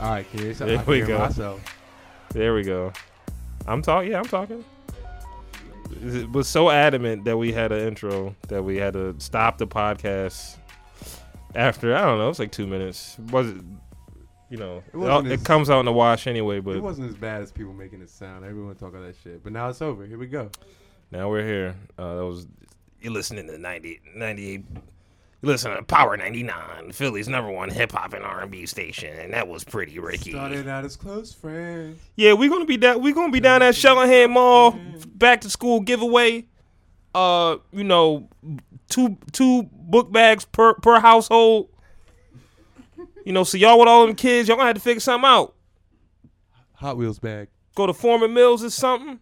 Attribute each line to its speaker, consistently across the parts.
Speaker 1: All right, Carrie. So
Speaker 2: There
Speaker 1: I can
Speaker 2: we
Speaker 1: hear
Speaker 2: go.
Speaker 1: myself.
Speaker 2: There we go. I'm talking. Yeah, I'm talking. It was so adamant that we had an intro that we had to stop the podcast after I don't know. It's like two minutes. Was it? You know,
Speaker 1: It
Speaker 2: it,
Speaker 1: wasn't
Speaker 2: it
Speaker 1: as-
Speaker 2: comes out in the wash anyway.
Speaker 1: It
Speaker 2: But
Speaker 1: wasn't as bad as people making it sound. Everyone talk all that shit, but now it's over. Here we go.
Speaker 2: now we're here. Uh, that was you're listening to 90, 98. You're listening to Power 99, Philly's number one hip hop and R&B station, and that was pretty Ricky.
Speaker 1: Started out as close friends.
Speaker 2: Yeah, we're gonna be down. We're gonna be down at Shellinghead Mall,
Speaker 1: Mm-hmm.
Speaker 2: back to school giveaway. Uh, you know, two two book bags per per household. You know, so y'all with all them kids, y'all gonna have to figure something out.
Speaker 1: Hot Wheels bag.
Speaker 2: Go to Foreman Mills or something.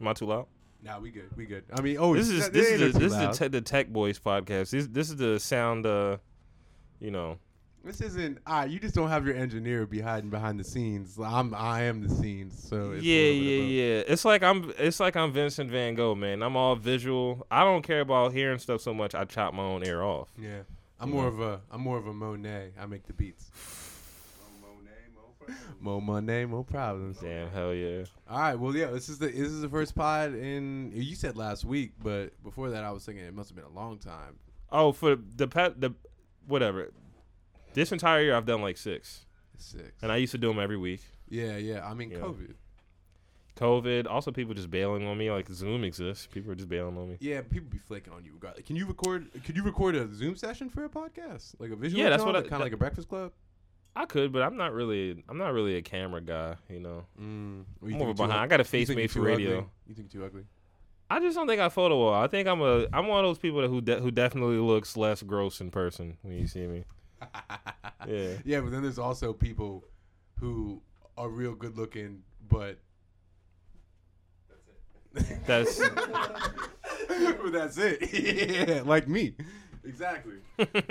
Speaker 2: Am I too loud?
Speaker 1: Nah, we good. We good. I mean, oh,
Speaker 2: This is
Speaker 1: that-
Speaker 2: this
Speaker 1: that
Speaker 2: is
Speaker 1: ain't
Speaker 2: the, this
Speaker 1: too
Speaker 2: is the,
Speaker 1: loud.
Speaker 2: te- the Tech Boys podcast. This this is the sound. Uh, you know,
Speaker 1: This isn't. Ah, you just don't have your engineer be hiding behind the scenes. I'm. I am the scenes. So Oh, it's a
Speaker 2: yeah,
Speaker 1: little bit
Speaker 2: yeah,
Speaker 1: of both.
Speaker 2: yeah. It's like I'm. It's like I'm Vincent Van Gogh, man. I'm all visual. I don't care about hearing stuff so much. I chop my own ear off.
Speaker 1: Yeah. I'm more of a I'm more of a Monet. I make the beats. Mo Monet, Mo problems.
Speaker 2: Damn, hell yeah.
Speaker 1: All right, well, yeah, this is the this is the first pod in you said last week, but before that, I was thinking it must have been a long time.
Speaker 2: Oh, for the pet, the whatever. This entire year, I've done like six,
Speaker 1: Six.
Speaker 2: and I used to do them every week.
Speaker 1: yeah, yeah. I mean,
Speaker 2: Yeah.
Speaker 1: COVID.
Speaker 2: COVID, also people just bailing on me. Like Zoom exists, people are just bailing on me.
Speaker 1: Yeah, people be flaking on you. regardless. Can you record? Could you record a Zoom session for a podcast, like a visual?
Speaker 2: Yeah, that's what I-
Speaker 1: kind of like a Breakfast Club.
Speaker 2: I could, but I'm not really, I'm not really a camera guy. You know,
Speaker 1: Mm. Or you
Speaker 2: I'm
Speaker 1: think
Speaker 2: over
Speaker 1: you're too
Speaker 2: behind. I
Speaker 1: ug-
Speaker 2: got a
Speaker 1: you
Speaker 2: face
Speaker 1: think you're
Speaker 2: made for
Speaker 1: too ugly?
Speaker 2: radio.
Speaker 1: You think you're too ugly?
Speaker 2: I just don't think I photo well. I think I'm a, I'm one of those people that who de- who definitely looks less gross in person when you see me. Yeah.
Speaker 1: Yeah, but then there's also people who are real good looking, but
Speaker 2: That's
Speaker 1: but that's it. yeah, like me. Exactly. no,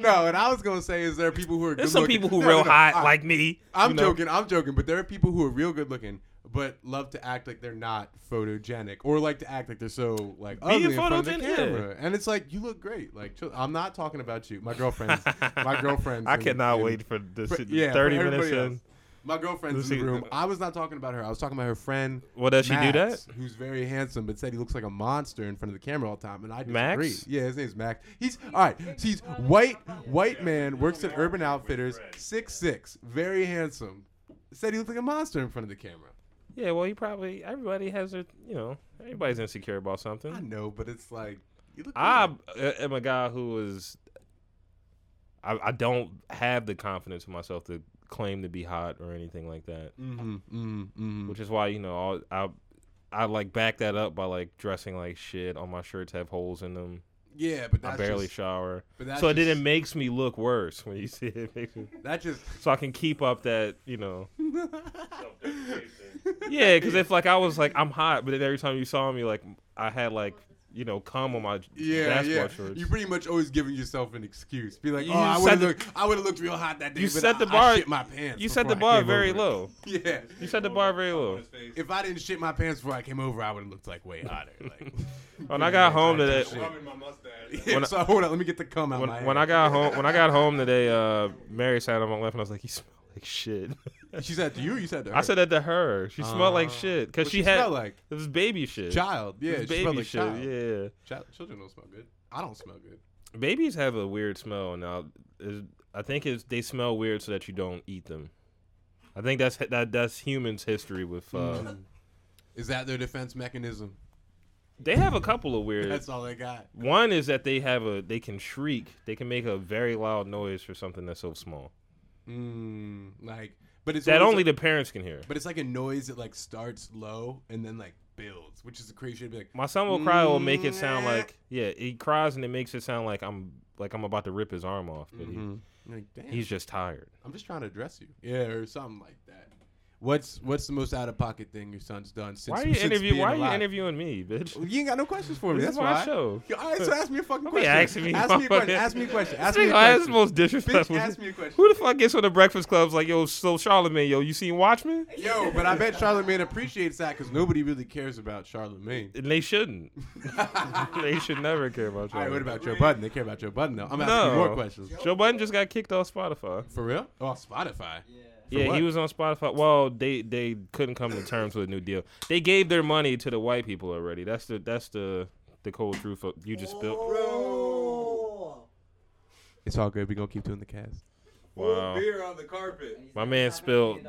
Speaker 1: no, and I was gonna say is there are people who are
Speaker 2: there's
Speaker 1: good
Speaker 2: some
Speaker 1: looking-
Speaker 2: people who
Speaker 1: No,
Speaker 2: real
Speaker 1: no, no,
Speaker 2: hot
Speaker 1: I-
Speaker 2: like me.
Speaker 1: I'm
Speaker 2: you know?
Speaker 1: joking, I'm joking, but there are people who are real good looking but love to act like they're not photogenic or like to act like they're so like ugly in front of the
Speaker 2: photogenic, yeah.
Speaker 1: camera. And it's like you look great. Like chill- I'm not talking about you. My girlfriend's my girlfriend's
Speaker 2: I
Speaker 1: in-
Speaker 2: cannot
Speaker 1: in-
Speaker 2: wait for this.
Speaker 1: for- for
Speaker 2: 30
Speaker 1: everybody
Speaker 2: minutes in.
Speaker 1: else. My girlfriend's
Speaker 2: Lucy-
Speaker 1: in the room. I was not talking about her. I was talking about her friend.
Speaker 2: Well, does she do
Speaker 1: Max, Who's very handsome, but said he looks like a monster in front of the camera all the time. And I disagree.
Speaker 2: Max?
Speaker 1: Yeah, his name's Max. He's all right. So he's white, white man, works at Urban Outfitters, six six, very handsome. Said he looked like a monster in front of the camera.
Speaker 2: Yeah, well, he probably everybody has their, you know, everybody's insecure about
Speaker 1: I
Speaker 2: something.
Speaker 1: know, but it's like you look.
Speaker 2: I
Speaker 1: good.
Speaker 2: uh, am a guy who is, I, I don't have the confidence in myself to claim to be hot or anything like that,
Speaker 1: Mhm, mhm, mhm.
Speaker 2: which is why you know all, I, I like back that up by like dressing like shit. All my shirts have holes in them.
Speaker 1: Yeah, but that's
Speaker 2: I barely
Speaker 1: Just,
Speaker 2: shower,
Speaker 1: but that's
Speaker 2: so it
Speaker 1: just-
Speaker 2: didn't makes me look worse when you see it. It makes me-
Speaker 1: That just.
Speaker 2: so I can keep up that you know. Yeah, because if like I was like I'm hot, but then every time you saw me, like I had like you know cum on my
Speaker 1: Yeah,
Speaker 2: basketball
Speaker 1: yeah.
Speaker 2: shorts.
Speaker 1: You pretty much always giving yourself an excuse. Be like,
Speaker 2: You
Speaker 1: oh, I
Speaker 2: set
Speaker 1: would have
Speaker 2: the-
Speaker 1: looked, I would have looked real hot that day.
Speaker 2: You
Speaker 1: but
Speaker 2: set
Speaker 1: I-
Speaker 2: the
Speaker 1: I
Speaker 2: bar-
Speaker 1: shit my pants.
Speaker 2: You set the
Speaker 1: before I
Speaker 2: bar
Speaker 1: came
Speaker 2: very
Speaker 1: over."
Speaker 2: low.
Speaker 1: Yeah.
Speaker 2: You set the bar very low.
Speaker 1: If I didn't shit my pants before I came over, I would have looked like way hotter. Like,
Speaker 2: When I got home
Speaker 1: I
Speaker 2: today,
Speaker 1: did shit.
Speaker 3: mustache.
Speaker 1: yeah,
Speaker 2: When I-
Speaker 1: so hold on, let me get the cum out my
Speaker 2: when, when I
Speaker 1: ass.
Speaker 2: got home, when I got home today, uh, Mary sat on my left, and I was like, "You smell like shit."
Speaker 1: She said to you, or you said to her.
Speaker 2: I said that to her. She smelled like
Speaker 1: Uh,
Speaker 2: shit because
Speaker 1: What
Speaker 2: she,
Speaker 1: she
Speaker 2: had
Speaker 1: smell like?
Speaker 2: it was baby shit.
Speaker 1: child. Yeah,
Speaker 2: It was
Speaker 1: she
Speaker 2: baby
Speaker 1: smelled like
Speaker 2: shit.
Speaker 1: child.
Speaker 2: Yeah.
Speaker 1: Child- Children don't smell good. I don't smell good.
Speaker 2: Babies have a weird smell now. Is- I think it's they smell weird so that you don't eat them. I think that's that that's humans' history with. Uh,
Speaker 1: Mm. Is that their defense mechanism?
Speaker 2: They have a couple of weird.
Speaker 1: That's all they got.
Speaker 2: One is that they have a they can shriek. They can make a very loud noise for something that's so small
Speaker 1: Mm, like, but it's
Speaker 2: that
Speaker 1: always
Speaker 2: only
Speaker 1: like-
Speaker 2: the parents can hear.
Speaker 1: but it's like a noise that like starts low and then like builds, which is the crazy shit. Be like,
Speaker 2: My son will cry. Will make it sound like yeah. He cries and it makes it sound like I'm like I'm about to rip his arm off. But
Speaker 1: Mhm. like damn,
Speaker 2: he, Mm-hmm. he's just tired.
Speaker 1: I'm just trying to address you. Yeah, or something like that. What's what's the most out of pocket thing your son's done since?
Speaker 2: Why are you
Speaker 1: since
Speaker 2: interview?
Speaker 1: being
Speaker 2: Why are you
Speaker 1: alive?
Speaker 2: interviewing me, bitch?
Speaker 1: You ain't got no questions for me. That's
Speaker 2: This is my
Speaker 1: why.
Speaker 2: show.
Speaker 1: All right, so ask me a fucking
Speaker 2: Don't be
Speaker 1: question.
Speaker 2: asking me
Speaker 1: Ask me a question.
Speaker 2: motherfucker.
Speaker 1: Ask me a question. Ask me a
Speaker 2: This nigga- that's the
Speaker 1: question.
Speaker 2: most disrespectful.
Speaker 1: Bitch, ask me a question.
Speaker 2: Who the fuck gets on the Breakfast Club's like, yo, so Charlemagne, yo, you seen Watchmen?
Speaker 1: Yo, but I bet Charlemagne appreciates that because nobody really cares about Charlemagne.
Speaker 2: And they shouldn't. they should never care about
Speaker 1: All right, what
Speaker 2: Charlemagne.
Speaker 1: about Joe Budden? They care about Joe Budden though. I'm asking
Speaker 2: No.
Speaker 1: you more questions.
Speaker 2: Joe Budden just got kicked off Spotify.
Speaker 1: For real? Oh, Spotify.
Speaker 2: yeah,
Speaker 1: what?
Speaker 2: he was on Spotify. Well, they they couldn't come to terms with a new deal. They gave their money to the white people already. That's the that's the the cold truth of- you just spilled.
Speaker 3: Oh,
Speaker 1: It's all good. We gonna keep doing the cast.
Speaker 2: Wow.
Speaker 4: beer on the carpet.
Speaker 2: My man spilled.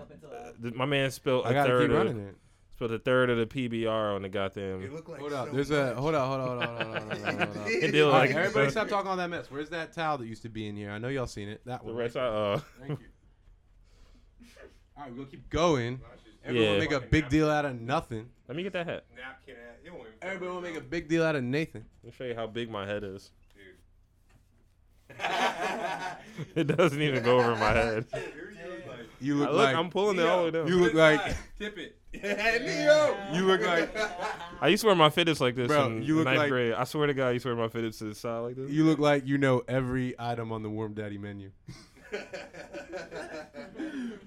Speaker 2: th- My man spilled
Speaker 1: I
Speaker 2: a
Speaker 1: gotta
Speaker 2: third
Speaker 1: keep running
Speaker 2: of
Speaker 1: it.
Speaker 2: spilled a third of the PBR on the goddamn.
Speaker 4: look like
Speaker 1: Hold up. There's a hold up. Hold up. Hold up. Hold up. Hold up, hold up.
Speaker 2: It did
Speaker 1: All
Speaker 2: look
Speaker 1: right,
Speaker 2: like
Speaker 1: everybody,
Speaker 2: the
Speaker 1: stop talking all that mess. Where's that towel that used to be in here? I know y'all seen it. That one.
Speaker 2: rest. Uh,
Speaker 1: Thank you. All right, we're gonna keep going. Everyone
Speaker 2: Yeah.
Speaker 1: make a big deal out of nothing.
Speaker 2: let me get that hat.
Speaker 4: napkin at. It won't even
Speaker 1: Everybody will make a big deal out of Nathan.
Speaker 2: Let me show you how big my head is. It doesn't even go over my head.
Speaker 1: You
Speaker 2: I
Speaker 1: look,
Speaker 2: look,
Speaker 1: like
Speaker 2: I'm pulling it all the way down.
Speaker 1: you look like
Speaker 4: tip it. Neo.
Speaker 1: you look like
Speaker 2: I used to wear my fitteds like this
Speaker 1: Bro,
Speaker 2: in
Speaker 1: you look
Speaker 2: ninth
Speaker 1: like-
Speaker 2: grade. I swear to God, I used to wear my fitteds to the side like this.
Speaker 1: you look like you know every item on the Warm Daddy menu. You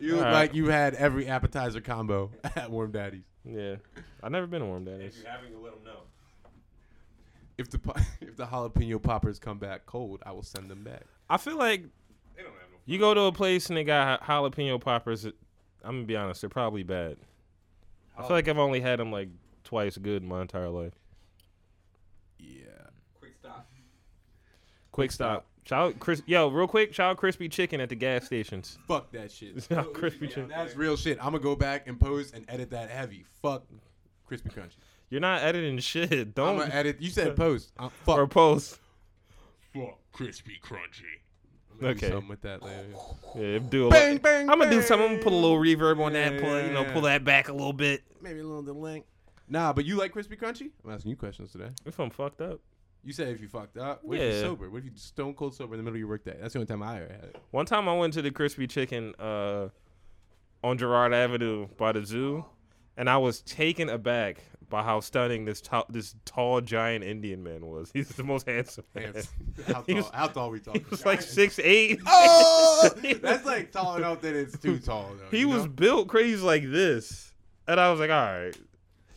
Speaker 1: look
Speaker 2: All right.
Speaker 1: like you had every appetizer combo at Warm Daddy's.
Speaker 2: yeah, I've never been a warm daddies.
Speaker 4: having to let them know.
Speaker 1: If the po- if the jalapeno poppers come back cold, I will send them back.
Speaker 2: I feel like
Speaker 4: They don't have no.
Speaker 2: you go to a place and they got ha- jalapeno poppers. I'm gonna be honest, they're probably bad. I feel like I've only had them like twice good in my entire life.
Speaker 1: Yeah.
Speaker 4: Quick stop.
Speaker 2: Quick stop. Child, Chris, yo, real quick, child crispy chicken at the gas stations.
Speaker 1: Fuck that shit.
Speaker 2: Child crispy chicken.
Speaker 1: That's real shit. I'm gonna go back and post and edit that heavy. Fuck crispy crunchy.
Speaker 2: You're not editing shit.
Speaker 1: I'm
Speaker 2: Don't
Speaker 1: gonna edit. You said post. I'm, fuck.
Speaker 2: Oh. or post.
Speaker 1: fuck crispy crunchy.
Speaker 2: Okay.
Speaker 1: Something with that later.
Speaker 2: Yeah, do a
Speaker 1: Bang,
Speaker 2: little-
Speaker 1: bang,
Speaker 2: I'm gonna do something. I'm
Speaker 1: bang.
Speaker 2: gonna put a little reverb on that.
Speaker 1: Yeah,
Speaker 2: Pull, you know,
Speaker 1: yeah,
Speaker 2: pull
Speaker 1: yeah.
Speaker 2: that back a little bit.
Speaker 1: Maybe a little delay. Nah, but you like crispy crunchy? I'm asking you questions today.
Speaker 2: If I'm fucked up.
Speaker 1: You said if you fucked up, what if
Speaker 2: Yeah.
Speaker 1: you sober? What if you stone cold sober in the middle of your workday? That's the only time I ever had it.
Speaker 2: One time I went to the crispy chicken uh, on Girard Avenue by the zoo, and I was taken aback by how stunning this ta- this tall giant Indian man was. He's the most handsome. Man.
Speaker 1: how,
Speaker 2: He
Speaker 1: tall,
Speaker 2: was-
Speaker 1: how tall we talking?
Speaker 2: He was like six eight.
Speaker 1: oh, that's like tall enough that it's too tall. Though,
Speaker 2: he
Speaker 1: you
Speaker 2: was
Speaker 1: know?
Speaker 2: built crazy like this, and I was like, all right.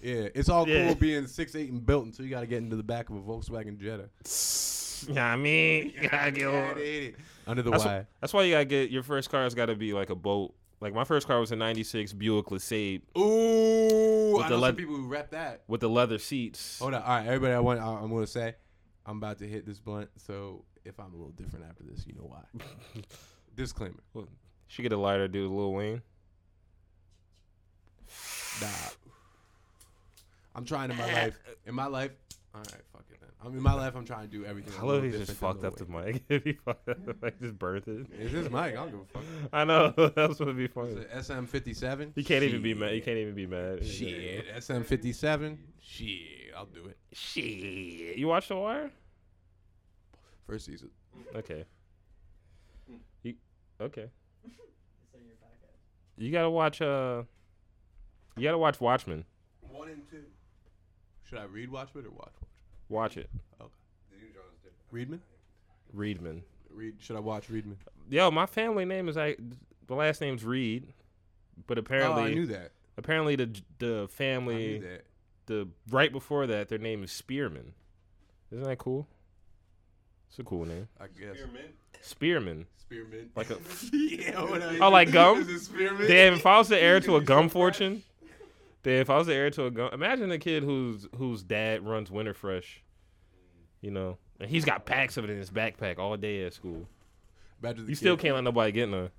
Speaker 1: Yeah, it's all
Speaker 2: Yeah.
Speaker 1: cool being six eight and built until you got to get into the back of a Volkswagen Jetta.
Speaker 2: Yeah, I mean, gotta get
Speaker 1: Yeah,
Speaker 2: on.
Speaker 1: it is. Under the
Speaker 2: That's,
Speaker 1: Y.
Speaker 2: that's why you gotta get your first car's gotta be like a boat. Like my first car was a '96 Buick Lucade
Speaker 1: Ooh,
Speaker 2: With
Speaker 1: I
Speaker 2: the
Speaker 1: know
Speaker 2: le-
Speaker 1: some people who rep that.
Speaker 2: with the leather seats.
Speaker 1: Hold on, all right, everybody. I want. I, I'm gonna say, I'm about to hit this blunt. So if I'm a little different after this, you know why. Disclaimer.
Speaker 2: She get a lighter, dude, Lil Wayne.
Speaker 1: Nah. I'm trying in my life. In my life. All right, fuck it then. I'm in my life. I'm trying to do everything.
Speaker 2: I
Speaker 1: a
Speaker 2: love
Speaker 1: little
Speaker 2: he just
Speaker 1: different
Speaker 2: fucked
Speaker 1: than
Speaker 2: up the mic. if he fucked up the mic, just burnt it.
Speaker 1: way. It's his mic. I don't give a fuck.
Speaker 2: I know that was supposed to be funny.
Speaker 1: It's an SM57.
Speaker 2: He can't even be mad. He can't even be mad.
Speaker 1: Shit, SM57. Shit, I'll do it.
Speaker 2: Shit. You watch The Wire?
Speaker 1: First season.
Speaker 2: Okay.
Speaker 1: Hmm.
Speaker 2: You, okay. You gotta watch. Uh, you gotta watch Watchmen.
Speaker 4: One and two.
Speaker 1: Should I read Watchmen or watch Watchmen?
Speaker 2: Watch it.
Speaker 4: The new John's
Speaker 1: Readman?
Speaker 4: different.
Speaker 2: Reedman.
Speaker 1: Read. Should I watch Readman?
Speaker 2: Yo, my family name is I. The last name's Reed, but apparently,
Speaker 1: Oh, I knew that.
Speaker 2: apparently the the
Speaker 1: I knew
Speaker 2: family
Speaker 1: that.
Speaker 2: the right before that, their name is Spearman. Isn't that cool? It's a cool name.
Speaker 1: I guess.
Speaker 4: Spearmint.
Speaker 2: Spearman.
Speaker 1: Spearmint.
Speaker 2: Like a
Speaker 1: yeah, what I-
Speaker 2: Oh, like gum?
Speaker 1: Is it spearmint?
Speaker 2: Damn, if I was the heir to a gum fortune, damn, if I was the heir to a gum, imagine a kid whose whose dad runs Winterfresh, you know, and he's got packs of it in his backpack all day at school.
Speaker 1: Imagine the
Speaker 2: You still
Speaker 1: kid-
Speaker 2: can't let nobody get none.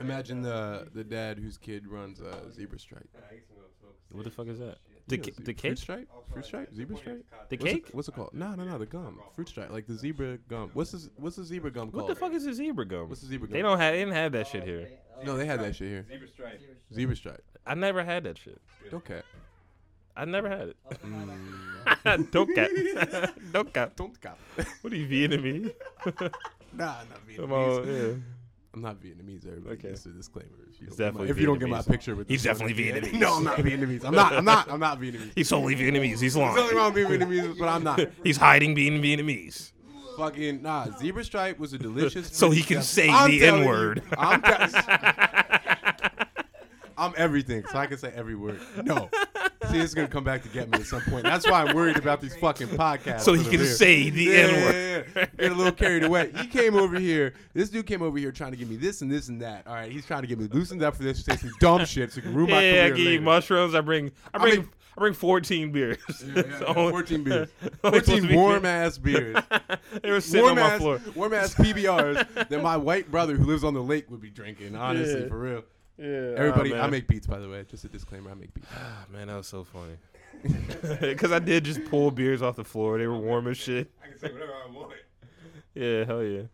Speaker 1: Imagine the the dad whose kid runs uh, zebra stripe.
Speaker 4: I used to go smoke.
Speaker 2: What the fuck is that? The
Speaker 1: Yeah,
Speaker 2: ca-
Speaker 1: ze-
Speaker 2: the
Speaker 1: Fruit
Speaker 2: cake,
Speaker 1: stripe? Fruit stripe? Zebra stripe?
Speaker 2: the
Speaker 1: What's
Speaker 2: cake.
Speaker 1: It, what's it called? No, no, no. The gum. Fruit stripe. Like the zebra gum. What's this? What's the zebra gum
Speaker 2: What
Speaker 1: called?
Speaker 2: the fuck is a zebra gum?
Speaker 1: What's the zebra gum?
Speaker 2: They don't have they didn't have that shit here.
Speaker 1: No, they had that shit here.
Speaker 4: Zebra stripe.
Speaker 1: Zebra stripe.
Speaker 2: I never had that shit.
Speaker 1: Okay.
Speaker 2: I never had it. Don't cap. Don't cap.
Speaker 1: Don't cop.
Speaker 2: What are you Vietnamese?
Speaker 1: Nah, not Vietnamese.
Speaker 2: Come on, yeah.
Speaker 1: I'm not Vietnamese. Everybody,
Speaker 5: Okay.
Speaker 1: this is a disclaimer. If you don't, get
Speaker 2: He's
Speaker 1: my-
Speaker 2: definitely
Speaker 1: if you don't get my
Speaker 2: Vietnamese.
Speaker 1: picture with,
Speaker 2: He's
Speaker 1: the-
Speaker 2: definitely Vietnamese.
Speaker 1: No, I'm not Vietnamese. I'm not. I'm not. I'm not Vietnamese.
Speaker 2: He's solely Vietnamese. He's
Speaker 1: There's nothing
Speaker 2: lying.
Speaker 1: wrong with being Vietnamese, but I'm not.
Speaker 2: He's hiding being Vietnamese.
Speaker 1: Fucking nah. Zebra stripe was a delicious.
Speaker 2: So he
Speaker 1: fruit
Speaker 2: can
Speaker 1: salad.
Speaker 2: say
Speaker 1: I'm
Speaker 2: the
Speaker 1: telling
Speaker 2: N-word.
Speaker 1: you, I'm, te- I'm everything, so I can say every word. No. See, it's gonna come back to get me at some point. That's why I'm worried about these fucking podcasts.
Speaker 2: So he
Speaker 1: for the
Speaker 2: can
Speaker 1: rear.
Speaker 2: say the
Speaker 1: Yeah,
Speaker 2: N-word.
Speaker 1: yeah, yeah. Get a little carried away. He came over here. This dude came over here trying to give me this and this and that. All right, he's trying to get me loosened up for this. Say some dumb shit so he can ruin my
Speaker 2: Yeah, I
Speaker 1: career.
Speaker 2: give you
Speaker 1: later.
Speaker 2: mushrooms. I bring, I
Speaker 1: I
Speaker 2: bring, I,
Speaker 1: mean-
Speaker 2: bring fourteen beers.
Speaker 1: Yeah, yeah,
Speaker 2: So
Speaker 1: yeah.
Speaker 2: only-
Speaker 1: 14 beers.
Speaker 2: only supposed
Speaker 1: 14
Speaker 2: to be-
Speaker 1: warm ass beers.
Speaker 2: they were sitting
Speaker 1: warm
Speaker 2: on my
Speaker 1: ass,
Speaker 2: floor.
Speaker 1: warm ass PBRs that my white brother who lives on the lake would be drinking. Honestly,
Speaker 5: Yeah.
Speaker 1: for real.
Speaker 5: Yeah.
Speaker 1: Everybody,
Speaker 2: Oh, man.
Speaker 1: I make beats by the way. Just a disclaimer, I make beats.
Speaker 2: Ah, man, that was so funny. Because I did just pull beers off the floor. They were warm as shit.
Speaker 4: I can say whatever I want.
Speaker 2: Yeah, hell yeah.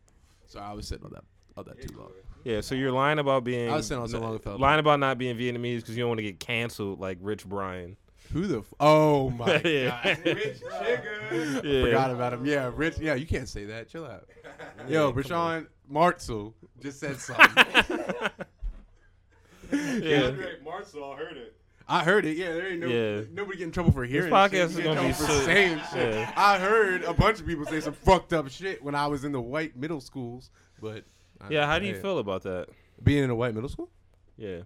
Speaker 1: Sorry, I was sitting on that on that too long.
Speaker 2: Yeah, so you're lying about being.
Speaker 1: I was sitting on so long without-
Speaker 2: Lying about not being Vietnamese because you don't want to get canceled like Rich Brian.
Speaker 1: Who the? F- oh my! God.
Speaker 2: yeah.
Speaker 4: Rich chicken.
Speaker 2: yeah.
Speaker 1: Forgot about him. Yeah, Rich. Yeah, you can't say that. Chill out. Yo, Rashawn Martzel just said something.
Speaker 2: Yeah.
Speaker 4: Great, Marcel heard it.
Speaker 1: I heard it. Yeah, there ain't no
Speaker 2: Yeah.
Speaker 1: nobody getting in trouble for hearing.
Speaker 2: podcast
Speaker 1: shit. You
Speaker 2: is
Speaker 1: get in
Speaker 2: gonna be
Speaker 1: trouble for
Speaker 2: so-
Speaker 1: saying shit.
Speaker 2: yeah.
Speaker 1: I heard a bunch of people say some fucked up shit when I was in the white middle schools. But I-
Speaker 2: Yeah, how do you
Speaker 1: hey,
Speaker 2: feel about that?
Speaker 1: being in a white middle school?
Speaker 2: Yeah.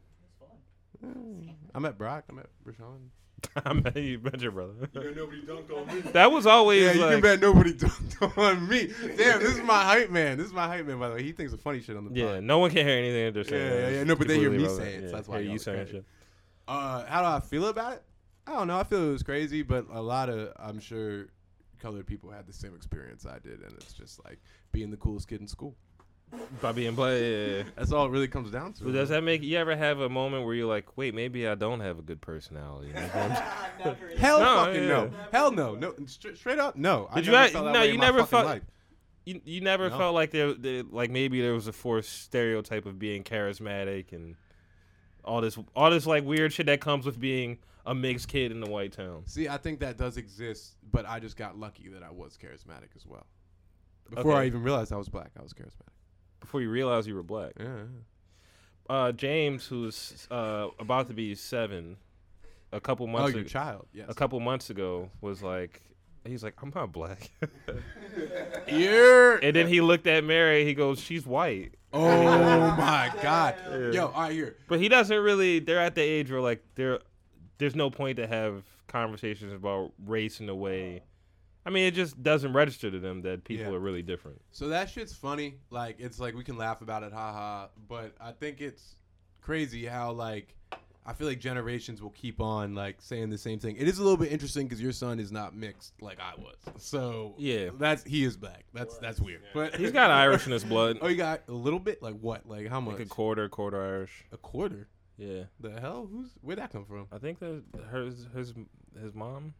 Speaker 2: Mm.
Speaker 1: I'm at Brock. I'm at Rashawn.
Speaker 2: I bet you bet your brother.
Speaker 4: You know nobody dunked on me.
Speaker 2: That was always
Speaker 1: Yeah, you
Speaker 2: like,
Speaker 1: can bet nobody dunked on me. Damn, this is my hype man. This is my hype man. By the way, he thinks of funny shit on the
Speaker 2: yeah,
Speaker 1: pod.
Speaker 2: no one can hear anything they're saying.
Speaker 1: Yeah, yeah,
Speaker 2: It's
Speaker 1: yeah. No, but they hear
Speaker 2: completely
Speaker 1: me
Speaker 2: irrelevant.
Speaker 1: say it, so that's why I
Speaker 2: hear
Speaker 1: got
Speaker 2: you
Speaker 1: the
Speaker 2: saying
Speaker 1: credit.
Speaker 2: shit.
Speaker 1: Uh, how do I feel about it? I don't know. I feel it was crazy, but a lot of I'm sure colored people had the same experience I did, and it's just like being the coolest kid in school.
Speaker 2: By being black, yeah, yeah, yeah.
Speaker 1: That's all it really comes down to.
Speaker 2: But does that make you ever have a moment where you're like, wait, maybe I don't have a good personality?
Speaker 3: Never.
Speaker 1: Hell
Speaker 2: No,
Speaker 1: fucking
Speaker 2: yeah.
Speaker 1: no. Hell no. No. Straight, straight up no. I
Speaker 2: Did you
Speaker 1: never
Speaker 2: act-
Speaker 1: felt that
Speaker 2: no,
Speaker 1: way
Speaker 2: you
Speaker 1: in my
Speaker 2: never
Speaker 1: fucking
Speaker 2: felt-
Speaker 1: life.
Speaker 2: you, you never
Speaker 1: No.
Speaker 2: felt like there, there, like maybe there was a forced stereotype of being charismatic and all this, all this like weird shit that comes with being a mixed kid in the white town.
Speaker 1: See, I think that does exist, but I just got lucky that I was charismatic as well. Before
Speaker 2: Okay.
Speaker 1: I even realized I was black, I was charismatic.
Speaker 2: Before you realize you were black,
Speaker 1: Yeah.
Speaker 2: uh, James, who's uh, about to be seven, a couple
Speaker 1: Oh,
Speaker 2: months
Speaker 1: your
Speaker 2: ago,
Speaker 1: child. Yes.
Speaker 2: a couple months ago was like, he's like, I'm not black,
Speaker 1: You're.
Speaker 2: and then he looked at Mary, he goes, she's white. uh,
Speaker 1: Oh my god. Yo, all right here.
Speaker 2: But he doesn't really. They're at the age where like there, there's no point to have conversations about race in a way. I mean, it just doesn't register to them that people
Speaker 1: Yeah.
Speaker 2: are really different.
Speaker 1: So that shit's funny. Like it's like we can laugh about it, haha. But I think it's crazy how like I feel like generations will keep on like saying the same thing. It is a little bit interesting because your son is not mixed like I was. So
Speaker 2: Yeah.
Speaker 1: that's he is black. That's that's weird. But
Speaker 2: He's got Irish in his blood,
Speaker 1: Oh, you got a little bit. Like what? Like how much?
Speaker 2: like a quarter, quarter Irish.
Speaker 1: a quarter.
Speaker 2: Yeah,
Speaker 1: The hell? Who's where'd that come from?
Speaker 2: I think that hers, his, his mom.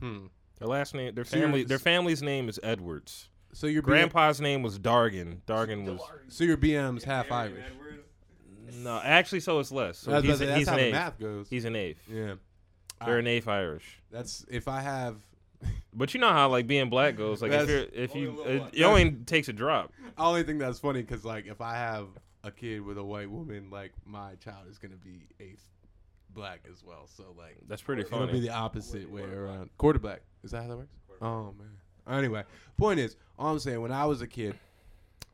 Speaker 1: Hmm.
Speaker 2: Their last name, their
Speaker 1: So you're-
Speaker 2: family, their family's name is Edwards.
Speaker 1: So your grandpa.
Speaker 2: Grandpa's name was Dargan. Dargan was
Speaker 1: so your BM's half
Speaker 4: Aaron
Speaker 1: Irish.
Speaker 4: Edwards.
Speaker 2: no, actually, so it's less. So
Speaker 1: I was about
Speaker 2: he's,
Speaker 1: to say,
Speaker 2: he's
Speaker 1: that's how
Speaker 2: an
Speaker 1: the
Speaker 2: eighth.
Speaker 1: math goes.
Speaker 2: He's an eighth.
Speaker 1: yeah.
Speaker 2: They're an eighth Irish.
Speaker 1: That's if I have.
Speaker 2: But you know how like being black goes. Like if
Speaker 1: That's-
Speaker 2: you're if
Speaker 4: Only a
Speaker 2: you
Speaker 4: little
Speaker 2: it,
Speaker 4: black.
Speaker 2: it only takes a drop.
Speaker 1: I only think that's funny because like if I have a kid with a white woman, like my child is gonna be eighth black as well. So like
Speaker 2: That's pretty
Speaker 1: it'll be
Speaker 2: funny.
Speaker 1: the opposite way around. Quarter black. Is that how that works? Oh man. Anyway, point is, all I'm saying when I was a kid,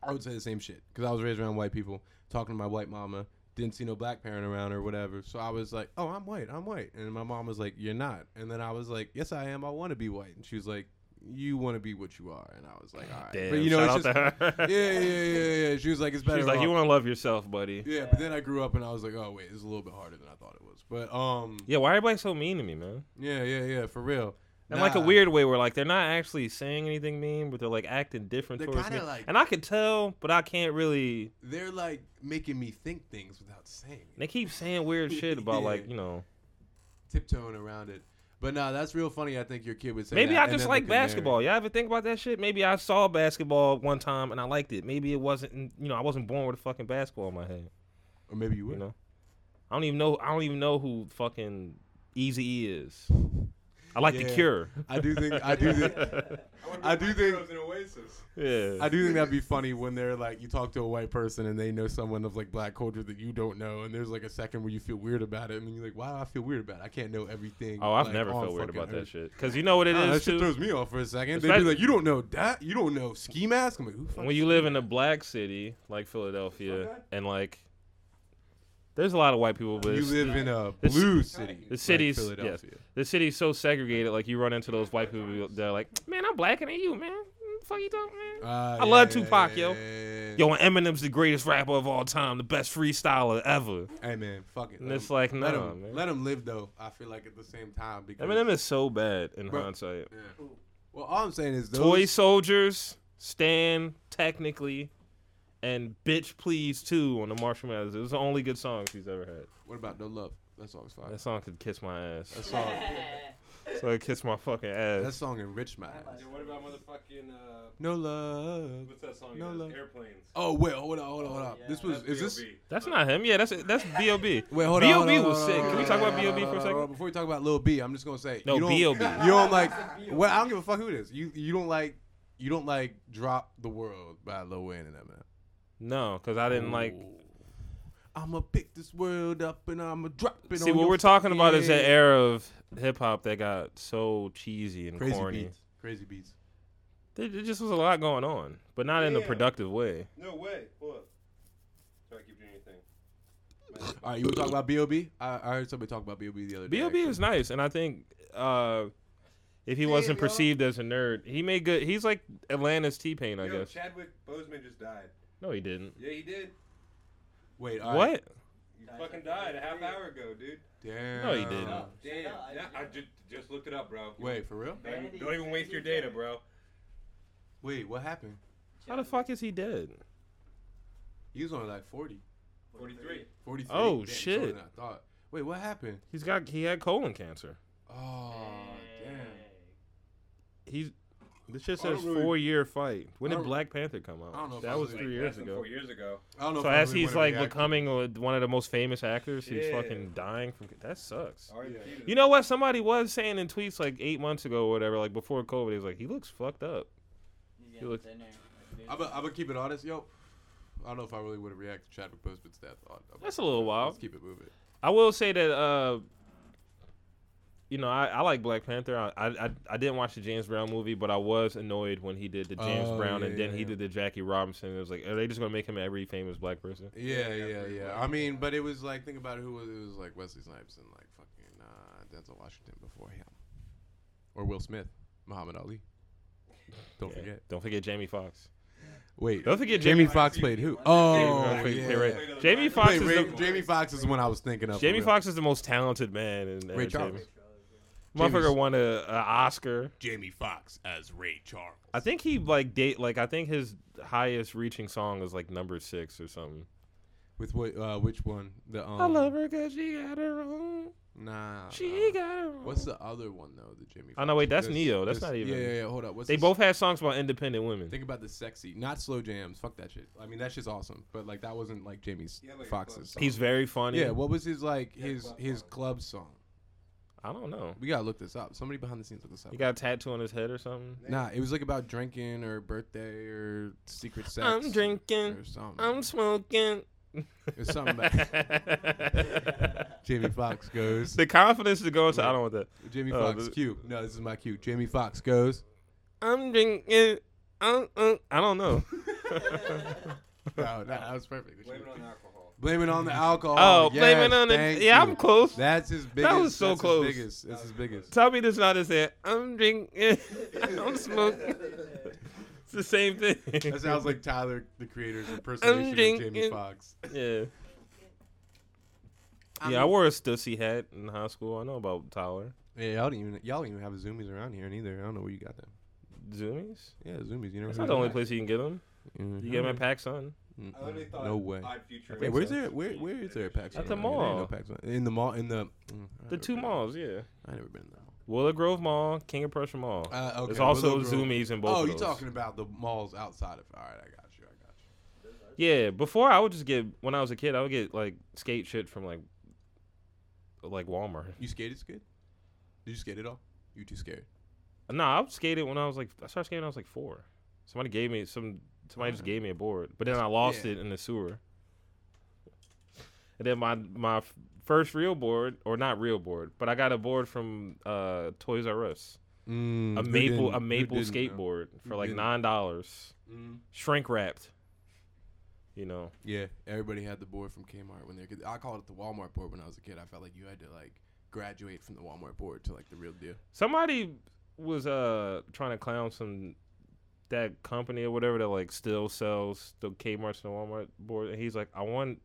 Speaker 1: I would say the same shit because I was raised around white people, talking to my white mama. Didn't see no black parent around or whatever, so I was like, "Oh, I'm white. I'm white." And my mom was like, "You're not." And then I was like, "Yes, I am. I want to be white." And she was like, "You want to be what you are." And I was like, "All right."
Speaker 2: Damn,
Speaker 1: but you know,
Speaker 2: shout
Speaker 1: it's
Speaker 2: out
Speaker 1: just,
Speaker 2: to her.
Speaker 1: yeah, yeah, yeah, yeah, yeah. She was like, it's better.
Speaker 2: She's like,
Speaker 1: off.
Speaker 2: you want to love yourself, buddy.
Speaker 1: Yeah, but then I grew up and I was like, oh wait, it's a little bit harder than I thought it was. But um,
Speaker 2: Yeah, why are everybody so mean to me, man?
Speaker 1: yeah, yeah, yeah, for real.
Speaker 2: In like a
Speaker 1: Nah.
Speaker 2: weird way, where like they're not actually saying anything mean, but they're like acting different
Speaker 1: They're
Speaker 2: towards me.
Speaker 1: kinda like-
Speaker 2: and I could tell, but I can't really.
Speaker 1: They're like making me think things without saying it,
Speaker 2: They keep saying weird shit about
Speaker 1: Yeah.
Speaker 2: like you know.
Speaker 1: tiptoeing around it. But nah, that's real funny. I think your kid would say.
Speaker 2: Maybe
Speaker 1: that,
Speaker 2: I
Speaker 1: and
Speaker 2: just
Speaker 1: then
Speaker 2: like
Speaker 1: look in there.
Speaker 2: basketball. Y'all ever think about that shit? Maybe I saw basketball one time and I liked it. Maybe it wasn't. You know, I wasn't born with a fucking basketball in my head.
Speaker 1: or maybe you would.
Speaker 2: You know, I don't even know. I don't even know who fucking Easy E is. I like the
Speaker 1: Yeah.
Speaker 2: Cure.
Speaker 1: I do think I do think
Speaker 4: I,
Speaker 1: I
Speaker 4: do
Speaker 1: do
Speaker 4: think it was an Oasis.
Speaker 2: Yeah.
Speaker 1: I do think that'd be funny when they're like you talk to a white person and they know someone of like black culture that you don't know, and there's like a second where you feel weird about it, and then you're like, why do I feel weird about it? I can't know everything.
Speaker 2: oh, I've
Speaker 1: like,
Speaker 2: never
Speaker 1: on
Speaker 2: felt weird
Speaker 1: fucking
Speaker 2: about that
Speaker 1: earth."
Speaker 2: shit. Cause you know what it is
Speaker 1: Nah, that shit
Speaker 2: too.
Speaker 1: throws me off for a second. They'd be
Speaker 2: Especially-
Speaker 1: like, "You don't know that. You don't know ski mask." I'm like, "Who the fuck
Speaker 2: when you
Speaker 1: is
Speaker 2: live in a black city like Philadelphia and like there's a lot of white people, but
Speaker 1: You
Speaker 2: it's-
Speaker 1: live in a
Speaker 2: It's-
Speaker 1: blue city.
Speaker 2: the city's
Speaker 1: like
Speaker 2: yes,
Speaker 1: Philadelphia.
Speaker 2: the city's so segregated. Like you run into those white people, they're like, "Man, I'm blacker than you, man. What the fuck you talking, man?"
Speaker 1: Uh,
Speaker 2: I love Tupac, yo.
Speaker 1: yeah, yeah.
Speaker 2: Yo, and Eminem's the greatest rapper of all time, the best freestyler ever.
Speaker 1: Hey man, fuck it.
Speaker 2: And
Speaker 1: Let
Speaker 2: it's
Speaker 1: him-
Speaker 2: like,
Speaker 1: let
Speaker 2: nah,
Speaker 1: him
Speaker 2: man.
Speaker 1: let him live though. I feel like at the same time because
Speaker 2: Eminem is so bad in
Speaker 1: Bro,
Speaker 2: hindsight.
Speaker 1: yeah. Well, all I'm saying is those
Speaker 2: Toy Soldiers, Stan, technically, and Bitch Please too on the Marshall Mathers. It was the only good songs he's ever had.
Speaker 1: What about No Love? That song's fire.
Speaker 2: That song could kiss my
Speaker 1: That
Speaker 2: ass.
Speaker 1: song.
Speaker 2: So it kiss my fucking
Speaker 1: That
Speaker 2: ass.
Speaker 1: song enriched my
Speaker 3: Yeah,
Speaker 1: ass.
Speaker 4: what about motherfucking uh,
Speaker 1: No love.
Speaker 4: what's that song?
Speaker 1: No
Speaker 4: again?
Speaker 1: love.
Speaker 4: Airplanes.
Speaker 1: Oh wait, hold on, hold on, hold on.
Speaker 3: Yeah.
Speaker 1: This was is this?
Speaker 2: That's not him. Yeah, that's that's B.O.B.
Speaker 1: Wait, hold on.
Speaker 2: B.O.B.
Speaker 1: hold on, hold
Speaker 2: was
Speaker 1: on,
Speaker 2: sick.
Speaker 1: hold
Speaker 2: Can we
Speaker 1: on,
Speaker 2: talk about
Speaker 1: hold on,
Speaker 2: B.O.B.
Speaker 1: hold
Speaker 2: for a
Speaker 1: on,
Speaker 2: second?
Speaker 1: hold on. Before we talk about Lil B, I'm just gonna say
Speaker 2: No,
Speaker 1: you don't,
Speaker 2: B.O.B..
Speaker 1: You don't like. Well, I don't give a fuck who it is. You you don't like. You don't like "Drop the World" by Lil Wayne and Eminem.
Speaker 2: No, because I didn't like.
Speaker 1: I'ma pick this world up and I'ma drop it.
Speaker 2: See,
Speaker 1: on
Speaker 2: what
Speaker 1: your
Speaker 2: we're talking about is
Speaker 1: fucking
Speaker 2: that
Speaker 1: head.
Speaker 2: era of hip hop that got so cheesy and
Speaker 1: Crazy
Speaker 2: corny.
Speaker 1: beats. Crazy beats.
Speaker 2: There, there just was a lot going on, but not in a
Speaker 4: Yeah.
Speaker 2: productive way.
Speaker 4: No way. Hold up. Try to keep doing anything.
Speaker 1: All right, you were talking about B.O.B. I, I heard somebody talk about B.O.B. the other day.
Speaker 2: B.O.B. is nice, and I think uh, if he wasn't
Speaker 4: yo.
Speaker 2: perceived as a nerd, he made good. He's like Atlanta's T Pain, I
Speaker 4: Yo,
Speaker 2: guess.
Speaker 4: Chadwick Boseman just died.
Speaker 2: No, he didn't.
Speaker 4: Yeah, he did.
Speaker 1: Wait, all right.
Speaker 2: What?
Speaker 4: He
Speaker 3: Died
Speaker 4: fucking
Speaker 3: like
Speaker 4: died a half
Speaker 3: three.
Speaker 4: hour ago, dude.
Speaker 1: Damn.
Speaker 2: No, he didn't.
Speaker 4: Oh,
Speaker 3: Oh,
Speaker 4: damn.
Speaker 3: shut up.
Speaker 4: Nah, I just, just looked it up, bro.
Speaker 1: Wait, for real?
Speaker 4: Don't even, don't even waste your data, bro.
Speaker 1: Wait, what happened?
Speaker 2: How the fuck is he dead?
Speaker 1: He was only like 40.
Speaker 4: 43.
Speaker 1: 43.
Speaker 2: Oh,
Speaker 1: Damn, he's
Speaker 2: shit.
Speaker 1: older than I thought. Wait, what happened?
Speaker 2: He's got he had colon cancer.
Speaker 1: Oh, damn.
Speaker 2: He's this shit
Speaker 1: I don't
Speaker 2: says
Speaker 1: really-
Speaker 2: four year fight. When
Speaker 1: I
Speaker 2: did
Speaker 1: don't-
Speaker 2: Black Panther come out?
Speaker 1: I don't know if I
Speaker 2: That was
Speaker 1: really-
Speaker 2: three
Speaker 4: Like,
Speaker 2: years
Speaker 4: less than
Speaker 2: ago.
Speaker 4: Four years ago.
Speaker 1: I don't know.
Speaker 2: So
Speaker 1: if I
Speaker 2: as
Speaker 1: really
Speaker 2: he's
Speaker 1: wanna
Speaker 2: like
Speaker 1: react to
Speaker 2: becoming a- one of the most famous actors, he's
Speaker 4: Yeah.
Speaker 2: fucking dying from that sucks.
Speaker 4: R.I.P. to
Speaker 2: You know what? Somebody was saying in tweets like eight months ago or whatever, like before COVID, he was like, he looks fucked up.
Speaker 1: it. I'm gonna keep it honest, yo. I don't know if I really would have reacted to Chadwick Boseman's death. I'll- I'll-
Speaker 2: That's a little
Speaker 1: Let's
Speaker 2: wild.
Speaker 1: keep it moving.
Speaker 2: I will say that, uh, you know, I, I like Black Panther. I, I I- I didn't watch the James Brown movie, but I was annoyed when he did the James
Speaker 1: Oh,
Speaker 2: Brown and
Speaker 1: yeah,
Speaker 2: then he
Speaker 1: yeah.
Speaker 2: did the Jackie Robinson. It was like, are they just gonna make him every famous black person?
Speaker 1: Yeah,
Speaker 4: yeah,
Speaker 1: yeah, yeah.
Speaker 4: pretty much.
Speaker 1: I mean, but it was like think about who was it was like Wesley Snipes and like fucking uh, Denzel Washington before him, or Will Smith, Muhammad Ali. Don't
Speaker 2: Yeah.
Speaker 1: forget.
Speaker 2: Don't forget Jamie Foxx.
Speaker 1: Wait,
Speaker 2: Don't forget
Speaker 1: Jamie
Speaker 2: Jamie.
Speaker 1: Foxx played who?
Speaker 3: Jamie
Speaker 1: Oh,
Speaker 2: Foxx.
Speaker 1: yeah.
Speaker 2: Jamie Foxx.
Speaker 1: Wait,
Speaker 2: Jamie Foxx
Speaker 4: Wait,
Speaker 2: is
Speaker 1: Ray-
Speaker 2: the
Speaker 1: Jamie Foxx is the one I was thinking of. for
Speaker 2: Jamie
Speaker 1: real.
Speaker 2: Foxx is the most talented man in
Speaker 1: Ray
Speaker 2: entertainment.
Speaker 1: Charles.
Speaker 2: Motherfucker won a, a Oscar.
Speaker 1: Jamie Foxx as Ray Charles.
Speaker 2: I think he like date like I think his highest reaching song is like number six or something.
Speaker 1: With what? Uh, which one? The um,
Speaker 2: I love her cause she got her own.
Speaker 1: Nah.
Speaker 2: She
Speaker 1: nah.
Speaker 2: got her own.
Speaker 1: Uh, What's the other one though? The Jamie.
Speaker 2: Oh, no, wait, that's
Speaker 1: This-
Speaker 2: Neo. That's
Speaker 1: this-
Speaker 2: not even-
Speaker 1: Yeah, yeah, yeah. Hold up. What's
Speaker 2: they
Speaker 1: this-
Speaker 2: both had songs about independent women.
Speaker 1: Think about the sexy, not slow jams. Fuck that shit. I mean, that shit's awesome, but like that wasn't like Jamie's
Speaker 4: Yeah, like
Speaker 1: Fox's.
Speaker 4: club
Speaker 1: Song.
Speaker 2: He's very funny.
Speaker 1: yeah. What was his like
Speaker 4: Yeah,
Speaker 1: his
Speaker 4: club
Speaker 1: his
Speaker 4: song.
Speaker 1: club song?
Speaker 2: I don't know.
Speaker 1: We gotta look this up. Somebody behind the scenes look this up.
Speaker 2: He got a tattoo on his head or something.
Speaker 1: nah, it was like about drinking or birthday or secret sex.
Speaker 2: I'm drinking.
Speaker 1: or something.
Speaker 2: I'm smoking.
Speaker 1: It's something about Jamie Foxx goes.
Speaker 2: the confidence to go into. I don't want that.
Speaker 1: Jamie
Speaker 2: Oh,
Speaker 1: Foxx
Speaker 2: the-
Speaker 1: cute. No, this is my cute. Jamie Foxx goes.
Speaker 2: I'm drinking. Um, um, I don't know.
Speaker 1: No, no, that was perfect.
Speaker 4: Blame it on alcohol.
Speaker 1: Blame it on the alcohol.
Speaker 2: Oh,
Speaker 1: yes,
Speaker 2: blame it on the.
Speaker 1: thank you.
Speaker 2: Yeah, I'm close.
Speaker 1: That's his biggest.
Speaker 2: was so
Speaker 1: that's
Speaker 2: close.
Speaker 1: His biggest. That's his biggest.
Speaker 2: Tell me this not to say I'm drinking. I'm smoking. it's the same thing.
Speaker 1: That sounds like Tyler, the creator's impersonation of Jamie
Speaker 2: drinking.
Speaker 1: Foxx.
Speaker 2: yeah. Yeah, I wore a Stussy hat in high school. I know about Tyler.
Speaker 1: Yeah, y'all don't even y'all don't even have zoomies around here neither. I don't know where you got them.
Speaker 2: Zoomies?
Speaker 1: Yeah, zoomies. You never.
Speaker 2: That's
Speaker 1: heard
Speaker 2: not the
Speaker 1: of
Speaker 2: only
Speaker 1: that?
Speaker 2: place you can get them.
Speaker 1: Mhm.
Speaker 2: You get them at Pac Sun.
Speaker 1: Mm-mm.
Speaker 4: I literally thought
Speaker 1: No way.
Speaker 4: Odd Future
Speaker 2: Wait,
Speaker 1: Wait,
Speaker 4: was
Speaker 1: where's
Speaker 4: something.
Speaker 1: there? Where where is there a PAX? One
Speaker 2: At the
Speaker 1: around here? There ain't
Speaker 2: mall.
Speaker 1: No PAX one. In the mall. In the. mm, I
Speaker 2: The
Speaker 1: never
Speaker 2: two
Speaker 1: been.
Speaker 2: malls, yeah.
Speaker 1: I never been though.
Speaker 2: Willow Grove Mall, King of Prussia Mall.
Speaker 1: Uh, okay.
Speaker 2: There's also
Speaker 1: Willow Grove.
Speaker 2: Zoomies in both
Speaker 1: Oh,
Speaker 2: of
Speaker 1: you
Speaker 2: those.
Speaker 1: talking about the malls outside of? All right, I got you. I got you.
Speaker 2: Yeah, before I would just get, when I was a kid, I would get like skate shit from like, like Walmart.
Speaker 1: You skated, skid? Did you skate at all? You too scared.
Speaker 2: Nah, I skated when I was like I started skating when I was like four. Somebody gave me some somebody just gave me a board. But then I lost
Speaker 1: Uh-huh. Yeah.
Speaker 2: it in the sewer. And then my my f- first real board, or not real board, but I got a board from uh Toys R Us.
Speaker 1: Mm,
Speaker 2: A
Speaker 1: who
Speaker 2: maple
Speaker 1: didn't-
Speaker 2: a
Speaker 1: who
Speaker 2: maple
Speaker 1: didn't, though?
Speaker 2: skateboard for like
Speaker 1: didn't?
Speaker 2: nine dollars.
Speaker 1: Mm.
Speaker 2: Shrink wrapped. You know.
Speaker 1: Yeah, everybody had the board from Kmart when they were kids. I called it the Walmart board when I was a kid. I felt like you had to like graduate from the Walmart board to like the real deal.
Speaker 2: Somebody was uh trying to clown some that company or whatever that like still sells the Kmart's and the Walmart board, and he's like, I want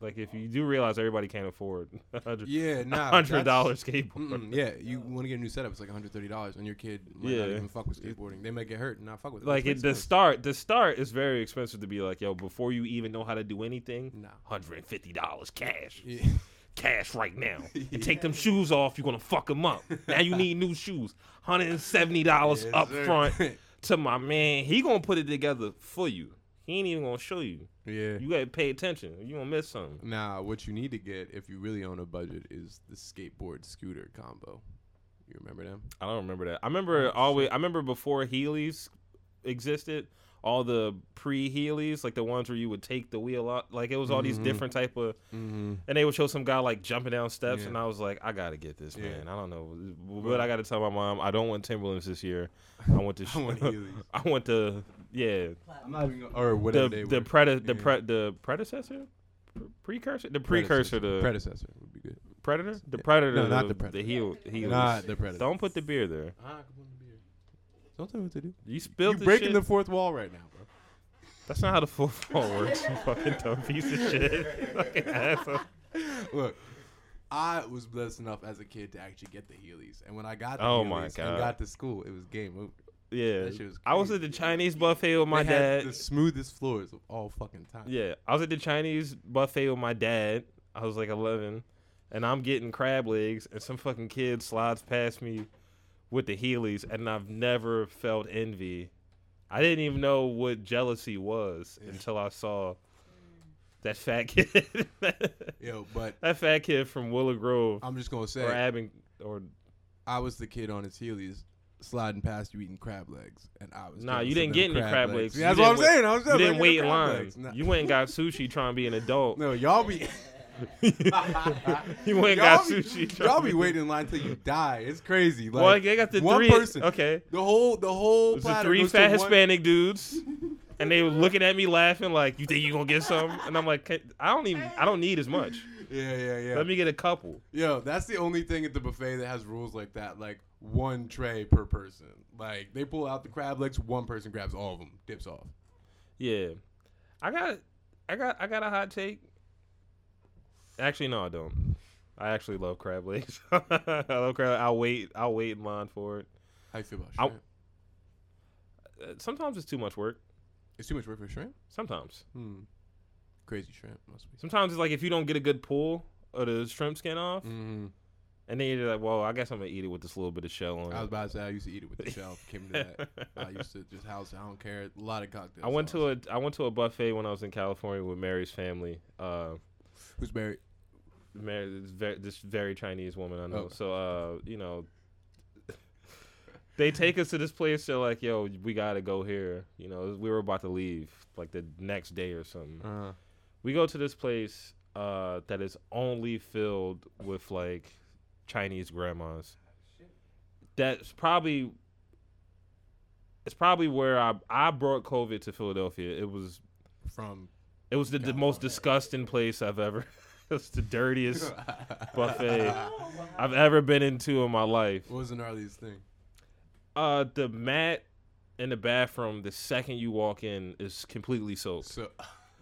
Speaker 2: like if you do realize everybody can't afford a hundred
Speaker 1: Yeah, nah,
Speaker 2: hundred dollar
Speaker 1: that's-
Speaker 2: skateboard.
Speaker 1: Mm-mm, yeah, you want to get a new setup? It's like one hundred thirty dollars, and your kid might not
Speaker 2: Yeah.
Speaker 1: even fuck with skateboarding. They might get hurt and not fuck with it.
Speaker 2: Like
Speaker 1: That's
Speaker 2: it, the
Speaker 1: expensive.
Speaker 2: start, the start is very expensive to be like, yo, before you even know how to do anything,
Speaker 1: Nah.
Speaker 2: hundred and fifty dollars cash,
Speaker 1: Yeah.
Speaker 2: cash right now. You take them shoes off, you're gonna fuck them up. Now you need new shoes, hundred and seventy dollars
Speaker 1: Yes,
Speaker 2: up
Speaker 1: sir.
Speaker 2: front. to my man. He gonna put it together for you. He ain't even gonna show you.
Speaker 1: yeah.
Speaker 2: You gotta pay attention. You gonna miss something.
Speaker 1: Now, what you need to get if you really own a budget is the skateboard scooter combo. You remember them?
Speaker 2: I don't remember that. I remember always. I remember before Heelys existed, all the pre Heelys, like the ones where you would take the wheel out. Like it was all these
Speaker 1: Mhm.
Speaker 2: different type of,
Speaker 1: Mm-hmm.
Speaker 2: and they would show some guy like jumping down steps,
Speaker 1: Yeah.
Speaker 2: and I was like, I gotta get this
Speaker 1: Yeah.
Speaker 2: man. I don't know,
Speaker 1: Right.
Speaker 2: but I gotta tell my mom I don't want Timberlands this year. I want this.
Speaker 1: I want Heelys.
Speaker 2: I want the yeah
Speaker 1: I'm not even gonna, or whatever they
Speaker 2: the
Speaker 1: were.
Speaker 2: the preda the
Speaker 1: Yeah.
Speaker 2: pre- the predecessor. Pre- Precursor, the precursor to
Speaker 1: predecessor would be good.
Speaker 2: Predator? The Predator.
Speaker 1: No, not
Speaker 2: the,
Speaker 1: the Predator.
Speaker 2: The heel, heels.
Speaker 1: Not the predator.
Speaker 2: Don't put the beer there.
Speaker 1: Ah, come on, the beer. Don't tell me what to do.
Speaker 2: You spilled
Speaker 1: you
Speaker 2: the
Speaker 1: breaking
Speaker 2: shit.
Speaker 1: the fourth wall right now, bro.
Speaker 2: That's not how the full fall works, you fucking dumb piece of shit. Fucking asshole.
Speaker 1: Look, I was blessed enough as a kid to actually get the Heelys, and when I got the
Speaker 2: Oh
Speaker 1: Heelys
Speaker 2: my God.
Speaker 1: and got to school, it was game over.
Speaker 2: Yeah.
Speaker 1: That shit was
Speaker 2: I was at
Speaker 1: crazy.
Speaker 2: the Chinese buffet with my
Speaker 1: They
Speaker 2: dad.
Speaker 1: had the smoothest floors of all fucking time.
Speaker 2: Yeah. I was at the Chinese buffet with my dad. I was like 11. And I'm getting crab legs, and some fucking kid slides past me with the Heelys, and I've never felt envy. I didn't even know what jealousy was until I saw that fat kid.
Speaker 1: Yo, but
Speaker 2: That fat kid from Willow Grove
Speaker 1: I'm just gonna say,
Speaker 2: or Abing or
Speaker 1: I was the kid on his Heelys sliding past you eating crab legs, and I was
Speaker 2: nah,
Speaker 1: jealous
Speaker 2: you
Speaker 1: of
Speaker 2: didn't
Speaker 1: them
Speaker 2: get any crab legs.
Speaker 1: Yeah, that's
Speaker 2: You
Speaker 1: what I'm
Speaker 2: didn't
Speaker 1: saying. I was
Speaker 2: wait- You
Speaker 1: jealous. I
Speaker 2: didn't
Speaker 1: get
Speaker 2: wait
Speaker 1: the
Speaker 2: in
Speaker 1: crab
Speaker 2: line.
Speaker 1: legs. Nah.
Speaker 2: You went and got sushi trying to be an adult.
Speaker 1: No, y'all be
Speaker 2: you went and
Speaker 1: y'all
Speaker 2: got
Speaker 1: be,
Speaker 2: sushi. trying
Speaker 1: y'all
Speaker 2: to
Speaker 1: be waiting in line till you die. It's crazy. Like
Speaker 2: Well, they got the
Speaker 1: one
Speaker 2: three.
Speaker 1: person.
Speaker 2: Okay,
Speaker 1: The whole the whole
Speaker 2: it was the
Speaker 1: platter
Speaker 2: three
Speaker 1: goes to
Speaker 2: fat
Speaker 1: one-
Speaker 2: Hispanic dudes, and they were looking at me laughing like, "You think you gonna get some?" And I'm like, "Can't- "I don't even. I don't need as much.
Speaker 1: Yeah, yeah, yeah.
Speaker 2: Let me get a couple."
Speaker 1: Yo, that's the only thing at the buffet that has rules like that. Like one tray per person. Like they pull out the crab legs, one person grabs all of them, dips off.
Speaker 2: Yeah, I got, I got, I got a hot take. Actually, no, I don't. I actually love crab legs. I love crab. I'll wait. I'll wait in line for it.
Speaker 1: How you feel about
Speaker 2: Ow.
Speaker 1: shrimp?
Speaker 2: Uh, Sometimes it's too much work.
Speaker 1: It's too much work for shrimp.
Speaker 2: Sometimes.
Speaker 1: Hmm. Crazy shrimp must be.
Speaker 2: Sometimes it's like if you don't get a good pull of the shrimp skin off,
Speaker 1: Mm-hmm.
Speaker 2: and then you're like, "Well, I guess I'm gonna eat it with this little bit of shell on."
Speaker 1: I was
Speaker 2: it.
Speaker 1: about to say I used to eat it with the shell. Came to that. I used to just house. it. I don't care. A lot of cocktails.
Speaker 2: I went to a I went to a buffet when I was in California with Mary's family. Uh,
Speaker 1: who's married.
Speaker 2: Mary, this very, this very Chinese woman I know.
Speaker 1: Okay.
Speaker 2: So, uh, you know, they take us to this place. They're like, "Yo, we gotta go here." You know, we were about to leave like the next day or something.
Speaker 1: Uh,
Speaker 2: We go to this place uh, that is only filled with like Chinese grandmas. That's probably it's probably where I I brought COVID to Philadelphia. It was
Speaker 1: from
Speaker 2: it was the, the most disgusting place I've ever. it's the dirtiest buffet I've ever been into in my life.
Speaker 1: what was the gnarliest thing?
Speaker 2: Uh, the mat in the bathroom, the second you walk in, is completely soaked,
Speaker 1: So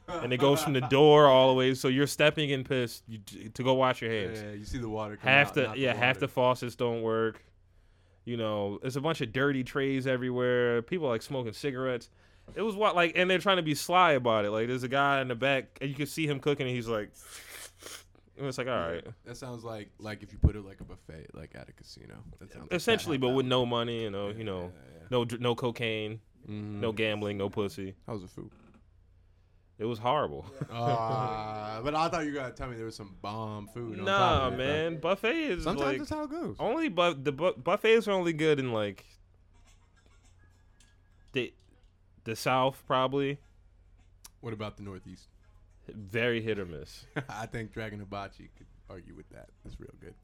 Speaker 2: and it goes from the door all the way. So you're stepping in piss you, to go wash your hands.
Speaker 1: yeah, you see the water. Come
Speaker 2: half
Speaker 1: out,
Speaker 2: the
Speaker 1: not
Speaker 2: yeah, half
Speaker 1: water.
Speaker 2: the faucets don't work. You know, there's a bunch of dirty trays everywhere. People like smoking cigarettes. It was what like, and they're trying to be sly about it. Like, there's a guy in the back, and you can see him cooking, and he's like, and it's like, all right,
Speaker 1: That sounds like like if you put it like a buffet, like at a casino. That sounds like
Speaker 2: essentially,
Speaker 1: that.
Speaker 2: but with no money, you know, you know,
Speaker 1: Yeah, yeah.
Speaker 2: no dr- no cocaine,
Speaker 1: Mhm.
Speaker 2: Mm-hmm. no gambling, no pussy.
Speaker 1: How's the food?
Speaker 2: It was horrible.
Speaker 1: Ah, nah, but I thought you were gonna tell me there was some bomb food. on top
Speaker 2: Nah,
Speaker 1: of it, bro.
Speaker 2: man. Buffet is
Speaker 1: Sometimes
Speaker 2: like
Speaker 1: that's how it goes.
Speaker 2: only but the bu- buffets are only good in like the the South probably
Speaker 1: What about the Northeast?
Speaker 2: very hit or miss.
Speaker 1: I think Dragon Hibachi could argue with that. That's real good.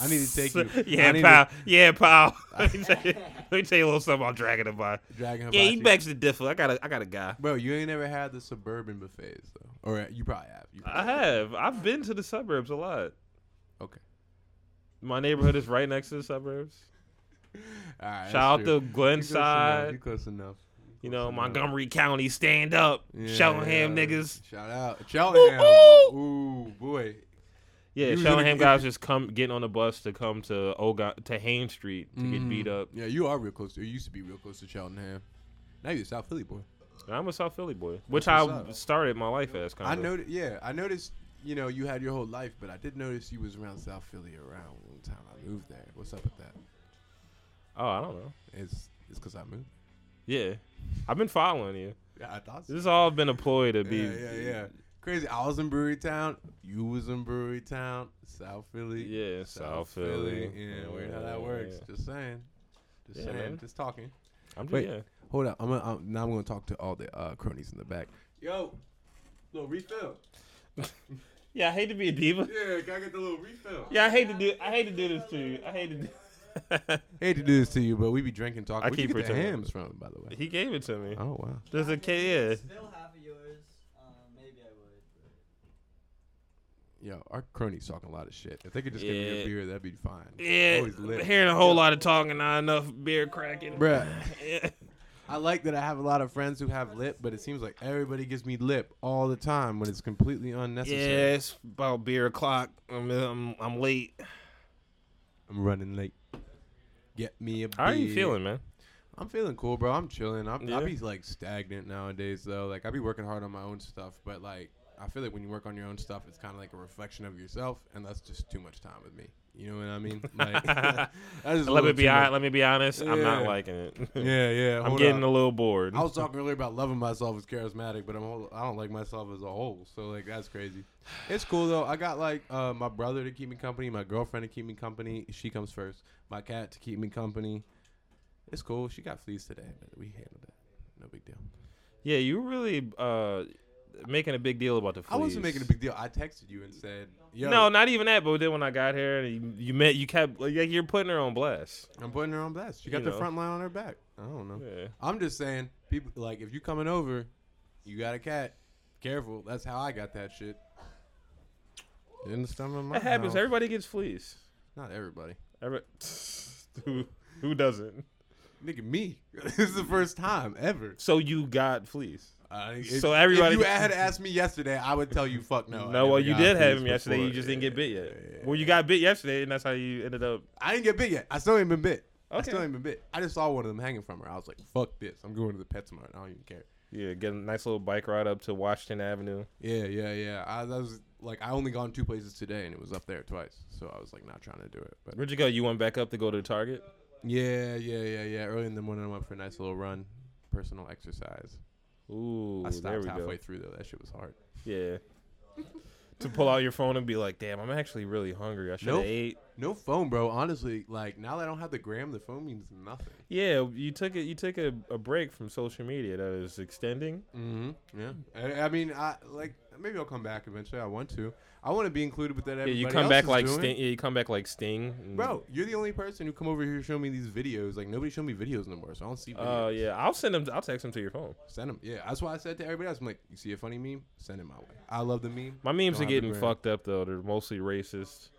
Speaker 1: I need to take
Speaker 2: So-
Speaker 1: you. I
Speaker 2: yeah,
Speaker 1: need
Speaker 2: pal. Yeah, pal. let, me tell you, let me tell you a little something about Dragon and Bar.
Speaker 1: to- Dragon
Speaker 2: Yeah,
Speaker 1: Hibachi.
Speaker 2: he begs the differ. I got a I got a guy.
Speaker 1: Bro, you ain't never had the suburban buffets though, or uh, you probably have. You
Speaker 2: I
Speaker 1: probably
Speaker 2: have. I've been to the suburbs a lot.
Speaker 1: Okay.
Speaker 2: My neighborhood is right next to the suburbs.
Speaker 1: All right, that's
Speaker 2: Shout out
Speaker 1: true.
Speaker 2: to
Speaker 1: You close enough,
Speaker 2: Glenside.
Speaker 1: You close enough.
Speaker 2: You
Speaker 1: close
Speaker 2: know,
Speaker 1: enough.
Speaker 2: Montgomery County, stand up.
Speaker 1: Yeah,
Speaker 2: Shellingham
Speaker 1: yeah.
Speaker 2: niggas.
Speaker 1: Shout out Cheltenham.
Speaker 2: ooh.
Speaker 1: Ooh boy,
Speaker 2: Yeah,
Speaker 1: You
Speaker 2: Shellingham
Speaker 1: really-
Speaker 2: guys just come getting on the bus to come to Oga to Haines Street to get
Speaker 1: Mhm.
Speaker 2: beat up.
Speaker 1: Yeah, you are real close. To, you used to be real close to Cheltenham. Now you're a South Philly boy.
Speaker 2: And I'm a South Philly boy, which I
Speaker 1: That's what's up.
Speaker 2: started my life as kind
Speaker 1: I
Speaker 2: of.
Speaker 1: noticed. Yeah, I noticed. You know, you had your whole life, but I did notice you was around South Philly around one time I moved there. What's up with that?
Speaker 2: Oh, I don't know.
Speaker 1: It's it's because I moved.
Speaker 2: Yeah, I've been following you.
Speaker 1: Yeah, I thought
Speaker 2: This has all been a ploy to be.
Speaker 1: Yeah, yeah, yeah. Crazy. I was in Brewery Town. You was in Brewery Town. South Philly.
Speaker 2: Yeah, South Philly.
Speaker 1: Yeah, weird how
Speaker 2: Yeah,
Speaker 1: that works.
Speaker 2: yeah.
Speaker 1: Just saying. Just
Speaker 2: Yeah,
Speaker 1: saying.
Speaker 2: man.
Speaker 1: Just talking.
Speaker 2: I'm just,
Speaker 1: Wait.
Speaker 2: yeah.
Speaker 1: Hold up. I'm, gonna, I'm now. I'm gonna talk to all the uh, cronies in the back. Yo, little refill.
Speaker 2: Yeah, I hate to be a diva.
Speaker 1: Yeah, gotta get the little refill.
Speaker 2: Yeah, I hate to do. I hate to do this to you. I hate to. do
Speaker 1: Hate to do this to you, but we be drinking, talking.
Speaker 2: I
Speaker 1: Where'd you
Speaker 2: keep
Speaker 1: get the
Speaker 2: pretending.
Speaker 1: hams from, by the way?
Speaker 2: He gave it to me.
Speaker 1: Oh wow.
Speaker 2: There's a kid. Yeah.
Speaker 3: Still half of yours. Uh, maybe I would. but-
Speaker 1: Yo, our cronies talking a lot of shit. If they could just give me
Speaker 2: Yeah.
Speaker 1: a beer, that'd be fine.
Speaker 2: Yeah,
Speaker 1: Always lit.
Speaker 2: hearing a whole lot of talking, not enough beer cracking.
Speaker 1: Bruh.
Speaker 2: Yeah.
Speaker 1: I like that I have a lot of friends who have lip, but it seems like everybody gives me lip all the time when it's completely unnecessary.
Speaker 2: Yeah, it's about beer o'clock. I'm I'm, I'm late.
Speaker 1: I'm running late. Get me a beer.
Speaker 2: How are you feeling, man?
Speaker 1: I'm feeling cool, bro. I'm chilling. I'm,
Speaker 2: Yeah.
Speaker 1: I be like stagnant nowadays, though. Like I be working hard on my own stuff, but like I feel like when you work on your own stuff, it's kind of like a reflection of yourself, and that's just too much time with me. You know what I mean? Like, that's just a
Speaker 2: Let me
Speaker 1: little
Speaker 2: be
Speaker 1: too
Speaker 2: hon-
Speaker 1: much.
Speaker 2: let me be honest. I'm not
Speaker 1: Yeah.
Speaker 2: liking it.
Speaker 1: Yeah, yeah.
Speaker 2: I'm
Speaker 1: hold
Speaker 2: getting
Speaker 1: up.
Speaker 2: a little bored.
Speaker 1: I was talking earlier about loving myself as charismatic, but I'm whole, I don't like myself as a whole. So like that's crazy. It's cool though. I got like uh, my brother to keep me company, my girlfriend to keep me company. She comes first. My cat to keep me company. It's cool. She got fleas today, but we handled that. No big deal.
Speaker 2: yeah, you really uh making a big deal about the. Fleas.
Speaker 1: I wasn't making a big deal. I texted you and said, "Yo,
Speaker 2: No, not even that. But then when I got here, and you, you met, you kept like you're putting her on blast.
Speaker 1: I'm putting her on blast. She got
Speaker 2: You
Speaker 1: the
Speaker 2: know.
Speaker 1: front line on her back. I don't know.
Speaker 2: Yeah.
Speaker 1: I'm just saying, people like if you coming over, you got a cat. Careful. That's how I got that shit. In the stomach of my
Speaker 2: That happens.
Speaker 1: house.
Speaker 2: Everybody gets fleas.
Speaker 1: Not everybody.
Speaker 2: Every- who, who doesn't?
Speaker 1: Nigga, me. this is the first time ever.
Speaker 2: So you got fleas.
Speaker 1: Uh,
Speaker 2: So everybody-
Speaker 1: If you had asked me yesterday, I would tell you, fuck no. Oh, I
Speaker 2: no, well,
Speaker 1: never
Speaker 2: you
Speaker 1: got
Speaker 2: did have
Speaker 1: fleas
Speaker 2: him yesterday.
Speaker 1: before.
Speaker 2: You just didn't get bit yet.
Speaker 1: Yeah, yeah, yeah.
Speaker 2: Well, you got bit yesterday, and that's how you ended up.
Speaker 1: I didn't get bit yet. I still ain't been bit. I
Speaker 2: Okay.
Speaker 1: still ain't been bit. I just saw one of them hanging from her. I was like, fuck this. I'm going to the PetSmart. I don't even care.
Speaker 2: Yeah, get a nice little bike ride up to Washington Avenue.
Speaker 1: Yeah, yeah, yeah. I that was like, I only gone two places today, and it was up there twice. So I was like, not trying to do it. But
Speaker 2: Where'd you go? You went back up to go to Target.
Speaker 1: yeah, yeah, yeah, yeah. Early in the morning, I went for a nice little run, personal exercise.
Speaker 2: Ooh,
Speaker 1: I
Speaker 2: there
Speaker 1: stopped
Speaker 2: we
Speaker 1: halfway
Speaker 2: go.
Speaker 1: through though. That shit was hard.
Speaker 2: Yeah. to pull out your phone and be like, "Damn, I'm actually really hungry. I should have
Speaker 1: Nope.
Speaker 2: ate."
Speaker 1: No phone, bro. Honestly, like now that I don't have the gram, the phone means nothing.
Speaker 2: Yeah, you took a you took a, a break from social media that is extending.
Speaker 1: Mm-hmm. Yeah. I, I mean, I like maybe I'll come back eventually. I want to. I want to be included with that.
Speaker 2: Yeah, you
Speaker 1: everybody
Speaker 2: come
Speaker 1: else
Speaker 2: back
Speaker 1: is
Speaker 2: like
Speaker 1: doing.
Speaker 2: Sting. Yeah, you come back like Sting. Mm. and-
Speaker 1: Bro, you're the only person who come over here showing me these videos. Like nobody showed me videos no more, so I don't see videos.
Speaker 2: Oh yeah, I'll send them. I'll text them to your phone.
Speaker 1: Send them. Yeah, that's why I said to everybody else, I'm like, you see a funny meme? Send it my way. I love the meme.
Speaker 2: My memes
Speaker 1: Don't
Speaker 2: are
Speaker 1: have the
Speaker 2: getting
Speaker 1: gram.
Speaker 2: fucked up though. They're mostly racist.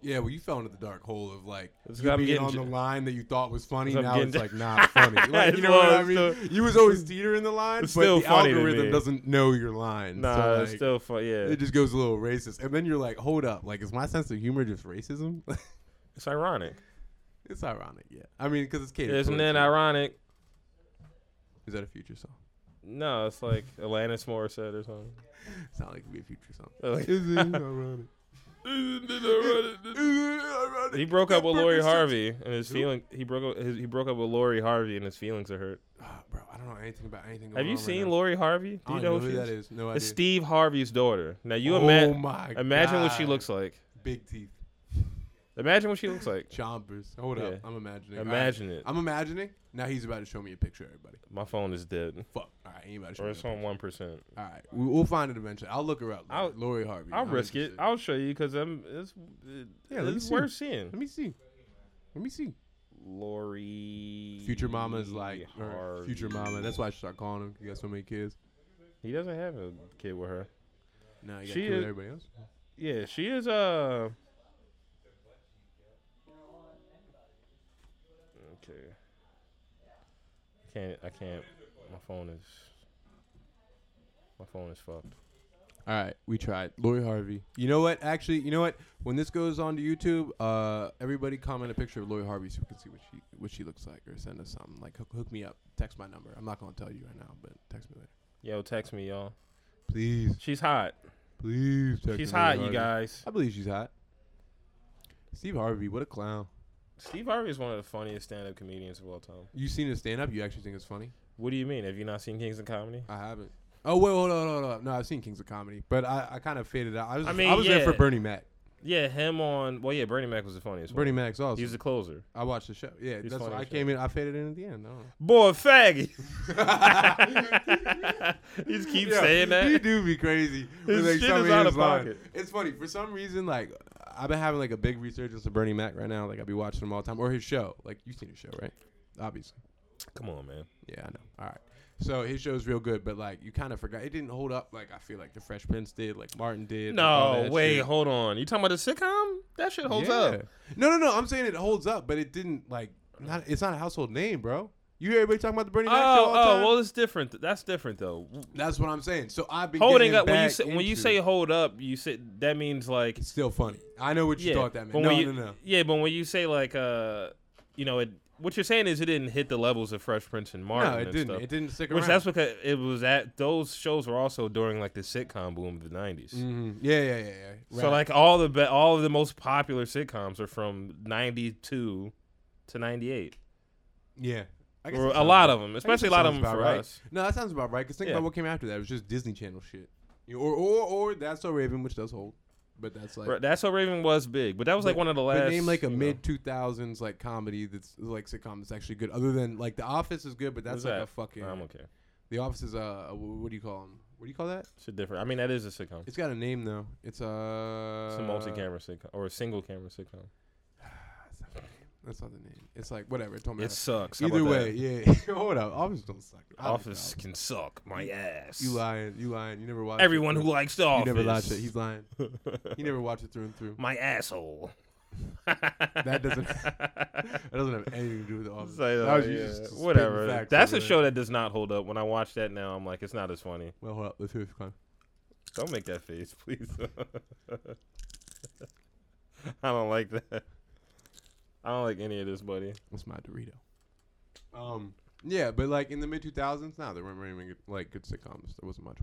Speaker 1: Yeah, well, you fell into the dark hole of like
Speaker 2: It's
Speaker 1: you
Speaker 2: I'm
Speaker 1: being
Speaker 2: getting
Speaker 1: on
Speaker 2: j-
Speaker 1: the line that you thought was funny.
Speaker 2: It's I'm
Speaker 1: Now
Speaker 2: getting
Speaker 1: it's
Speaker 2: j-
Speaker 1: like not funny. Like,
Speaker 2: It's
Speaker 1: you know what I
Speaker 2: well, it's
Speaker 1: mean? you was always teetering the line, but
Speaker 2: It's still
Speaker 1: the
Speaker 2: funny to
Speaker 1: algorithm
Speaker 2: me.
Speaker 1: doesn't know your line.
Speaker 2: Nah,
Speaker 1: so,
Speaker 2: it's
Speaker 1: like,
Speaker 2: still fun. Yeah,
Speaker 1: it just goes a little racist, and then you're like, hold up, like is my sense of humor just racism?
Speaker 2: it's ironic.
Speaker 1: it's ironic, yeah. I mean, because it's catered.
Speaker 2: Isn't
Speaker 1: towards
Speaker 2: it
Speaker 1: you.
Speaker 2: ironic?
Speaker 1: Is that a future song?
Speaker 2: No, it's like Alanis Morissette or something.
Speaker 1: It's not like it'd be a future song.
Speaker 2: Like-
Speaker 1: Is it ironic? Is it ironic?
Speaker 2: he broke up with
Speaker 1: That
Speaker 2: Lori
Speaker 1: burger's such-
Speaker 2: Harvey and his
Speaker 1: Who?
Speaker 2: feeling. He broke up. His, he broke up with Lori Harvey and his feelings are hurt.
Speaker 1: Ah, bro, I don't know anything about anything.
Speaker 2: Have
Speaker 1: going
Speaker 2: you
Speaker 1: on right
Speaker 2: seen
Speaker 1: now.
Speaker 2: Lori Harvey?
Speaker 1: I
Speaker 2: Do you
Speaker 1: don't
Speaker 2: know
Speaker 1: know
Speaker 2: who
Speaker 1: who
Speaker 2: she
Speaker 1: that
Speaker 2: is?
Speaker 1: is. No
Speaker 2: It's
Speaker 1: idea.
Speaker 2: Steve Harvey's daughter. Now you
Speaker 1: oh
Speaker 2: ima-
Speaker 1: my
Speaker 2: imagine what she
Speaker 1: God.
Speaker 2: looks like.
Speaker 1: Big teeth,
Speaker 2: Imagine what she looks like.
Speaker 1: chompers. Hold
Speaker 2: Yeah.
Speaker 1: up, I'm imagining. All right.
Speaker 2: Imagine it.
Speaker 1: I'm imagining. Now he's about to show me a picture, everybody.
Speaker 2: My phone is dead,
Speaker 1: Fuck. All right, he ain't about to show
Speaker 2: or
Speaker 1: me.
Speaker 2: it's
Speaker 1: a
Speaker 2: on one percent.
Speaker 1: picture. All right, we, we'll find it eventually. I'll look her up.
Speaker 2: I'll-
Speaker 1: Like, Lori Harvey.
Speaker 2: I'll
Speaker 1: I'm
Speaker 2: risk it.
Speaker 1: interested.
Speaker 2: I'll show you because I'm. It's it,
Speaker 1: Yeah, let me
Speaker 2: it's
Speaker 1: see.
Speaker 2: worth seeing.
Speaker 1: Let me see. Let me see.
Speaker 2: Lori.
Speaker 1: Future mama is like her
Speaker 2: Harvey.
Speaker 1: future mama. That's why I should start calling him. 'cause He got so many kids.
Speaker 2: He doesn't have a kid with her.
Speaker 1: Now he got
Speaker 2: She
Speaker 1: two with
Speaker 2: is-
Speaker 1: everybody else.
Speaker 2: Yeah, she is. Uh. Okay. Can't. I can't. My phone is. My phone is fucked.
Speaker 1: All right, we tried. Lori Harvey. You know what? Actually, you know what? When this goes on to YouTube, uh, everybody comment a picture of Lori Harvey so we can see what she what she looks like, or send us something. Like hook, hook me up. Text my number. I'm not gonna tell you right now, but text me later.
Speaker 2: Yo, text me, y'all.
Speaker 1: Please,
Speaker 2: She's hot.
Speaker 1: please text
Speaker 2: She's
Speaker 1: me. Lori
Speaker 2: hot, you
Speaker 1: Harvey.
Speaker 2: guys.
Speaker 1: I believe she's hot. Steve Harvey, what a clown.
Speaker 2: Steve Harvey is one of the funniest stand-up comedians of all time.
Speaker 1: You seen his stand up? You actually think it's funny?
Speaker 2: What do you mean? Have you not seen Kings of Comedy?
Speaker 1: I haven't. Oh wait, hold on, hold on, hold on. No, I've seen Kings of Comedy, but I, I kind of faded out. I was,
Speaker 2: I
Speaker 1: I
Speaker 2: mean,
Speaker 1: was there for
Speaker 2: yeah.
Speaker 1: Bernie Mac.
Speaker 2: Yeah, him on. Well, yeah, Bernie Mac was the funniest.
Speaker 1: Bernie
Speaker 2: one.
Speaker 1: Mac's also.
Speaker 2: He's the closer.
Speaker 1: I watched the show. Yeah,
Speaker 2: He's
Speaker 1: that's why
Speaker 2: funny
Speaker 1: I
Speaker 2: as
Speaker 1: came in. I faded in at the end. I don't know.
Speaker 2: Boy, faggot. he just keeps
Speaker 1: Yeah,
Speaker 2: saying that.
Speaker 1: He do be crazy. with,
Speaker 2: His
Speaker 1: like,
Speaker 2: shit
Speaker 1: some
Speaker 2: is
Speaker 1: of
Speaker 2: out
Speaker 1: his
Speaker 2: of
Speaker 1: lines.
Speaker 2: pocket.
Speaker 1: It's funny for some reason. Like I've been having like a big resurgence of Bernie Mac right now. Like I be watching him all the time, or his show. Like you've seen his show, right? Obviously.
Speaker 2: Come on, man.
Speaker 1: Yeah, I know. All right. So his show is real good, but like you kind of forgot. It didn't hold up. Like I feel like the Fresh Prince did, like Martin did. like, all
Speaker 2: No,
Speaker 1: that
Speaker 2: wait,
Speaker 1: shit.
Speaker 2: hold on. You talking about the sitcom? That shit holds
Speaker 1: Yeah.
Speaker 2: up.
Speaker 1: No, no, no. I'm saying it holds up, but it didn't like. Not it's not a household name, bro. You hear everybody talking about the Bernie Mac show
Speaker 2: Oh,
Speaker 1: all the
Speaker 2: oh,
Speaker 1: time?
Speaker 2: well, it's different. th- That's different though.
Speaker 1: That's what I'm saying. So I've been
Speaker 2: Holding
Speaker 1: getting
Speaker 2: up when you
Speaker 1: back
Speaker 2: say, when you
Speaker 1: into-
Speaker 2: say hold up, you say that means like
Speaker 1: it's still funny. I know what you
Speaker 2: yeah.
Speaker 1: thought that
Speaker 2: but
Speaker 1: meant. No,
Speaker 2: when you-
Speaker 1: no, no.
Speaker 2: Yeah, but when you say like uh, you know, it what you're saying is it didn't hit the levels of Fresh Prince and Martin.
Speaker 1: No, it
Speaker 2: and
Speaker 1: didn't.
Speaker 2: Stuff.
Speaker 1: It didn't stick
Speaker 2: Which
Speaker 1: around.
Speaker 2: that's because it was at those shows were also during like the sitcom boom of the '90s.
Speaker 1: Mhm. Yeah, yeah, yeah, yeah.
Speaker 2: So like all the be- all of the most popular sitcoms are from '92 to '98,
Speaker 1: yeah, I guess
Speaker 2: or
Speaker 1: that
Speaker 2: a
Speaker 1: sounds
Speaker 2: lot
Speaker 1: about-
Speaker 2: of them,
Speaker 1: I guess
Speaker 2: especially a
Speaker 1: that
Speaker 2: lot of
Speaker 1: sounds
Speaker 2: them
Speaker 1: about
Speaker 2: for
Speaker 1: right.
Speaker 2: us.
Speaker 1: No, that sounds about right. Cause think
Speaker 2: Yeah.
Speaker 1: about what came after that. It was just Disney Channel shit, You- or or or that's so Raven, which does hold, but that's like
Speaker 2: Right, That's what Raven was big, but that was like
Speaker 1: But-
Speaker 2: one of the
Speaker 1: But
Speaker 2: last.
Speaker 1: name like a
Speaker 2: you know.
Speaker 1: mid two thousands like comedy that's like sitcom that's actually good. Other than like The Office is good, but that's
Speaker 2: What's
Speaker 1: like
Speaker 2: that?
Speaker 1: a fucking
Speaker 2: I'm okay.
Speaker 1: The Office is uh a wh- what do you call them? What do you call that?
Speaker 2: Shit different. I mean, that is a sitcom.
Speaker 1: It's got a name though. It's uh
Speaker 2: It's a multi-camera sitcom or a single-camera sitcom.
Speaker 1: That's not the name. It's like whatever. It don't matter.
Speaker 2: It sucks. How
Speaker 1: Either
Speaker 2: about
Speaker 1: way,
Speaker 2: that?
Speaker 1: yeah. Hold up, Office don't suck. I don't
Speaker 2: Office can suck my ass.
Speaker 1: know. You lying. You lying. You never watched. it
Speaker 2: Everyone who
Speaker 1: through.
Speaker 2: likes the
Speaker 1: you
Speaker 2: Office.
Speaker 1: never watched it. He's lying. He never watched it through and through.
Speaker 2: my asshole.
Speaker 1: That doesn't. that doesn't have anything to do with the office.
Speaker 2: Say
Speaker 1: That
Speaker 2: that,
Speaker 1: was you
Speaker 2: uh, yeah.
Speaker 1: just spitting
Speaker 2: Whatever.
Speaker 1: facts
Speaker 2: That's
Speaker 1: over
Speaker 2: a
Speaker 1: there.
Speaker 2: show that does not hold up. When I watch that now, I'm like, it's not as funny.
Speaker 1: Well, hold up. Let's hear this one.
Speaker 2: Don't make that face, please. I don't like that. I don't like any of this, buddy.
Speaker 1: What's my Dorito? Um. Yeah, but like in the mid two thousands, now there weren't really good- like good sitcoms. There wasn't much.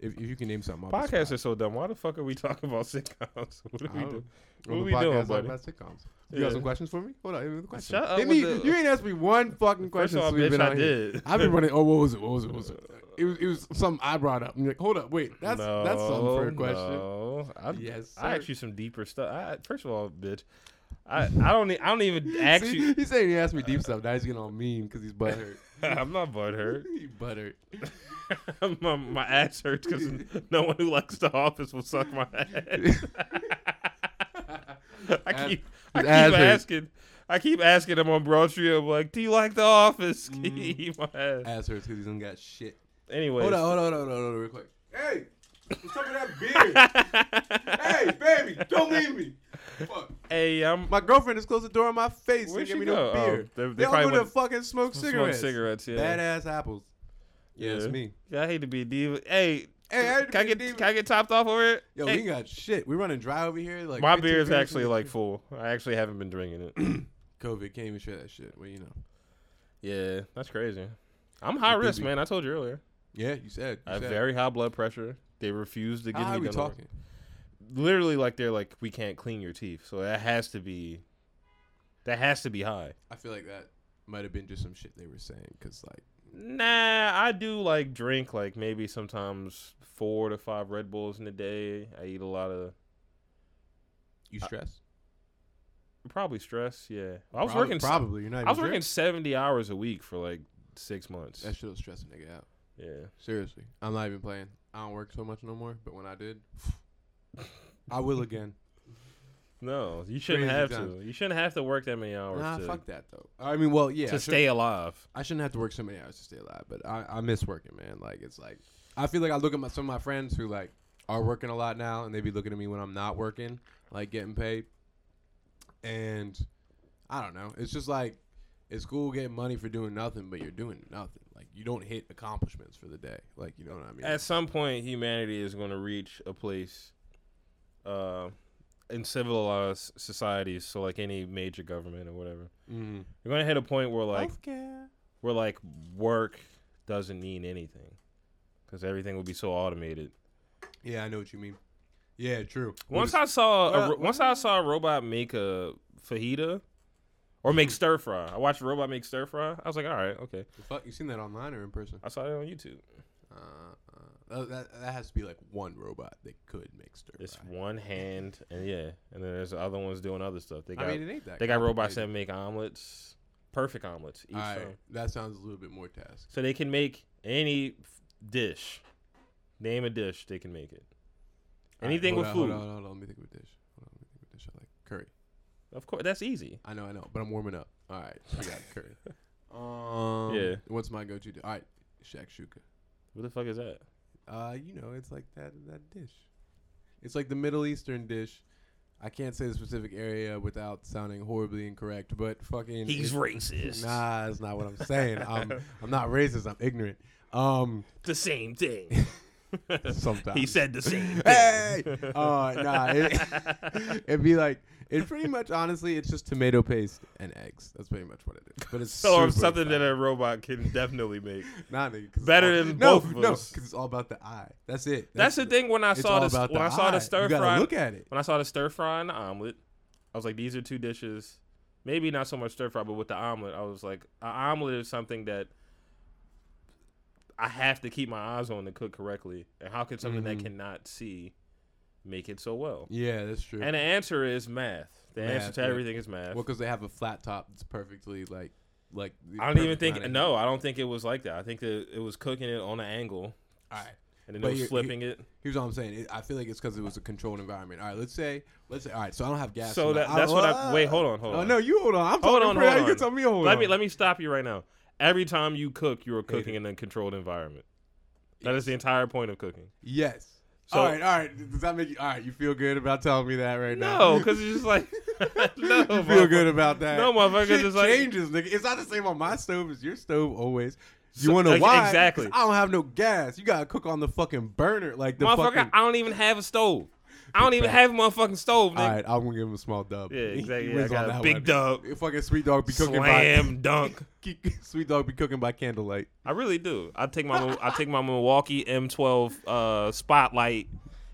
Speaker 1: If, if you can name something, off the
Speaker 2: Podcasts
Speaker 1: spot.
Speaker 2: are so dumb. Why the fuck are we talking about sitcoms? what do
Speaker 1: I
Speaker 2: we
Speaker 1: don't
Speaker 2: do?
Speaker 1: know.
Speaker 2: What
Speaker 1: Well,
Speaker 2: we
Speaker 1: the podcast
Speaker 2: doing,
Speaker 1: is all
Speaker 2: buddy?
Speaker 1: about sitcoms. You got
Speaker 2: Yeah.
Speaker 1: some questions for me? Hold on, hit me with a question.
Speaker 2: Shut up
Speaker 1: Hit
Speaker 2: with
Speaker 1: me-
Speaker 2: the-
Speaker 1: you ain't asked me one fucking
Speaker 2: First
Speaker 1: question.
Speaker 2: of all,
Speaker 1: since we've
Speaker 2: bitch,
Speaker 1: been
Speaker 2: I
Speaker 1: out here.
Speaker 2: did.
Speaker 1: I've been running. Oh, what was it? What was it? What was it? It was, it was something I brought up. And you're like, hold up, wait, that's that's something for a question.
Speaker 2: No, I,
Speaker 1: Yes,
Speaker 2: I asked
Speaker 1: sir.
Speaker 2: you some deeper stuff. I, first of all, bitch, I, I don't e- I don't even ask
Speaker 1: See,
Speaker 2: you.
Speaker 1: He's saying he asked me deep stuff. Now he's getting all mean because he's butthurt.
Speaker 2: I'm not butthurt.
Speaker 1: he butthurt.
Speaker 2: my, my ass hurts because no one who likes the office will suck my ass. I
Speaker 1: Ass-
Speaker 2: keep I
Speaker 1: his
Speaker 2: keep
Speaker 1: ass hurts.
Speaker 2: asking. I keep asking him on Broad Street. I'm like, "Do you like the office?" Can you eat my ass.
Speaker 1: Ass hurts because he's done got shit.
Speaker 2: Anyways,
Speaker 1: Mm. Hold on, hold on, hold on, hold on, hold on, real quick. Hey, what's up with that beard? hey, baby, don't leave me. Fuck.
Speaker 2: hey, I'm
Speaker 1: My girlfriend just closed the door on my face and gave
Speaker 2: Where'd she
Speaker 1: me no
Speaker 2: go? Oh,
Speaker 1: beer.
Speaker 2: they-
Speaker 1: they
Speaker 2: they probably
Speaker 1: don't go to
Speaker 2: went-
Speaker 1: fucking smoke
Speaker 2: smoking
Speaker 1: cigarettes.
Speaker 2: cigarettes. Yeah,
Speaker 1: Badass apples. Yeah, it's
Speaker 2: Yeah.
Speaker 1: me.
Speaker 2: Yeah, I hate to be a diva. Hey,
Speaker 1: Hey, I hate to
Speaker 2: can I
Speaker 1: be a
Speaker 2: get
Speaker 1: diva.
Speaker 2: can I get topped off over it?
Speaker 1: Yo,
Speaker 2: Hey,
Speaker 1: we got shit. We're running dry over here. Like
Speaker 2: my
Speaker 1: 15
Speaker 2: beer is
Speaker 1: drinks
Speaker 2: actually
Speaker 1: and-
Speaker 2: like full. I actually haven't been drinking it.
Speaker 1: COVID. Can't even share that shit. Well, you know.
Speaker 2: yeah, that's crazy. I'm high
Speaker 1: It did
Speaker 2: risk,
Speaker 1: be-
Speaker 2: man. I told you earlier.
Speaker 1: Yeah, you said. You
Speaker 2: I have
Speaker 1: said.
Speaker 2: very high blood pressure. They refuse to give
Speaker 1: How
Speaker 2: me
Speaker 1: are we
Speaker 2: dental work.
Speaker 1: talking?
Speaker 2: Literally, like they're like, we can't clean your teeth, so that has to be, that has to be high.
Speaker 1: I feel like that might have been just some shit they were saying because like
Speaker 2: Nah, I do like drink like maybe sometimes four to five Red Bulls in a day. I eat a lot of
Speaker 1: You stress?
Speaker 2: probably stress. Yeah, I was
Speaker 1: Probably-
Speaker 2: working.
Speaker 1: Probably. You're not.
Speaker 2: I was
Speaker 1: even
Speaker 2: working
Speaker 1: stressed.
Speaker 2: seventy hours a week for like six months.
Speaker 1: That shit'll stress a nigga out.
Speaker 2: yeah,
Speaker 1: Seriously, I'm not even playing. I don't work so much no more, but when I did, I will again.
Speaker 2: no, you shouldn't
Speaker 1: Crazy
Speaker 2: have
Speaker 1: times.
Speaker 2: to. You shouldn't have to work that many hours
Speaker 1: Nah,
Speaker 2: to,
Speaker 1: fuck that though. I mean, well, yeah,
Speaker 2: to
Speaker 1: I should-
Speaker 2: stay alive.
Speaker 1: I shouldn't have to work so many hours to stay alive, but I, I miss working, man. Like it's like I feel like I look at my, some of my friends who like are working a lot now, and they be looking at me when I'm not working, like getting paid, and I don't know. It's just like it's cool getting money for doing nothing, but you're doing nothing. Like you don't hit accomplishments for the day. Like you know what I mean?
Speaker 2: At some point, humanity is going to reach a place, uh, in civilized societies. So like any major government or whatever,
Speaker 1: mm-hmm.
Speaker 2: you're going to hit a point where like
Speaker 1: Healthcare.
Speaker 2: where like work doesn't mean anything because everything will be so automated.
Speaker 1: Yeah, I know what you mean. Yeah, true.
Speaker 2: Once I saw a,
Speaker 1: Well,
Speaker 2: ro- once I saw a robot make a fajita or make stir fry. I watched a robot make stir fry. I was like, all right, okay.
Speaker 1: The fuck, you seen that online or in person?
Speaker 2: I saw that on YouTube.
Speaker 1: Uh, uh, that that has to be like one robot that could make stir
Speaker 2: It's
Speaker 1: fry.
Speaker 2: one hand and yeah, and then there's other ones doing other stuff. They got
Speaker 1: I mean, it ain't that.
Speaker 2: they got robots that
Speaker 1: complicated.
Speaker 2: make omelets, perfect omelets each
Speaker 1: Alright,
Speaker 2: time.
Speaker 1: that sounds a little bit more task.
Speaker 2: So they can make any f- dish. Name a dish, they can make it.
Speaker 1: Alright,
Speaker 2: Anything
Speaker 1: hold
Speaker 2: with
Speaker 1: on,
Speaker 2: food,
Speaker 1: Hold on, hold on, let me think of a dish. Hold on, let me think of a dish. I like curry.
Speaker 2: of course. That's easy.
Speaker 1: I know, I know, but I'm warming up. All right, I got curry. Um,
Speaker 2: Yeah.
Speaker 1: What's my go-to? Di- All right, shakshuka.
Speaker 2: What the fuck is that?
Speaker 1: Uh, you know, it's like that that dish. It's like the Middle Eastern dish. I can't say the specific area without sounding horribly incorrect, but fucking it's-
Speaker 2: racist.
Speaker 1: Nah, that's not what I'm saying. I'm I'm not racist. I'm ignorant. Um,
Speaker 2: The same thing.
Speaker 1: sometimes
Speaker 2: the same
Speaker 1: Hey,
Speaker 2: Oh,
Speaker 1: uh, nah, it, it'd be like it. Pretty much, honestly, it's just tomato paste and eggs. That's pretty much what it is. But it's
Speaker 2: so
Speaker 1: super
Speaker 2: something that
Speaker 1: exciting.
Speaker 2: a robot can definitely make.
Speaker 1: Nah, nigga, 'cause it's
Speaker 2: better
Speaker 1: all-
Speaker 2: than
Speaker 1: no,
Speaker 2: both of
Speaker 1: no,
Speaker 2: us.
Speaker 1: because it's all about the eye. That's it.
Speaker 2: That's the thing. When I
Speaker 1: It's
Speaker 2: saw
Speaker 1: all
Speaker 2: this,
Speaker 1: about
Speaker 2: when
Speaker 1: the
Speaker 2: I saw
Speaker 1: eye.
Speaker 2: the stir
Speaker 1: you gotta
Speaker 2: fry,
Speaker 1: look at it.
Speaker 2: when I saw the stir fry and the omelet, I was like, these are two dishes. Maybe not so much stir fry, but with the omelet, I was like, an omelet is something that I have to keep my eyes on to cook correctly. And how can something
Speaker 1: Mhm.
Speaker 2: that cannot see make it so well?
Speaker 1: Yeah, that's true.
Speaker 2: And the answer is math. The answer
Speaker 1: Math,
Speaker 2: to
Speaker 1: yeah.
Speaker 2: everything is math.
Speaker 1: well, because they have a flat top that's perfectly like like. the
Speaker 2: I don't even
Speaker 1: perfect
Speaker 2: think.
Speaker 1: amount of
Speaker 2: No,
Speaker 1: heat.
Speaker 2: I don't think it was like that. I think that it was cooking it on an angle,
Speaker 1: All right.
Speaker 2: and then
Speaker 1: But
Speaker 2: it was
Speaker 1: you-
Speaker 2: flipping it.
Speaker 1: Here's what I'm saying. It, I feel like it's because it was a controlled environment. All right, let's say, let's say. All right, so I don't have gas.
Speaker 2: So
Speaker 1: in my-
Speaker 2: that, that's what I. Wait, hold on, hold
Speaker 1: Oh
Speaker 2: on.
Speaker 1: no, you hold on. I'm
Speaker 2: Hold
Speaker 1: talking
Speaker 2: on,
Speaker 1: for you.
Speaker 2: hold
Speaker 1: You can
Speaker 2: on.
Speaker 1: tell me to hold
Speaker 2: let
Speaker 1: on.
Speaker 2: me let me stop you right now. Every time you cook, you are cooking
Speaker 1: it.
Speaker 2: in a controlled environment. That is the entire point of cooking.
Speaker 1: Yes.
Speaker 2: So-
Speaker 1: all right, all right. Does that make you all right? You feel good about telling me that right now?
Speaker 2: No, because it's just like no.
Speaker 1: you feel
Speaker 2: motherfucker.
Speaker 1: good about that.
Speaker 2: No, motherfucker,
Speaker 1: Shit
Speaker 2: just like-
Speaker 1: changes, nigga. It's not the same on my stove as your stove always. You
Speaker 2: So-
Speaker 1: want to know
Speaker 2: like,
Speaker 1: why?
Speaker 2: exactly.
Speaker 1: 'Cause I don't have no gas. You gotta cook on the fucking burner, like the
Speaker 2: Motherfucker,
Speaker 1: fucking.
Speaker 2: I don't even have a stove. I don't even have a motherfucking stove, nigga.
Speaker 1: All right, I'm gonna give him a small dub.
Speaker 2: Yeah,
Speaker 1: He
Speaker 2: exactly. I
Speaker 1: wins on
Speaker 2: got a
Speaker 1: that
Speaker 2: big
Speaker 1: one.
Speaker 2: dub.
Speaker 1: Fucking sweet dog be cooking
Speaker 2: Slam dunk.
Speaker 1: by sweet dog be cooking by candlelight.
Speaker 2: I really do. I take my I take my Milwaukee M12 uh, spotlight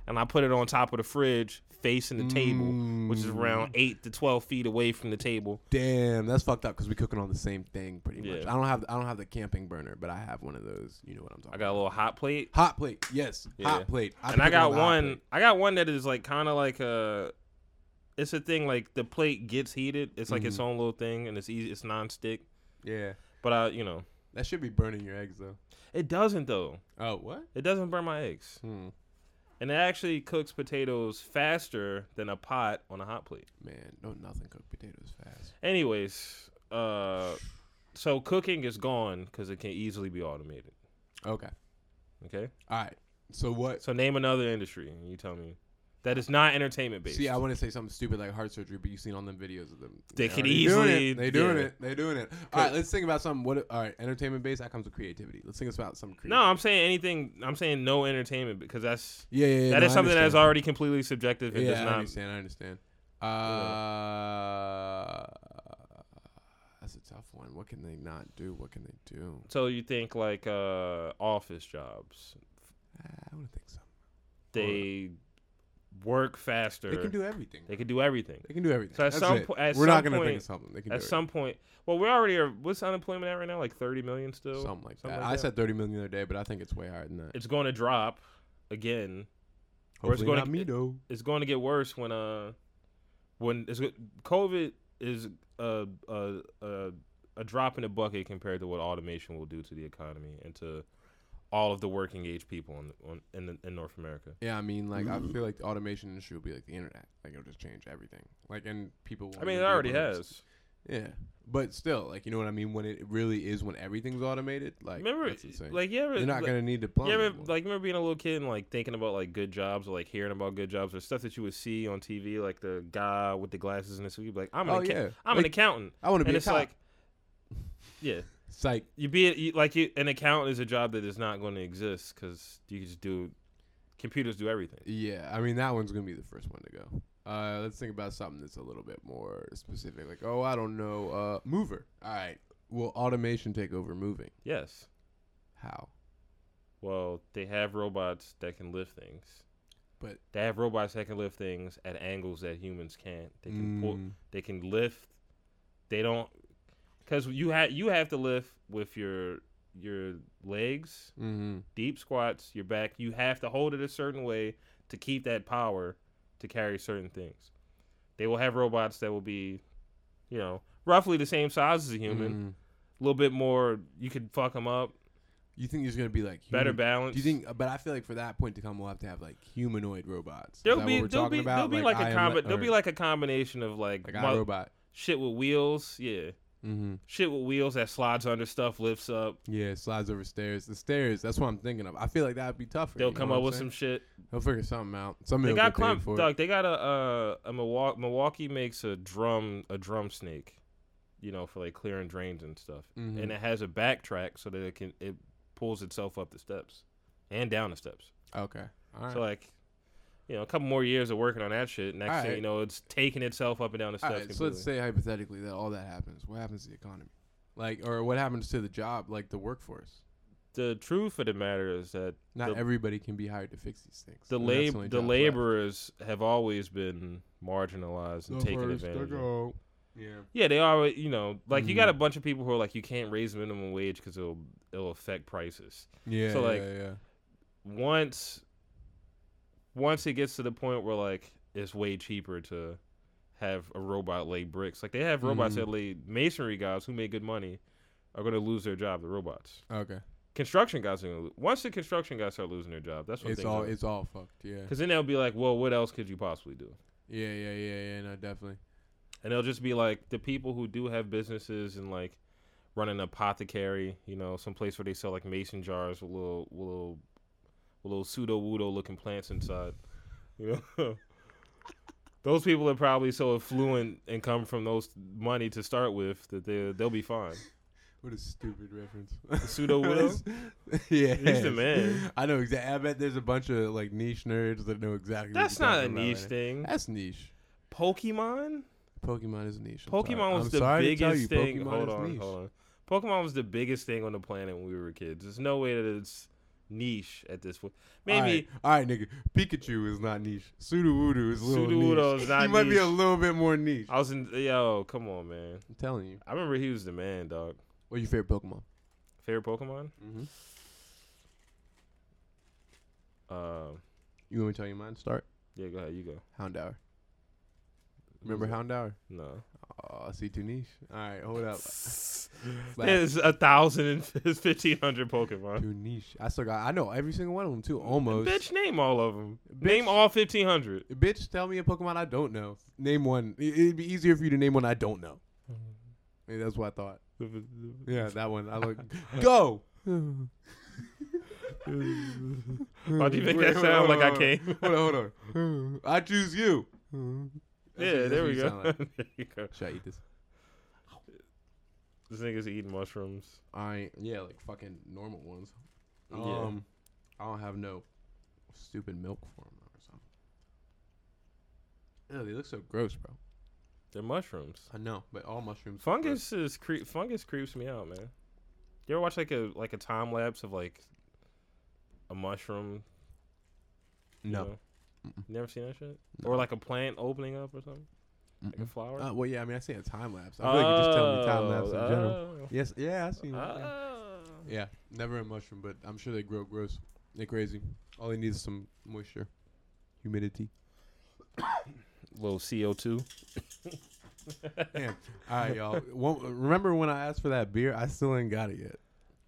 Speaker 2: and I put it on top of the fridge, facing the table, which is
Speaker 1: Mm.
Speaker 2: around eight to twelve feet away from the table.
Speaker 1: Damn, that's fucked up because we cooking on the same thing pretty much.
Speaker 2: Yeah.
Speaker 1: I don't have I don't have the camping burner, but I have one of those. You know what I'm talking.
Speaker 2: I got a little hot plate,
Speaker 1: Hot plate, yes.
Speaker 2: Yeah.
Speaker 1: Hot plate.
Speaker 2: and I
Speaker 1: pick
Speaker 2: got
Speaker 1: up the hot
Speaker 2: one.
Speaker 1: plate.
Speaker 2: I got one that is like kind of like a. It's a thing like the plate gets heated. It's like
Speaker 1: Mm-hmm.
Speaker 2: its own little thing, and it's easy. It's non-stick,
Speaker 1: Yeah,
Speaker 2: but I, you know,
Speaker 1: that should be burning your eggs though.
Speaker 2: it doesn't though.
Speaker 1: Oh, what?
Speaker 2: It doesn't burn my eggs,
Speaker 1: Hmm.
Speaker 2: and it actually cooks potatoes faster than a pot on a hot plate.
Speaker 1: Man, don't nothing cook potatoes fast.
Speaker 2: Anyways, uh, so cooking is gone because it can easily be automated.
Speaker 1: Okay.
Speaker 2: Okay,
Speaker 1: All right. So what?
Speaker 2: so name another industry, and you tell me that is not entertainment based.
Speaker 1: See, I want to say something stupid like heart surgery, but you've seen on them videos of them.
Speaker 2: They could
Speaker 1: already doing
Speaker 2: easily-
Speaker 1: it. They doing
Speaker 2: yeah.
Speaker 1: it. They doing it. All right, let's think about something. What? All right, entertainment based. That comes with creativity. Let's think about some creative.
Speaker 2: no, I'm saying anything. I'm saying no entertainment because that's
Speaker 1: Yeah, yeah, yeah.
Speaker 2: that
Speaker 1: no,
Speaker 2: is
Speaker 1: I
Speaker 2: something that is
Speaker 1: understand.
Speaker 2: already completely subjective and
Speaker 1: Yeah,
Speaker 2: does
Speaker 1: I
Speaker 2: not.
Speaker 1: understand. I understand. Uh, that's a tough one. What can they not do? What can they do?
Speaker 2: So you think like uh, office jobs?
Speaker 1: Uh, I want to think so.
Speaker 2: They work faster.
Speaker 1: They can do everything.
Speaker 2: They can do everything.
Speaker 1: They can do everything.
Speaker 2: So at
Speaker 1: That's
Speaker 2: some
Speaker 1: it.
Speaker 2: po- at
Speaker 1: we're
Speaker 2: some
Speaker 1: not gonna
Speaker 2: point-
Speaker 1: think of something. They can
Speaker 2: At
Speaker 1: do
Speaker 2: some point, well, we're already are, what's unemployment at right now? Like thirty million still.
Speaker 1: everything. something like that. I said thirty million the other day, but I think it's way higher than that.
Speaker 2: it's going to drop again. or it's
Speaker 1: Hopefully
Speaker 2: gonna-
Speaker 1: not me though.
Speaker 2: It's going to get worse when uh when it's, COVID is a a a a drop in the bucket compared to what automation will do to the economy and to all of the working age people in on, in, the, in North America.
Speaker 1: Yeah, I mean, like
Speaker 2: Mm-hmm.
Speaker 1: I feel like the automation industry will be like the internet. Like it'll just change everything. Like and people. won't
Speaker 2: I mean, it
Speaker 1: even be
Speaker 2: already
Speaker 1: able to-
Speaker 2: has.
Speaker 1: Yeah, but still, like you know what I mean. When it really is when everything's automated, like
Speaker 2: remember,
Speaker 1: that's insane.
Speaker 2: like yeah,
Speaker 1: you're not gonna need to plumb.
Speaker 2: Yeah,
Speaker 1: anymore.
Speaker 2: like remember being a little kid and like thinking about like good jobs or like hearing about good jobs or stuff that you would see on TV, like the guy with the glasses and his suit. Like I'm an
Speaker 1: Oh,
Speaker 2: accountant.
Speaker 1: yeah.
Speaker 2: I'm an
Speaker 1: Like,
Speaker 2: accountant,
Speaker 1: I want to be a
Speaker 2: and it's
Speaker 1: cop.
Speaker 2: like, yeah,
Speaker 1: it's like
Speaker 2: you be you, like you, an accountant is a job that is not going to exist because you can just do computers do everything.
Speaker 1: Yeah, I mean that one's gonna be the first one to go. Uh, let's think about something that's a little bit more specific. Like, oh, I don't know, uh, mover. All right, will automation take over moving?
Speaker 2: Yes.
Speaker 1: How?
Speaker 2: Well, they have robots that can lift things.
Speaker 1: But-
Speaker 2: they have robots that can lift things at angles that humans can't. They can
Speaker 1: Mm.
Speaker 2: pull.
Speaker 1: Mm-hmm.
Speaker 2: They can lift. They don't because you have you have to lift with your your legs,
Speaker 1: Mm-hmm.
Speaker 2: deep squats, your back. You have to hold it a certain way to keep that power to carry certain things. They will have robots that will be, you know, roughly the same size as a human.
Speaker 1: Mm-hmm.
Speaker 2: A little bit more. You could fuck them up.
Speaker 1: You think there's gonna be like
Speaker 2: Better
Speaker 1: human-
Speaker 2: balance.
Speaker 1: Do you think? But I feel like for that point to come, we'll have to have like humanoid robots. Is
Speaker 2: There'll
Speaker 1: that
Speaker 2: be
Speaker 1: what we're
Speaker 2: there'll
Speaker 1: talking
Speaker 2: be
Speaker 1: about?
Speaker 2: there'll be like,
Speaker 1: I
Speaker 2: a
Speaker 1: am
Speaker 2: combi-
Speaker 1: le-
Speaker 2: there'll
Speaker 1: or
Speaker 2: be like a combination of like,
Speaker 1: like
Speaker 2: mo-
Speaker 1: iRobot.
Speaker 2: shit with wheels, yeah,
Speaker 1: Mm-hmm.
Speaker 2: shit with wheels that slides under stuff, lifts up.
Speaker 1: Yeah, slides over stairs. The stairs. That's what I'm thinking of. I feel like that'd be tougher.
Speaker 2: They'll
Speaker 1: you know
Speaker 2: come
Speaker 1: what
Speaker 2: up
Speaker 1: I'm
Speaker 2: with
Speaker 1: saying?
Speaker 2: some shit.
Speaker 1: They'll figure something out. Somebody
Speaker 2: They
Speaker 1: will
Speaker 2: got
Speaker 1: get paid
Speaker 2: climb,
Speaker 1: for it.
Speaker 2: dog. They got a uh, a Milwaukee, Milwaukee makes a drum a drum snake, you know, for like clearing drains and stuff,
Speaker 1: Mhm.
Speaker 2: and it has a backtrack so that it can it pulls itself up the steps and down the steps.
Speaker 1: Okay. All right.
Speaker 2: So like, you know, a couple more years of working on that shit. Next
Speaker 1: All
Speaker 2: thing
Speaker 1: right.
Speaker 2: you know, it's taking itself up and down the
Speaker 1: All
Speaker 2: steps.
Speaker 1: right, so
Speaker 2: completely.
Speaker 1: let's say hypothetically that all that happens. What happens to the economy? Like, or what happens to the job, like the workforce?
Speaker 2: the truth of the matter is that
Speaker 1: Not
Speaker 2: The-
Speaker 1: everybody can be hired to fix these things.
Speaker 2: the
Speaker 1: and that's
Speaker 2: lab-
Speaker 1: only
Speaker 2: the
Speaker 1: job
Speaker 2: laborers have always been
Speaker 1: left.
Speaker 2: marginalized and
Speaker 1: The
Speaker 2: taken
Speaker 1: first to
Speaker 2: advantage. of.
Speaker 1: go. Yeah.
Speaker 2: Yeah, they are. You know, like you
Speaker 1: Mhm.
Speaker 2: got a bunch of people who are like, you can't raise minimum wage because it'll it'll affect prices.
Speaker 1: Yeah.
Speaker 2: So,
Speaker 1: yeah,
Speaker 2: like,
Speaker 1: yeah.
Speaker 2: Once, once it gets to the point where like it's way cheaper to have a robot lay bricks. Like they have robots
Speaker 1: Mhm.
Speaker 2: that lay masonry guys who make good money are going to lose their job. The robots,
Speaker 1: Okay.
Speaker 2: construction guys are going to lose. Once the construction guys start losing their job, that's when
Speaker 1: It's all it's all fucked. Yeah.
Speaker 2: because then they'll be like, well, what else could you possibly do?
Speaker 1: Yeah. Yeah. Yeah. Yeah. No, definitely.
Speaker 2: and it'll just be like the people who do have businesses and like run an apothecary, you know, some place where they sell like mason jars with little with little with little pseudo wudo looking plants inside. You know, those people are probably so affluent and come from those money to start with that they they'll be fine.
Speaker 1: What a stupid reference.
Speaker 2: pseudo widow?
Speaker 1: yeah.
Speaker 2: He's the man.
Speaker 1: I know exactly. I bet there's a bunch of like niche nerds that know exactly. what
Speaker 2: That's
Speaker 1: you're
Speaker 2: not a
Speaker 1: talking about
Speaker 2: niche
Speaker 1: right now.
Speaker 2: thing.
Speaker 1: That's niche.
Speaker 2: Pokemon.
Speaker 1: Pokemon is niche. I'm sorry.
Speaker 2: Pokemon was
Speaker 1: I'm
Speaker 2: the
Speaker 1: sorry to tell
Speaker 2: biggest
Speaker 1: you,
Speaker 2: thing.
Speaker 1: Pokemon
Speaker 2: hold
Speaker 1: is
Speaker 2: on,
Speaker 1: niche.
Speaker 2: hold on. Pokemon was the biggest thing on the planet when we were kids. There's no way that it's niche at this point. Maybe
Speaker 1: All right, all right, nigga. Pikachu is not niche. Sudowoodo is a little
Speaker 2: Sudowoodo
Speaker 1: niche.
Speaker 2: is not
Speaker 1: He might be
Speaker 2: niche.
Speaker 1: a little bit more niche.
Speaker 2: I was in. Yo, come on, man.
Speaker 1: I'm telling you.
Speaker 2: I remember he was the man, dog.
Speaker 1: What's your favorite Pokemon?
Speaker 2: Favorite Pokemon?
Speaker 1: Mm-hmm.
Speaker 2: Uh,
Speaker 1: You want me to tell you mine? Start.
Speaker 2: yeah, go ahead. You go.
Speaker 1: Houndour. Remember
Speaker 2: Who's
Speaker 1: Houndour?
Speaker 2: it? No.
Speaker 1: Oh, I see too niche. All right, hold up. Slash.
Speaker 2: There's a thousand and fifteen hundred Pokemon.
Speaker 1: Too niche. I still got. I know every single one of them too. Almost.
Speaker 2: Bitch, name all of them.
Speaker 1: Bitch.
Speaker 2: Name all fifteen hundred.
Speaker 1: Bitch, tell me a Pokemon I don't know. Name one. I- It'd be easier for you to name one I don't know.
Speaker 2: Mm-hmm.
Speaker 1: Maybe that's what I thought. Yeah, that one. I look. Go.
Speaker 2: Why'd you make
Speaker 1: Wait,
Speaker 2: that
Speaker 1: hold
Speaker 2: sound
Speaker 1: on,
Speaker 2: like I
Speaker 1: hold on.
Speaker 2: came?
Speaker 1: Hold on, hold on. I choose you. That's what-
Speaker 2: Yeah,
Speaker 1: that's
Speaker 2: there
Speaker 1: what
Speaker 2: we
Speaker 1: you
Speaker 2: go.
Speaker 1: sound like.
Speaker 2: there you go.
Speaker 1: Should I eat this?
Speaker 2: This nigga's eating mushrooms.
Speaker 1: I yeah, like fucking normal ones.
Speaker 2: Yeah.
Speaker 1: Um, I don't have no stupid milk for 'em or something. Ew, they look so gross, bro.
Speaker 2: They're mushrooms.
Speaker 1: I know, but all mushrooms. are gross.
Speaker 2: Fungus is cre- fungus creeps me out, man. You ever watch like a like a time lapse of like a mushroom? you
Speaker 1: No,
Speaker 2: know? Never seen that shit? Or like a plant opening up or something? Like a flower?
Speaker 1: Uh, well, yeah, I mean, I see a time lapse. I feel like you just tell me time lapse in general. Yes, yeah, I see.
Speaker 2: Oh,
Speaker 1: one, yeah.
Speaker 2: oh.
Speaker 1: Yeah, never a mushroom, but I'm sure they grow gross. They're crazy. All they need is some moisture, humidity.
Speaker 2: Little CO2.
Speaker 1: Damn. All right, y'all. One, remember when I asked for that beer? I still ain't got it yet.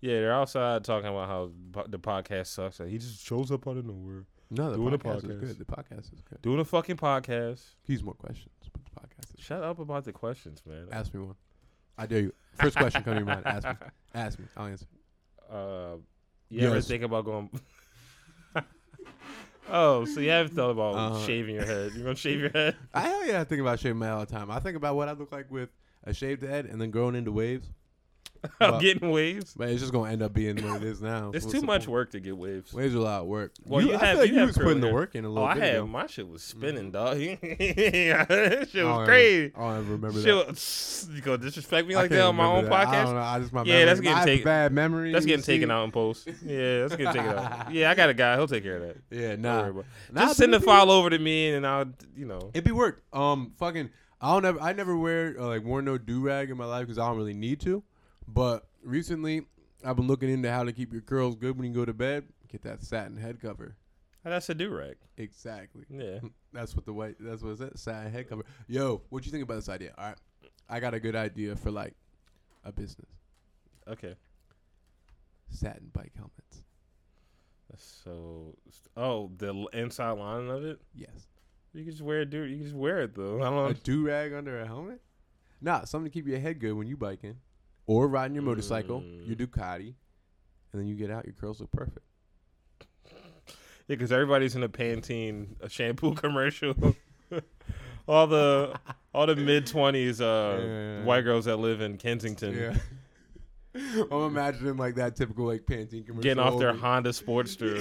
Speaker 2: Yeah, they're outside talking about how po- the podcast sucks. Like, he just shows up out of nowhere.
Speaker 1: No, the
Speaker 2: Do the
Speaker 1: podcast,
Speaker 2: podcast.
Speaker 1: is good. The podcast is good.
Speaker 2: Doing a fucking podcast.
Speaker 1: Use more questions, but the podcast is.
Speaker 2: Shut up about the questions, man.
Speaker 1: Ask me one. I dare you. First question come to your mind. Ask me. Ask me. I'll answer.
Speaker 2: Uh, you ever
Speaker 1: Yes.
Speaker 2: think about going? oh, so you haven't thought about
Speaker 1: Uh-huh.
Speaker 2: shaving your head? You're gonna shave your head?
Speaker 1: I hell yeah, I think about shaving my head all the time. I think about what I look like with a shaved head and then growing into waves. Well-
Speaker 2: I'm getting waves.
Speaker 1: But it's just gonna end up being what it is now.
Speaker 2: It's
Speaker 1: What's
Speaker 2: too
Speaker 1: the
Speaker 2: much
Speaker 1: point?
Speaker 2: work to get waves.
Speaker 1: Waves are a lot of work.
Speaker 2: Well, you
Speaker 1: I
Speaker 2: have-
Speaker 1: feel like
Speaker 2: you
Speaker 1: you,
Speaker 2: have
Speaker 1: was putting the
Speaker 2: curly hair.
Speaker 1: work in a
Speaker 2: Oh,
Speaker 1: little
Speaker 2: I
Speaker 1: bit.
Speaker 2: had
Speaker 1: ago.
Speaker 2: my shit was spinning, dog. that shit was
Speaker 1: I'll
Speaker 2: crazy.
Speaker 1: Ever, I don't ever remember that.
Speaker 2: Shit was, you gonna disrespect me
Speaker 1: I
Speaker 2: like
Speaker 1: can't
Speaker 2: that on my own
Speaker 1: remember that. I don't
Speaker 2: podcast?
Speaker 1: know. I just my
Speaker 2: Yeah, that's
Speaker 1: memory-
Speaker 2: getting
Speaker 1: I have
Speaker 2: taken-
Speaker 1: Bad memory.
Speaker 2: That's getting
Speaker 1: you see?
Speaker 2: taken out in post. Yeah, that's getting taken out. Yeah, I got a guy. He'll take care of that.
Speaker 1: Yeah,
Speaker 2: Don't
Speaker 1: nah.
Speaker 2: worry about it.
Speaker 1: Nah,
Speaker 2: Just
Speaker 1: but
Speaker 2: send the
Speaker 1: it'd be-
Speaker 2: file over to me, and I'll, you know.
Speaker 1: It'd be work. Um, fucking. I don't ever. I never wear uh, like worn no do rag in my life because I don't really need to. But recently, I've been looking into how to keep your curls good when you go to bed. Get that satin head cover.
Speaker 2: That's a do rag.
Speaker 1: Exactly.
Speaker 2: Yeah.
Speaker 1: That's what the white. That's what it said. Satin head cover. Yo, what you think about this idea? All right, I got a good idea for like a business.
Speaker 2: Okay.
Speaker 1: Satin bike helmets.
Speaker 2: So, oh, the l- inside lining of it.
Speaker 1: Yes.
Speaker 2: You can just wear it, dude. You can just wear it though. I
Speaker 1: A
Speaker 2: don't.
Speaker 1: do rag under a helmet? Nah, something to keep your head good when you biking or riding your motorcycle,
Speaker 2: Mm.
Speaker 1: your Ducati, and then you get out, your curls look perfect.
Speaker 2: Yeah, because everybody's in a Pantene a shampoo commercial. all the all the mid twenties uh,
Speaker 1: Yeah.
Speaker 2: white girls that live in Kensington
Speaker 1: I'm imagining like that typical like Pantene commercial.
Speaker 2: getting off their
Speaker 1: over-
Speaker 2: Honda Sportster.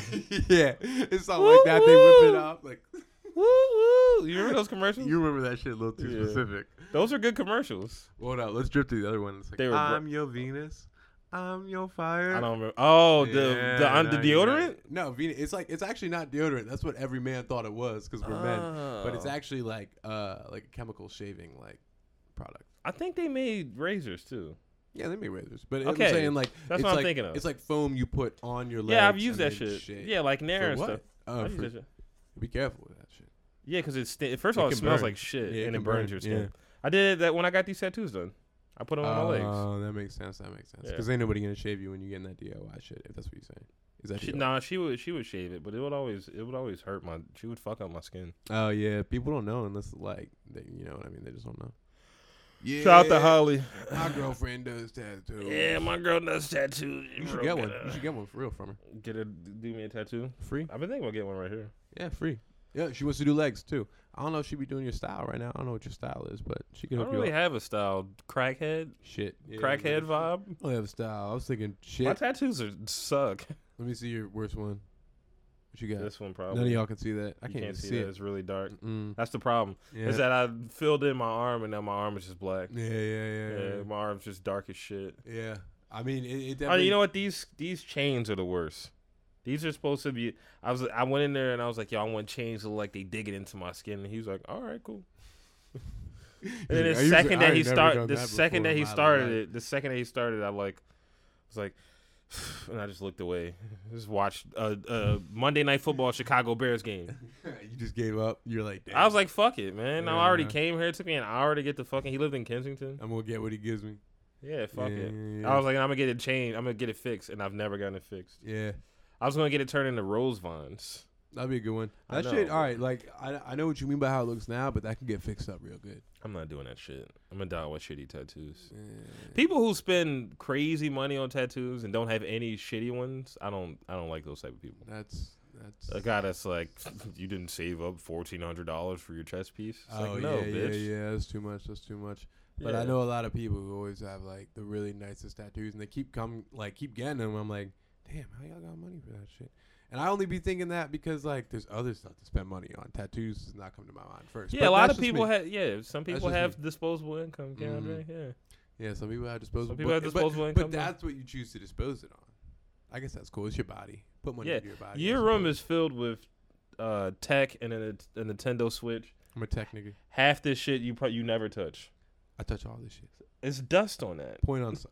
Speaker 1: yeah, it's something like that. They whip it
Speaker 2: Woo-woo.
Speaker 1: off. Like
Speaker 2: woo woo! You remember those commercials?
Speaker 1: you remember that shit a little too
Speaker 2: Yeah.
Speaker 1: specific.
Speaker 2: those are good commercials.
Speaker 1: Well, no, let's drift to the other one. It's like
Speaker 2: They were-
Speaker 1: I'm your Venus, I'm your fire.
Speaker 2: I don't remember. Oh, the the,
Speaker 1: Yeah,
Speaker 2: un- the
Speaker 1: no, you're right.
Speaker 2: deodorant.
Speaker 1: No, Venus. It's like it's actually not deodorant. That's what every man thought it was because we're men. but it's
Speaker 2: Oh.
Speaker 1: actually like uh like a chemical shaving like product.
Speaker 2: I think they made razors too.
Speaker 1: Yeah, they make razors, but I'm
Speaker 2: Okay.
Speaker 1: saying like
Speaker 2: That's
Speaker 1: it's
Speaker 2: what I'm
Speaker 1: like-
Speaker 2: thinking of.
Speaker 1: It's like foam you put on your legs.
Speaker 2: yeah, I've used
Speaker 1: and
Speaker 2: that
Speaker 1: then
Speaker 2: shit.
Speaker 1: shave.
Speaker 2: Yeah, like
Speaker 1: for
Speaker 2: Nair and
Speaker 1: what?
Speaker 2: stuff.
Speaker 1: Uh,
Speaker 2: I've used
Speaker 1: for-
Speaker 2: that shit.
Speaker 1: be careful with that shit.
Speaker 2: Yeah, because it's sti- first of all,
Speaker 1: It
Speaker 2: it
Speaker 1: can
Speaker 2: smells
Speaker 1: burn.
Speaker 2: like shit,
Speaker 1: Yeah, it
Speaker 2: and it
Speaker 1: can
Speaker 2: burns
Speaker 1: burn.
Speaker 2: your skin.
Speaker 1: Yeah.
Speaker 2: I did that when I got these tattoos done. I put them on my legs.
Speaker 1: Oh, that makes sense. That makes sense.
Speaker 2: Yeah.
Speaker 1: Because ain't nobody gonna shave you when you get in that DIY shit. If that's what you're saying. Is that
Speaker 2: She,
Speaker 1: DIY?
Speaker 2: nah, she would she would shave it, but it would always it would always hurt my. She would fuck up my skin.
Speaker 1: Oh yeah, people don't know unless like they, you know what I mean. They just don't know. Yeah,
Speaker 2: Holly.
Speaker 1: my girlfriend does tattoos.
Speaker 2: Yeah, my girl does tattoos.
Speaker 1: you should get one. You should get one for real from her.
Speaker 2: Get her do me a tattoo.
Speaker 1: Free.
Speaker 2: I've been thinking about getting one right here.
Speaker 1: Yeah, free. Yeah, she wants to do legs too. I don't know if she be doing your style right now. I don't know what your style is, but she
Speaker 2: I
Speaker 1: can
Speaker 2: don't
Speaker 1: hook
Speaker 2: really
Speaker 1: you up.
Speaker 2: have a style. Crackhead,
Speaker 1: Shit, yeah,
Speaker 2: crackhead
Speaker 1: man.
Speaker 2: vibe.
Speaker 1: I don't have a style. I was thinking
Speaker 2: My
Speaker 1: shit.
Speaker 2: tattoos are suck.
Speaker 1: Let me see your worst one. What you got?
Speaker 2: This one probably.
Speaker 1: None of y'all can see that. I
Speaker 2: You
Speaker 1: can't, even
Speaker 2: can't
Speaker 1: see,
Speaker 2: see that.
Speaker 1: it.
Speaker 2: It's really dark.
Speaker 1: Mm.
Speaker 2: That's the problem.
Speaker 1: Yeah.
Speaker 2: Is that I filled in my arm and now my arm is just black.
Speaker 1: yeah, yeah, yeah,
Speaker 2: Yeah,
Speaker 1: yeah,
Speaker 2: my arm's just dark as shit.
Speaker 1: yeah. I mean, it, it
Speaker 2: Oh,
Speaker 1: definitely.
Speaker 2: you know what? These these chains are the worst. These are supposed to be. I was I went in there and I was like, yo, I want chains to look like they dig it into my skin. And he was like, all right, cool. And then the second that he started, the second that he started it, the second that he started, I like was like, and I just looked away. Just watched uh, uh, Monday Night Football Chicago Bears game.
Speaker 1: you just gave up. You're like, Damn,
Speaker 2: I was like, fuck it, man. I already
Speaker 1: Yeah.
Speaker 2: came here. It took me an hour to get to fucking. He lived in Kensington.
Speaker 1: I'm gonna get what he gives me.
Speaker 2: Yeah, fuck
Speaker 1: yeah,
Speaker 2: it.
Speaker 1: Yeah,
Speaker 2: I was like, I'm gonna get it changed. I'm gonna get it fixed, and I've never gotten it fixed.
Speaker 1: yeah.
Speaker 2: I was gonna get it turned into rose vines.
Speaker 1: That'd be a good one.
Speaker 2: I
Speaker 1: That shit.
Speaker 2: know.
Speaker 1: All right, like I, I know what you mean by how it looks now, but that can get fixed up real good.
Speaker 2: I'm not doing that shit. I'm gonna die with shitty tattoos.
Speaker 1: Yeah.
Speaker 2: People who spend crazy money on tattoos and don't have any shitty ones, I don't. I don't like those type of people.
Speaker 1: That's that's.
Speaker 2: A guy that's like, you didn't save up fourteen hundred dollars for your chest piece. It's like, no,
Speaker 1: Oh, yeah,
Speaker 2: bitch.
Speaker 1: yeah, yeah. That's too much. That's too much. But I
Speaker 2: Yeah.
Speaker 1: know a lot of people who always have like the really nicest tattoos, and they keep come like keep getting them. I'm like, damn, how y'all got money for that shit? And I only be thinking that because like there's other stuff to spend money on. Tattoos does not come to my mind first.
Speaker 2: Yeah,
Speaker 1: But
Speaker 2: a lot
Speaker 1: that's
Speaker 2: of
Speaker 1: just
Speaker 2: people
Speaker 1: me.
Speaker 2: have. Yeah, some people
Speaker 1: just me.
Speaker 2: have disposable income. Can I
Speaker 1: Mhm.
Speaker 2: drink? Yeah.
Speaker 1: Yeah, some people have disposable.
Speaker 2: people have
Speaker 1: but-
Speaker 2: disposable
Speaker 1: but,
Speaker 2: income,
Speaker 1: But
Speaker 2: though.
Speaker 1: that's what you choose to dispose it on. I guess that's cool. It's your body. Put money
Speaker 2: Yeah,
Speaker 1: into your body. I
Speaker 2: Your room
Speaker 1: suppose.
Speaker 2: is filled with uh, tech and a, a Nintendo Switch.
Speaker 1: I'm a tech nigga.
Speaker 2: Half this shit you pro- you never touch.
Speaker 1: I touch all this shit.
Speaker 2: It's dust on that.
Speaker 1: Point on. so-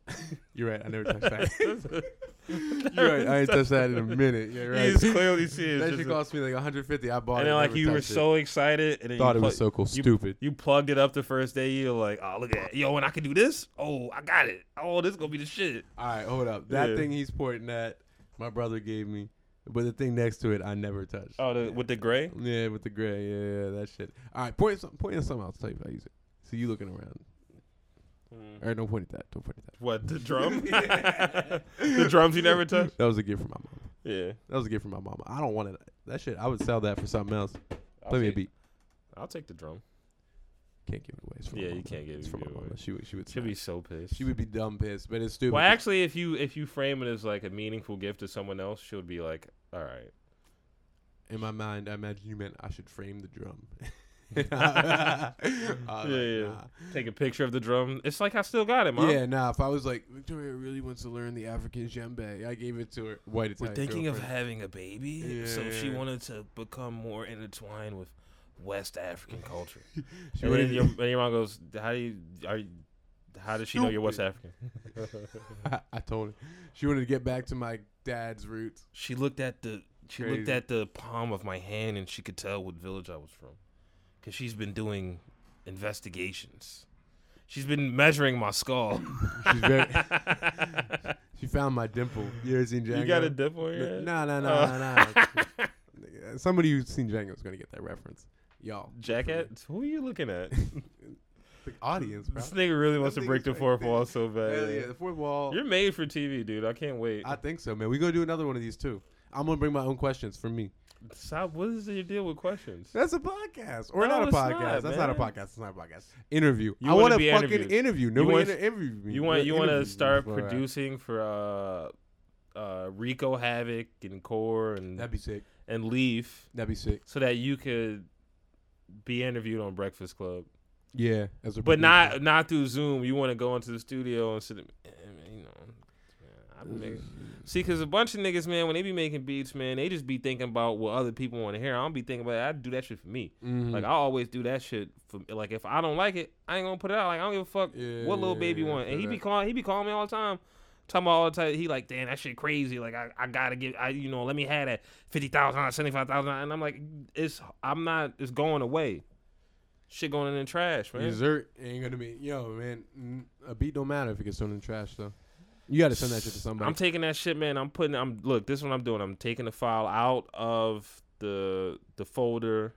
Speaker 1: You're right. I never touched that. You're right. I ain't touched that in a minute. Yeah, right.
Speaker 2: It's clearly serious.
Speaker 1: that
Speaker 2: Just
Speaker 1: shit
Speaker 2: a-
Speaker 1: cost me like 150. I bought
Speaker 2: and
Speaker 1: it.
Speaker 2: then like
Speaker 1: never
Speaker 2: you were
Speaker 1: touched it.
Speaker 2: so excited, and then
Speaker 1: thought
Speaker 2: you
Speaker 1: it was
Speaker 2: plug-
Speaker 1: so cool.
Speaker 2: you-
Speaker 1: Stupid.
Speaker 2: You plugged it up the first day. You're like, oh look at yo, and I can do this. Oh, I got it. Oh, this is gonna be the shit.
Speaker 1: All right, hold up. That
Speaker 2: Yeah.
Speaker 1: thing he's pointing at, my brother gave me, but the thing next to it, I never touched.
Speaker 2: Oh, the, with the gray.
Speaker 1: Yeah, with the gray. Yeah, yeah, that shit. All right, point some, point at something. I'll tell you if I use it. See you looking around.
Speaker 2: Hmm.
Speaker 1: All right, don't point at that. Don't point at that.
Speaker 2: What the drum? the drums you never touch.
Speaker 1: That was a gift from my mom.
Speaker 2: Yeah.
Speaker 1: That was a gift from my mama. I don't want it. That shit. I would sell that for something else.
Speaker 2: I'll
Speaker 1: Play me a
Speaker 2: take-
Speaker 1: beat.
Speaker 2: I'll take the drum.
Speaker 1: Can't give it away. It's from my
Speaker 2: Yeah, you
Speaker 1: mama.
Speaker 2: can't give
Speaker 1: it's
Speaker 2: it-
Speaker 1: from my
Speaker 2: give it
Speaker 1: mama.
Speaker 2: away.
Speaker 1: She would. She would.
Speaker 2: She'll
Speaker 1: snap.
Speaker 2: be so pissed.
Speaker 1: She would be dumb pissed, but it's stupid.
Speaker 2: well, actually, if you if you frame it as like a meaningful gift to someone else, she'll be like, all right.
Speaker 1: in my mind, I imagine you meant I should frame the drum. I was
Speaker 2: Yeah, yeah. Take a picture of the drum. It's like I still got it,
Speaker 1: nah.
Speaker 2: mom.
Speaker 1: Yeah, nah. If I was like Victoria really wants to learn the African djembe, I gave it to her. White
Speaker 2: We're
Speaker 1: Italian.
Speaker 2: thinking of
Speaker 1: girlfriend.
Speaker 2: having a baby,
Speaker 1: Yeah,
Speaker 2: so she
Speaker 1: yeah.
Speaker 2: wanted to become more intertwined with West African culture.
Speaker 1: She
Speaker 2: and, then
Speaker 1: wanted
Speaker 2: your, and your mom goes, "How do you are? You, how does she know you're West African?"
Speaker 1: I, I told her she wanted to get back to my dad's roots.
Speaker 2: She looked at the she looked
Speaker 1: Crazy.
Speaker 2: at the palm of my hand, and she could tell what village I was from, because she's been doing investigations. She's been measuring my skull.
Speaker 1: She's very. she found my dimple. You ever seen Django?
Speaker 2: dip on
Speaker 1: No, no, no,
Speaker 2: Oh.
Speaker 1: no, no. Somebody who's seen Django is gonna get that reference. Y'all,
Speaker 2: Jacket? Who are you looking at?
Speaker 1: the audience, bro.
Speaker 2: this nigga really wants to
Speaker 1: That
Speaker 2: break the
Speaker 1: nigga's
Speaker 2: fourth
Speaker 1: like-
Speaker 2: wall so bad.
Speaker 1: Hell yeah, the fourth wall.
Speaker 2: You're made for TV, dude. I can't wait.
Speaker 1: I think so, man. We gonna do another one of these too. I'm gonna bring my own questions for me.
Speaker 2: Stop. What is your deal with questions?
Speaker 1: That's a podcast, or
Speaker 2: No,
Speaker 1: not a
Speaker 2: it's
Speaker 1: podcast.
Speaker 2: not,
Speaker 1: That's not a
Speaker 2: man.
Speaker 1: podcast. It's not a podcast. Interview.
Speaker 2: You
Speaker 1: I
Speaker 2: wanna
Speaker 1: want to
Speaker 2: be
Speaker 1: fucking interview.
Speaker 2: interviewed. wanna
Speaker 1: Nobody
Speaker 2: s-
Speaker 1: interview me.
Speaker 2: You want you want
Speaker 1: Interview
Speaker 2: to
Speaker 1: me.
Speaker 2: start
Speaker 1: All right.
Speaker 2: producing for uh, uh, Rico Havoc and Core and
Speaker 1: That'd be sick.
Speaker 2: and Leaf,
Speaker 1: That'd be sick.
Speaker 2: so that you could be interviewed on Breakfast Club,
Speaker 1: Yeah, as a
Speaker 2: but
Speaker 1: producer.
Speaker 2: not not through Zoom. You want to go into the studio and sit, eh, you know. man, I've been making- See, because a bunch of niggas, man, when they be making beats, man, they just be thinking about what other people want to hear. I don't be thinking about. It. I do that shit for me.
Speaker 1: Mhm.
Speaker 2: Like I always do that shit. For, like if I don't like it, I ain't gonna put it out. Like I don't give a fuck
Speaker 1: Yeah,
Speaker 2: what little
Speaker 1: yeah,
Speaker 2: baby
Speaker 1: yeah, I
Speaker 2: want. And
Speaker 1: feel
Speaker 2: he be
Speaker 1: that.
Speaker 2: calling, he be calling me all the time, talking about all the time. He like, damn, that shit crazy. Like I, I gotta get, I you know, let me have that fifty thousand, seventy five thousand, and I'm like, it's, I'm not, it's going away. Shit going in the trash, man.
Speaker 1: dessert ain't gonna be. Yo, man, n- a beat don't matter if it gets thrown in the trash though. You gotta send that shit to somebody.
Speaker 2: I'm taking that shit, man. I'm putting. I'm look. This is what I'm doing. I'm taking the file out of the the folder.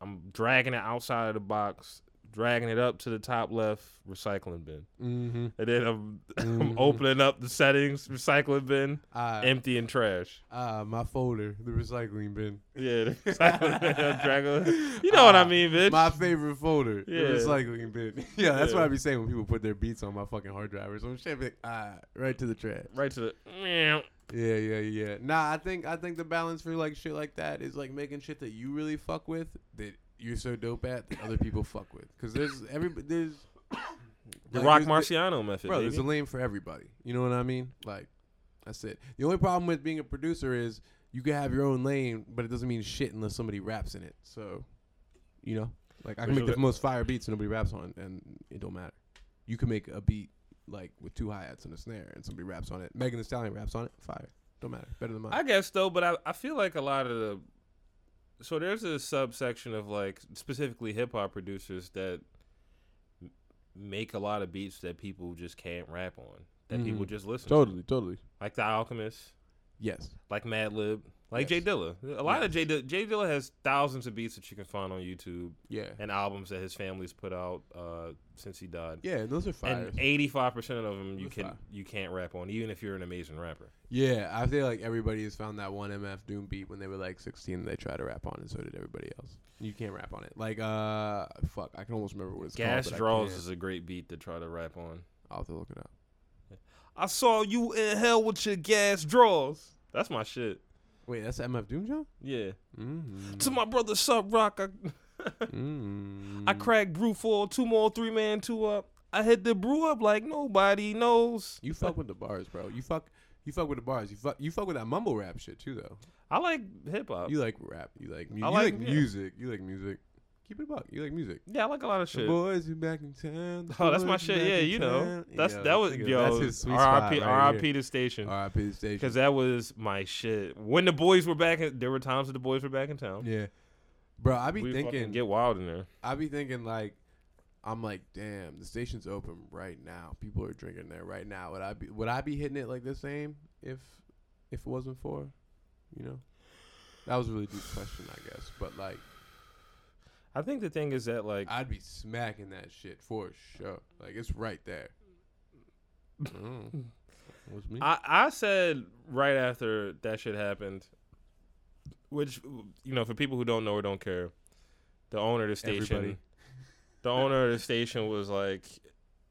Speaker 2: I'm dragging it outside of the box, dragging it up to the top left recycling bin,
Speaker 1: mm-hmm.
Speaker 2: and then I'm I'm
Speaker 1: Mhm.
Speaker 2: opening up the settings recycling bin,
Speaker 1: Ah,
Speaker 2: empty and trash.
Speaker 1: ah, my folder, the recycling bin.
Speaker 2: Yeah, the recycling bin, I'm dragging- You know what I
Speaker 1: Ah,
Speaker 2: mean, bitch.
Speaker 1: My favorite folder,
Speaker 2: Yeah.
Speaker 1: the recycling bin. yeah, that's
Speaker 2: Yeah.
Speaker 1: what I be saying when people put their beats on my fucking hard drive or some shit. Be like, ah, right to the trash.
Speaker 2: right to the. meow.
Speaker 1: Yeah, yeah, yeah. Nah, I think I think the balance for like shit like that is like making shit that you really fuck with that you're so dope at that other people fuck with. Because there's every there's
Speaker 2: The
Speaker 1: like,
Speaker 2: Rock
Speaker 1: there's-
Speaker 2: Marciano method.
Speaker 1: Bro,
Speaker 2: Bro,
Speaker 1: there's a lane for everybody. You know what I mean? Like, that's it. The only problem with being a producer is you can have your own lane, but it doesn't mean shit unless somebody raps in it. So, you know, like I can
Speaker 2: Which
Speaker 1: make
Speaker 2: is
Speaker 1: the
Speaker 2: a-
Speaker 1: most fire beats and nobody raps on, it, and it don't matter. You can make a beat like with two hi hats and a snare, and somebody raps on it. Megan Thee Stallion raps on it. Fire. Don't matter. Better than mine.
Speaker 2: I guess though, but I, I feel like a lot of the so there's a subsection of like specifically hip hop producers that m- make a lot of beats that people just can't rap on that people
Speaker 1: Mhm.
Speaker 2: just listen
Speaker 1: totally, totally.
Speaker 2: to, like The Alchemist,
Speaker 1: Yes.
Speaker 2: like Madlib,
Speaker 1: Yes.
Speaker 2: like Jay Dilla. A lot of Jay Dilla, Jay Dilla has thousands of beats that you can find on YouTube
Speaker 1: Yeah.
Speaker 2: and albums that his family's put out uh, since he died.
Speaker 1: Yeah, and those are fire.
Speaker 2: And eighty five percent of them you
Speaker 1: Those
Speaker 2: can
Speaker 1: fire.
Speaker 2: you can't rap on, even if you're an amazing rapper.
Speaker 1: Yeah, I feel like everybody has found that one MF Doom beat when they were like 16. They tried to rap on, and so did everybody else. You can't rap on it. Like, uh, fuck, I can almost remember what it's
Speaker 2: Gas
Speaker 1: called. but I
Speaker 2: draws
Speaker 1: can't.
Speaker 2: is a great beat to try to rap on.
Speaker 1: I'll have to look it up.
Speaker 2: I saw you in hell with your gas draws. That's my shit.
Speaker 1: Wait, that's MF Doom, John?
Speaker 2: Yeah.
Speaker 1: Mm.
Speaker 2: To my brother Sub Rock, I,
Speaker 1: mm.
Speaker 2: I cracked brew four, two more, three man, two up. I hit the brew up like nobody knows.
Speaker 1: You fuck with the bars, bro. You fuck. You fuck with the bars. You fuck. You fuck with that mumble rap shit too, though.
Speaker 2: I like hip hop.
Speaker 1: You like rap. You like mu-
Speaker 2: Oh. I
Speaker 1: you
Speaker 2: like-
Speaker 1: like,
Speaker 2: yeah.
Speaker 1: music. You like music. Keep it a buck. You like music.
Speaker 2: Yeah, I like a lot of
Speaker 1: The
Speaker 2: shit.
Speaker 1: boys, you back in town.
Speaker 2: Oh, that's my shit. Yeah, you know, that's that was yo.
Speaker 1: That's his sweet
Speaker 2: R.I.P.
Speaker 1: spot. Right
Speaker 2: R.I.P. the station
Speaker 1: R.I.P. Station.
Speaker 2: because that was my shit. When the boys were back, in, there were times that the boys were back in town.
Speaker 1: yeah, bro. I be
Speaker 2: we fucking
Speaker 1: thinking.
Speaker 2: get wild in there.
Speaker 1: I be thinking like, I'm like, damn, the station's open right now. People are drinking there right now. Would I be Would I be hitting it like the same if if it wasn't for, you know? That was a really deep question, I guess. But like,
Speaker 2: I think the thing is that like
Speaker 1: I'd be smacking that shit for sure. Like it's right there. Mm. What's me?
Speaker 2: I, I said right after that shit happened, which you know, for people who don't know or don't care, the owner of the station,
Speaker 1: Everybody.
Speaker 2: the owner of the station was like,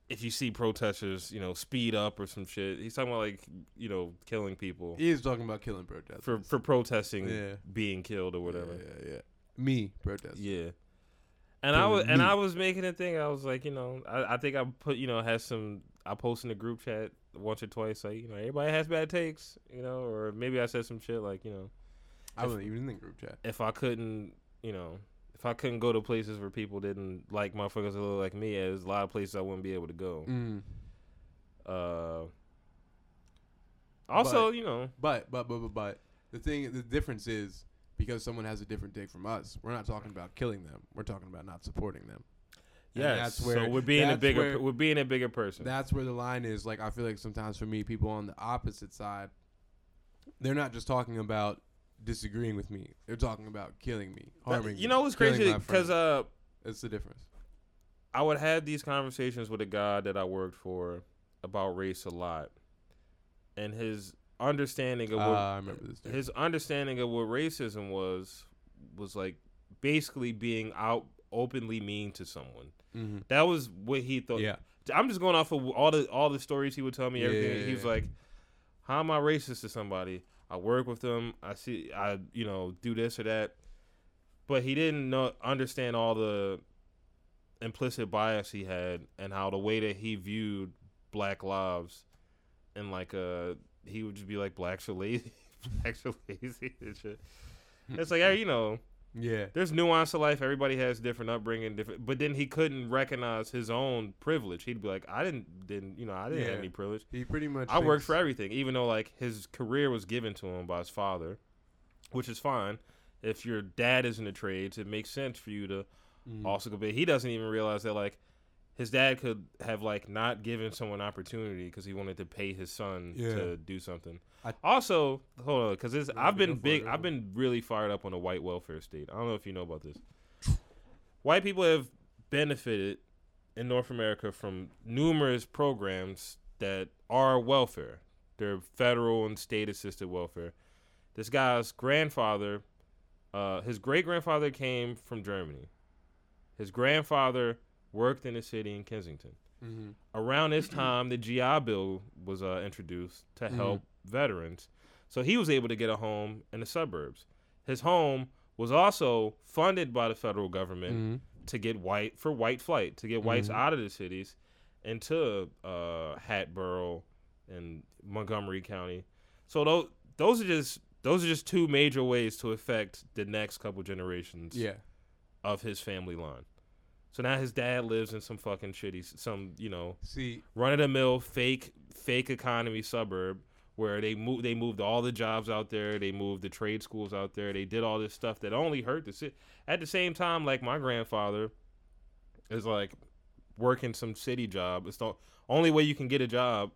Speaker 2: if you see protesters, you know, speed up or some shit. He's talking about like you know, killing people
Speaker 1: he is talking about killing protesters.
Speaker 2: for for protesting
Speaker 1: Yeah.
Speaker 2: being killed or whatever.
Speaker 1: Yeah, yeah. yeah. Me protest.
Speaker 2: Yeah. And I was
Speaker 1: Believe
Speaker 2: and I
Speaker 1: me.
Speaker 2: was making a thing. I was like, you know, I, I think I put, you know, has some. I post in the group chat once or twice, like, you know, everybody has bad takes, you know, or maybe I said some shit like, you know,
Speaker 1: I wasn't even in the group chat.
Speaker 2: if I couldn't, you know, if I couldn't go to places where people didn't like motherfuckers that look like me, yeah, there's a lot of places I wouldn't be able to go.
Speaker 1: Mm.
Speaker 2: Uh, also, you know,
Speaker 1: But but but but but the thing the difference is because someone has a different take from us, we're not talking about killing them. We're talking about not supporting them. And
Speaker 2: yeah,
Speaker 1: that's
Speaker 2: so
Speaker 1: where-
Speaker 2: we're being a
Speaker 1: that's
Speaker 2: bigger,
Speaker 1: where-
Speaker 2: we're being a bigger person.
Speaker 1: That's where the line is. Like I feel like sometimes for me, people on the opposite side, they're not just talking about disagreeing with me. They're talking about killing me, harming.
Speaker 2: you know what's crazy? Because uh,
Speaker 1: it's the difference.
Speaker 2: I would have these conversations with a guy that I worked for about race a lot, and his understanding
Speaker 1: Uh,
Speaker 2: of
Speaker 1: I
Speaker 2: what
Speaker 1: remember this. Dude.
Speaker 2: his understanding of what racism was was like basically being out openly mean to someone.
Speaker 1: hmm
Speaker 2: That was what he thought.
Speaker 1: Yeah,
Speaker 2: I'm just going off of all the all the stories he would tell me. Everything
Speaker 1: Yeah.
Speaker 2: he was like, "How am I racist to somebody? I work with them. I see. I you know do this or that." But he didn't know understand all the implicit bias he had and how the way that he viewed black lives and like uh he would just be like blacks are lazy, blacks are lazy and shit. It's like hey, you know
Speaker 1: yeah,
Speaker 2: there's nuance to life. Everybody has different upbringing, different. But then he couldn't recognize his own privilege. He'd be like, I didn't, didn't, you know, I didn't
Speaker 1: Yeah.
Speaker 2: have any privilege.
Speaker 1: he pretty much.
Speaker 2: I worked
Speaker 1: thinks-
Speaker 2: for everything, even though like his career was given to him by his father, which is fine. If your dad is in the trades, it makes sense for you to
Speaker 1: Mhm.
Speaker 2: also go. But he doesn't even realize that like his dad could have like not given someone opportunity because he wanted to pay his son
Speaker 1: Yeah.
Speaker 2: to do something.
Speaker 1: I-
Speaker 2: also, hold on, because it's
Speaker 1: No,
Speaker 2: I've
Speaker 1: go
Speaker 2: been
Speaker 1: for
Speaker 2: big.
Speaker 1: it.
Speaker 2: I've been really fired up on the white welfare state. I don't know if you know about this. White people have benefited in North America from numerous programs that are welfare. They're federal and state assisted welfare. This guy's grandfather, uh, his great grandfather came from Germany. His grandfather worked in a city in Kensington
Speaker 1: Mhm.
Speaker 2: around this time the GI Bill was uh, introduced to help veterans. So he was able to get a home in the suburbs. His home was also funded by the federal government
Speaker 1: Mhm.
Speaker 2: to get white for white flight to get whites
Speaker 1: Mhm.
Speaker 2: out of the cities into uh, Hatboro and Montgomery County. So those those are just those are just two major ways to affect the next couple generations
Speaker 1: Yeah,
Speaker 2: of his family line. So now his dad lives in some fucking shitty, some you know
Speaker 1: see,
Speaker 2: run of the mill fake fake economy suburb where they moved they moved all the jobs out there, they moved the trade schools out there, they did all this stuff that only hurt the city. At the same time, like my grandfather is like working some city job. It's the only way you can get a job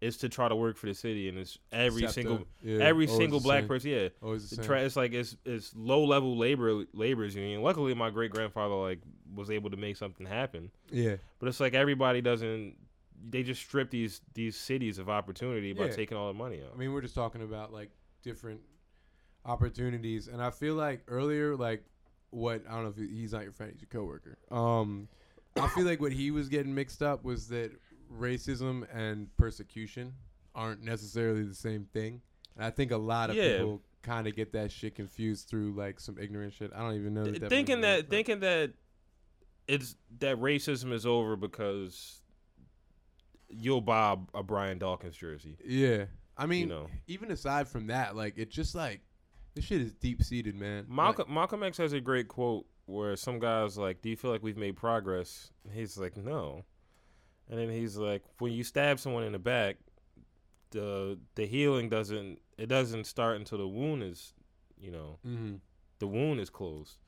Speaker 2: is to try to work for the city, and it's every
Speaker 1: Except
Speaker 2: single
Speaker 1: the- yeah,
Speaker 2: every
Speaker 1: always
Speaker 2: single
Speaker 1: the
Speaker 2: black
Speaker 1: same.
Speaker 2: person. Yeah,
Speaker 1: always the
Speaker 2: the
Speaker 1: same.
Speaker 2: tra- it's like it's it's low level labor laborers union. Luckily, my great grandfather like was able to make something happen
Speaker 1: yeah,
Speaker 2: but it's like everybody doesn't they just strip these these cities of opportunity by
Speaker 1: Yeah.
Speaker 2: taking all the money
Speaker 1: I
Speaker 2: out
Speaker 1: mean, we're just talking about like different opportunities, and I feel like earlier, like what I don't know if he- he's not your friend, he's your coworker. Um, I feel like what he was getting mixed up was that racism and persecution aren't necessarily the same thing, and I think a lot of
Speaker 2: Yeah.
Speaker 1: people kind of get that shit confused through like some ignorant shit. I don't even know. The definition
Speaker 2: thinking
Speaker 1: of
Speaker 2: that
Speaker 1: it, but-
Speaker 2: thinking that it's that racism is over because you'll buy a, a brian dawkins jersey
Speaker 1: Yeah. I mean,
Speaker 2: know.
Speaker 1: even aside from that, like it just like This shit is deep seated, man.
Speaker 2: Malcolm Malcolm X has a great quote where some guys like, "Do you feel like we've made progress?" And he's like, "No," and then he's like, "When you stab someone in the back, the the healing doesn't it doesn't start until the wound is, you know,
Speaker 1: hmm
Speaker 2: the wound is closed."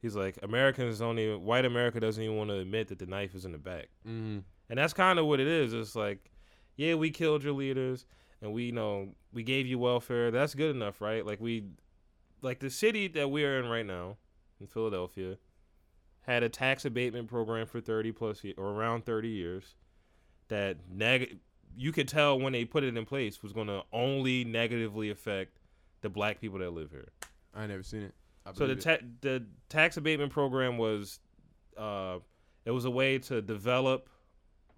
Speaker 2: He's like, "Americans only white America doesn't even want to admit that the knife is in the back."
Speaker 1: hmm
Speaker 2: And that's kind of what it is. It's like, yeah, we killed your leaders and we you know we gave you welfare. That's good enough, right? Like we like the city that we are in right now in Philadelphia had a tax abatement program for 30 plus ye- or around 30 years that neg- you could tell when they put it in place was going to only negatively affect the black people that live here.
Speaker 1: I ain't never seen it. I
Speaker 2: So the
Speaker 1: believe it.
Speaker 2: ta- the tax abatement program was, uh, it was a way to develop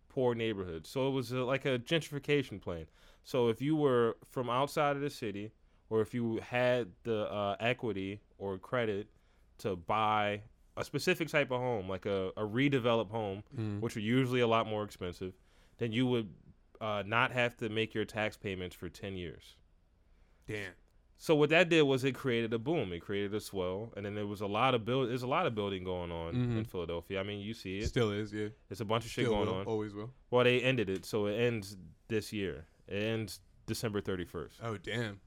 Speaker 2: poor neighborhoods. So it was a, like a gentrification plan. So if you were from outside of the city, or if you had the uh, equity or credit to buy a specific type of home, like a, a redeveloped home,
Speaker 1: Mhm.
Speaker 2: which are usually a lot more expensive, then you would uh, not have to make your tax payments for ten years.
Speaker 1: Damn.
Speaker 2: So what that did was it created a boom, it created a swell, and then there was a lot of build. There's a lot of building going on
Speaker 1: Mhm.
Speaker 2: in Philadelphia. I mean, you see it.
Speaker 1: Still is, yeah.
Speaker 2: It's a bunch of shit
Speaker 1: Still
Speaker 2: going
Speaker 1: will,
Speaker 2: on.
Speaker 1: Always will.
Speaker 2: Well, they ended it, so it ends this year. It ends December 31st.
Speaker 1: Oh damn.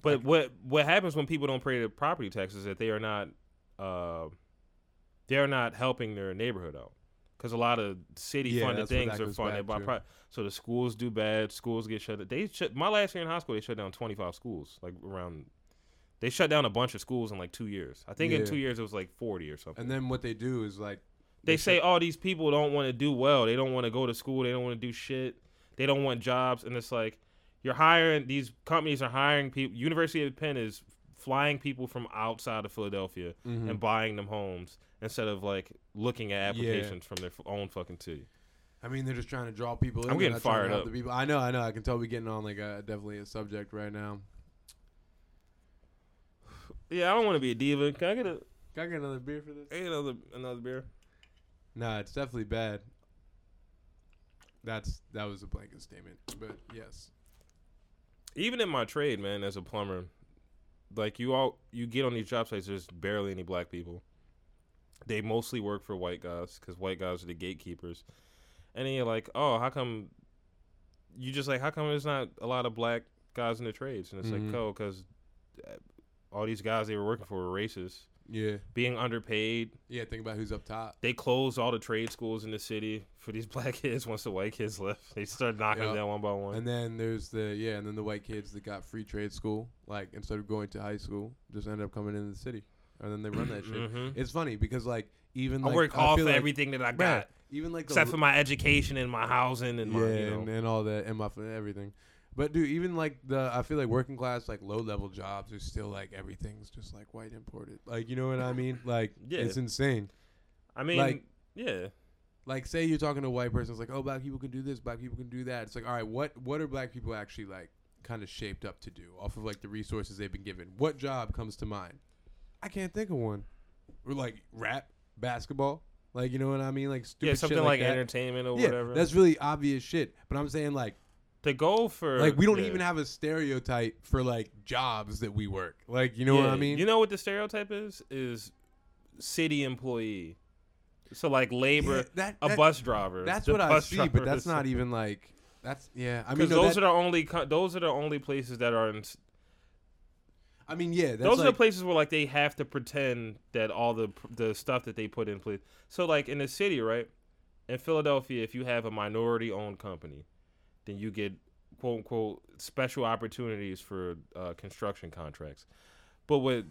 Speaker 2: But what what happens when people don't pay the property taxes is that they are not uh, they are not helping their neighborhood out because a lot of city
Speaker 1: Yeah,
Speaker 2: funded
Speaker 1: that's what
Speaker 2: things
Speaker 1: that
Speaker 2: are
Speaker 1: goes
Speaker 2: funded
Speaker 1: back
Speaker 2: by
Speaker 1: to.
Speaker 2: pri- so the schools do bad. Schools get shut. They shut, my last year in high school they shut down twenty five schools like around. They shut down a bunch of schools in like two years. I think in
Speaker 1: Yeah.
Speaker 2: two years it was like forty or something.
Speaker 1: And then what they do is like
Speaker 2: they say
Speaker 1: shut-
Speaker 2: all these people don't want to do well. They don't want to go to school. They don't want to do shit. They don't want jobs. And it's like you're hiring these companies are hiring people. University of Penn is flying people from outside of Philadelphia
Speaker 1: Mhm.
Speaker 2: and buying them homes instead of like looking at applications from their f- own fucking city.
Speaker 1: I mean, they're just trying to draw people in.
Speaker 2: I'm
Speaker 1: They're
Speaker 2: getting
Speaker 1: not trying to
Speaker 2: fired
Speaker 1: help The
Speaker 2: up.
Speaker 1: people. I know, I know. I can tell we're getting on like a definitely a subject right now.
Speaker 2: Yeah, I don't want to be a diva. Can I get a
Speaker 1: Can I get another beer for this?
Speaker 2: another another beer?
Speaker 1: Nah, it's definitely bad. That's that was a blanket statement, but yes.
Speaker 2: Even in my trade, man, as a plumber, like you all you get on these job sites, there's barely any black people. They mostly work for white guys because white guys are the gatekeepers. And then you're like, oh, how come? You just like, how come there's not a lot of black guys in the trades? And it's
Speaker 1: Mhm.
Speaker 2: like, oh, because all these guys they were working for were racist,
Speaker 1: Yeah.
Speaker 2: being underpaid.
Speaker 1: Yeah. Think about who's up top.
Speaker 2: They closed all the trade schools in the city for these black kids. Once the white kids left, they started knocking
Speaker 1: Yeah.
Speaker 2: them down one by one.
Speaker 1: And then there's the yeah, and then the white kids that got free trade school, like instead of going to high school, just ended up coming into the city, and then they run that shit.
Speaker 2: Mhm.
Speaker 1: It's funny because like even
Speaker 2: I
Speaker 1: like,
Speaker 2: worked hard
Speaker 1: feel
Speaker 2: for
Speaker 1: like-
Speaker 2: everything that I
Speaker 1: Bruh,
Speaker 2: got,
Speaker 1: even like the
Speaker 2: except for my education and my housing and
Speaker 1: yeah,
Speaker 2: my, you know.
Speaker 1: and, and all that, and my f- everything. But dude, even like the I feel like working class, like low level jobs are still like everything's just like white imported. Like you know what I mean? Like
Speaker 2: Yeah.
Speaker 1: it's insane.
Speaker 2: I mean,
Speaker 1: like-
Speaker 2: yeah,
Speaker 1: Like say you're talking to a white person, it's like oh black people can do this, black people can do that. It's like all right, what what are black people actually like kind of shaped up to do off of like the resources they've been given? What job comes to mind? I can't think of one. Or like rap, basketball, like you know what I mean? Like stupid
Speaker 2: yeah,
Speaker 1: shit
Speaker 2: something like,
Speaker 1: that.
Speaker 2: entertainment or
Speaker 1: yeah,
Speaker 2: whatever.
Speaker 1: that's really obvious shit. But I'm saying like.
Speaker 2: the goal for
Speaker 1: Like we don't
Speaker 2: yeah.
Speaker 1: even have a stereotype for like jobs that we work. Like you know what
Speaker 2: Yeah,
Speaker 1: I mean?
Speaker 2: You know what the stereotype is? Is city employee. So like labor,
Speaker 1: Yeah, that-
Speaker 2: a
Speaker 1: that-
Speaker 2: bus driver.
Speaker 1: that's
Speaker 2: The
Speaker 1: what I
Speaker 2: bus
Speaker 1: see, but that's
Speaker 2: drivers.
Speaker 1: not even like that's yeah. I mean,
Speaker 2: Because
Speaker 1: no,
Speaker 2: those
Speaker 1: that-
Speaker 2: are the only co- those are the only places that are in, s-
Speaker 1: I mean, yeah, that's
Speaker 2: those are the
Speaker 1: like-
Speaker 2: places where like they have to pretend that all the pr- the stuff that they put in place. So like in the city, right? In Philadelphia, if you have a minority owned company, then you get quote unquote special opportunities for uh, construction contracts. But what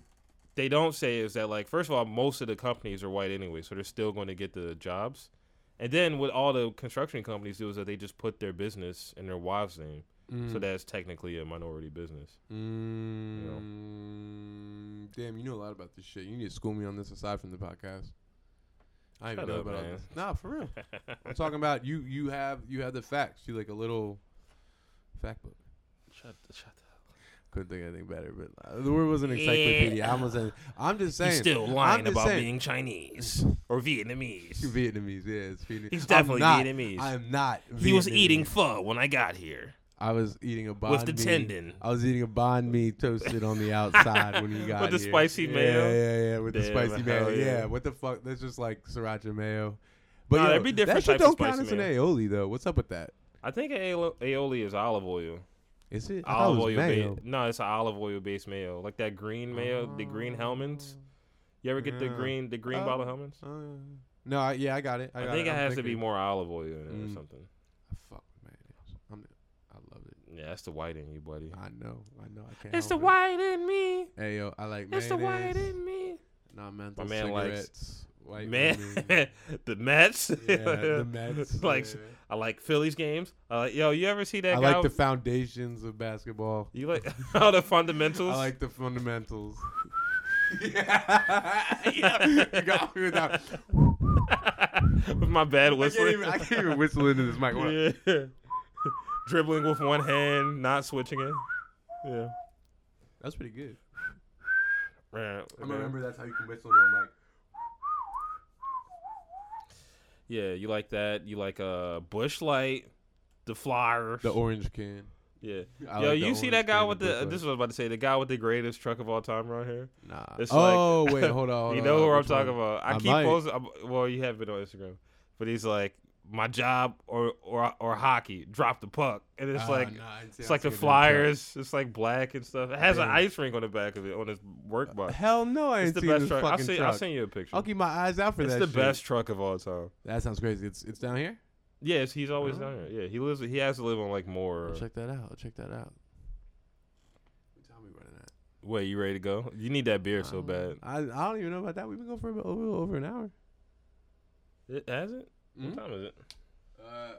Speaker 2: they don't say is that like first of all, most of the companies are white anyway, so they're still going to get the jobs. And then what all the construction companies do is that they just put their business in their wife's name,
Speaker 1: Hmm.
Speaker 2: so that's technically a minority business.
Speaker 1: Mm, Damn, you know a lot about this shit. You need to school me on this aside from the podcast. I ain't
Speaker 2: Shut
Speaker 1: even know
Speaker 2: up,
Speaker 1: about all
Speaker 2: man.
Speaker 1: this. Nah, for real. I'm talking about you. You have you have the facts. You like a little fact book.
Speaker 2: Shut, shut
Speaker 1: Couldn't think of anything better, but uh, the word wasn't encyclopedia. I almost said, I'm just saying.
Speaker 2: He's still
Speaker 1: I'm
Speaker 2: lying
Speaker 1: just
Speaker 2: about
Speaker 1: saying-
Speaker 2: being Chinese or Vietnamese.
Speaker 1: Vietnamese, yeah, it's Vietnamese.
Speaker 2: He's
Speaker 1: I'm
Speaker 2: definitely
Speaker 1: not-
Speaker 2: Vietnamese.
Speaker 1: I'm not.
Speaker 2: He was
Speaker 1: Vietnamese.
Speaker 2: eating pho when I got here.
Speaker 1: I was eating a banh
Speaker 2: With the
Speaker 1: mi.
Speaker 2: tendon.
Speaker 1: I was eating a banh mi toasted on the outside when you got
Speaker 2: With the
Speaker 1: here.
Speaker 2: spicy
Speaker 1: yeah,
Speaker 2: mayo.
Speaker 1: Yeah, yeah, with the
Speaker 2: Damn,
Speaker 1: spicy mayo.
Speaker 2: hell yeah.
Speaker 1: Yeah. what the fuck? That's just like sriracha mayo. But
Speaker 2: Nah,
Speaker 1: yo,
Speaker 2: there'd be different
Speaker 1: that shit
Speaker 2: types of
Speaker 1: don't count
Speaker 2: spicy
Speaker 1: as an
Speaker 2: mayo.
Speaker 1: aioli though. What's up with that?
Speaker 2: I think aol- aioli is olive oil.
Speaker 1: Is it? I thought it
Speaker 2: Olive
Speaker 1: was
Speaker 2: oil
Speaker 1: mayo.
Speaker 2: ba- No, it's an olive oil based mayo, like that green mayo, the green Hellman's. You ever get the
Speaker 1: Oh. Yeah.
Speaker 2: green, the green
Speaker 1: Oh.
Speaker 2: bottle Hellman's?
Speaker 1: Uh, no, I, yeah, I got it. I,
Speaker 2: I,
Speaker 1: got
Speaker 2: think it
Speaker 1: I'm
Speaker 2: has to be
Speaker 1: thinking-
Speaker 2: more olive oil in it or
Speaker 1: Mm.
Speaker 2: something.
Speaker 1: I fuck with mayonnaise. I'm, I love it.
Speaker 2: Yeah, that's the white in you, buddy.
Speaker 1: I know. I know. I can't.
Speaker 2: It's the
Speaker 1: help it.
Speaker 2: white in me.
Speaker 1: Hey yo, I like
Speaker 2: It's the white
Speaker 1: mayonnaise.
Speaker 2: in me.
Speaker 1: Not mental
Speaker 2: My man likes-
Speaker 1: cigarettes. white
Speaker 2: Man,
Speaker 1: women.
Speaker 2: the Mets.
Speaker 1: yeah, the Mets.
Speaker 2: like,
Speaker 1: yeah.
Speaker 2: I like Phillies games. I like, yo, you ever see that
Speaker 1: I
Speaker 2: guy?
Speaker 1: like the foundations of basketball.
Speaker 2: you like all the fundamentals.
Speaker 1: I like the fundamentals. yeah, you got me with that.
Speaker 2: with my bad
Speaker 1: I can't,
Speaker 2: whistling.
Speaker 1: even, I can't even whistle into this mic. Hold on.
Speaker 2: Yeah. Dribbling with one hand, not switching it. Yeah.
Speaker 1: That's pretty good.
Speaker 2: Right.
Speaker 1: I remember that's how you can whistle into a mic.
Speaker 2: Yeah, you like that. You like uh Bush Light, the Flyers.
Speaker 1: The orange can.
Speaker 2: yeah.
Speaker 1: I like
Speaker 2: Yo,
Speaker 1: the
Speaker 2: you see
Speaker 1: orange
Speaker 2: that guy
Speaker 1: can
Speaker 2: with
Speaker 1: and
Speaker 2: the uh,
Speaker 1: Bud
Speaker 2: this is
Speaker 1: Light.
Speaker 2: what I was about to say, the guy with the greatest truck of all time right here.
Speaker 1: Nah.
Speaker 2: it's like-
Speaker 1: oh wait, hold on. hold
Speaker 2: you
Speaker 1: on,
Speaker 2: know
Speaker 1: hold
Speaker 2: who
Speaker 1: on.
Speaker 2: I'm
Speaker 1: Which one?
Speaker 2: talking about. I,
Speaker 1: I
Speaker 2: keep
Speaker 1: might.
Speaker 2: posting I'm, well, you have been on Instagram. But he's like, My job or or or hockey, drop the puck. And it's
Speaker 1: Ah,
Speaker 2: like
Speaker 1: nah, I see-
Speaker 2: it's
Speaker 1: I
Speaker 2: like
Speaker 1: see
Speaker 2: the
Speaker 1: what you're talking-
Speaker 2: Flyers. It's like black and stuff. It has an
Speaker 1: Damn.
Speaker 2: ice rink on the back of it on his work box.
Speaker 1: Hell no, I
Speaker 2: It's
Speaker 1: ain't
Speaker 2: the
Speaker 1: seen
Speaker 2: best
Speaker 1: this
Speaker 2: truck. I'll
Speaker 1: fucking
Speaker 2: send, I'll
Speaker 1: truck.
Speaker 2: send you a picture.
Speaker 1: I'll keep my eyes out for
Speaker 2: it's
Speaker 1: that.
Speaker 2: the
Speaker 1: shit.
Speaker 2: best truck of all time.
Speaker 1: That sounds crazy. It's it's down here.
Speaker 2: Yes, he's always
Speaker 1: Oh.
Speaker 2: down here. Yeah, he lives. He has to live on like more.
Speaker 1: I'll check that out. I'll check that out. What time we running at?
Speaker 2: Wait, you ready to go? You need that beer so
Speaker 1: Um,
Speaker 2: bad.
Speaker 1: I, I don't even know about that. We've been going for about over over an hour.
Speaker 2: It has it.
Speaker 1: Mhm.
Speaker 2: What time is it?
Speaker 1: Uh,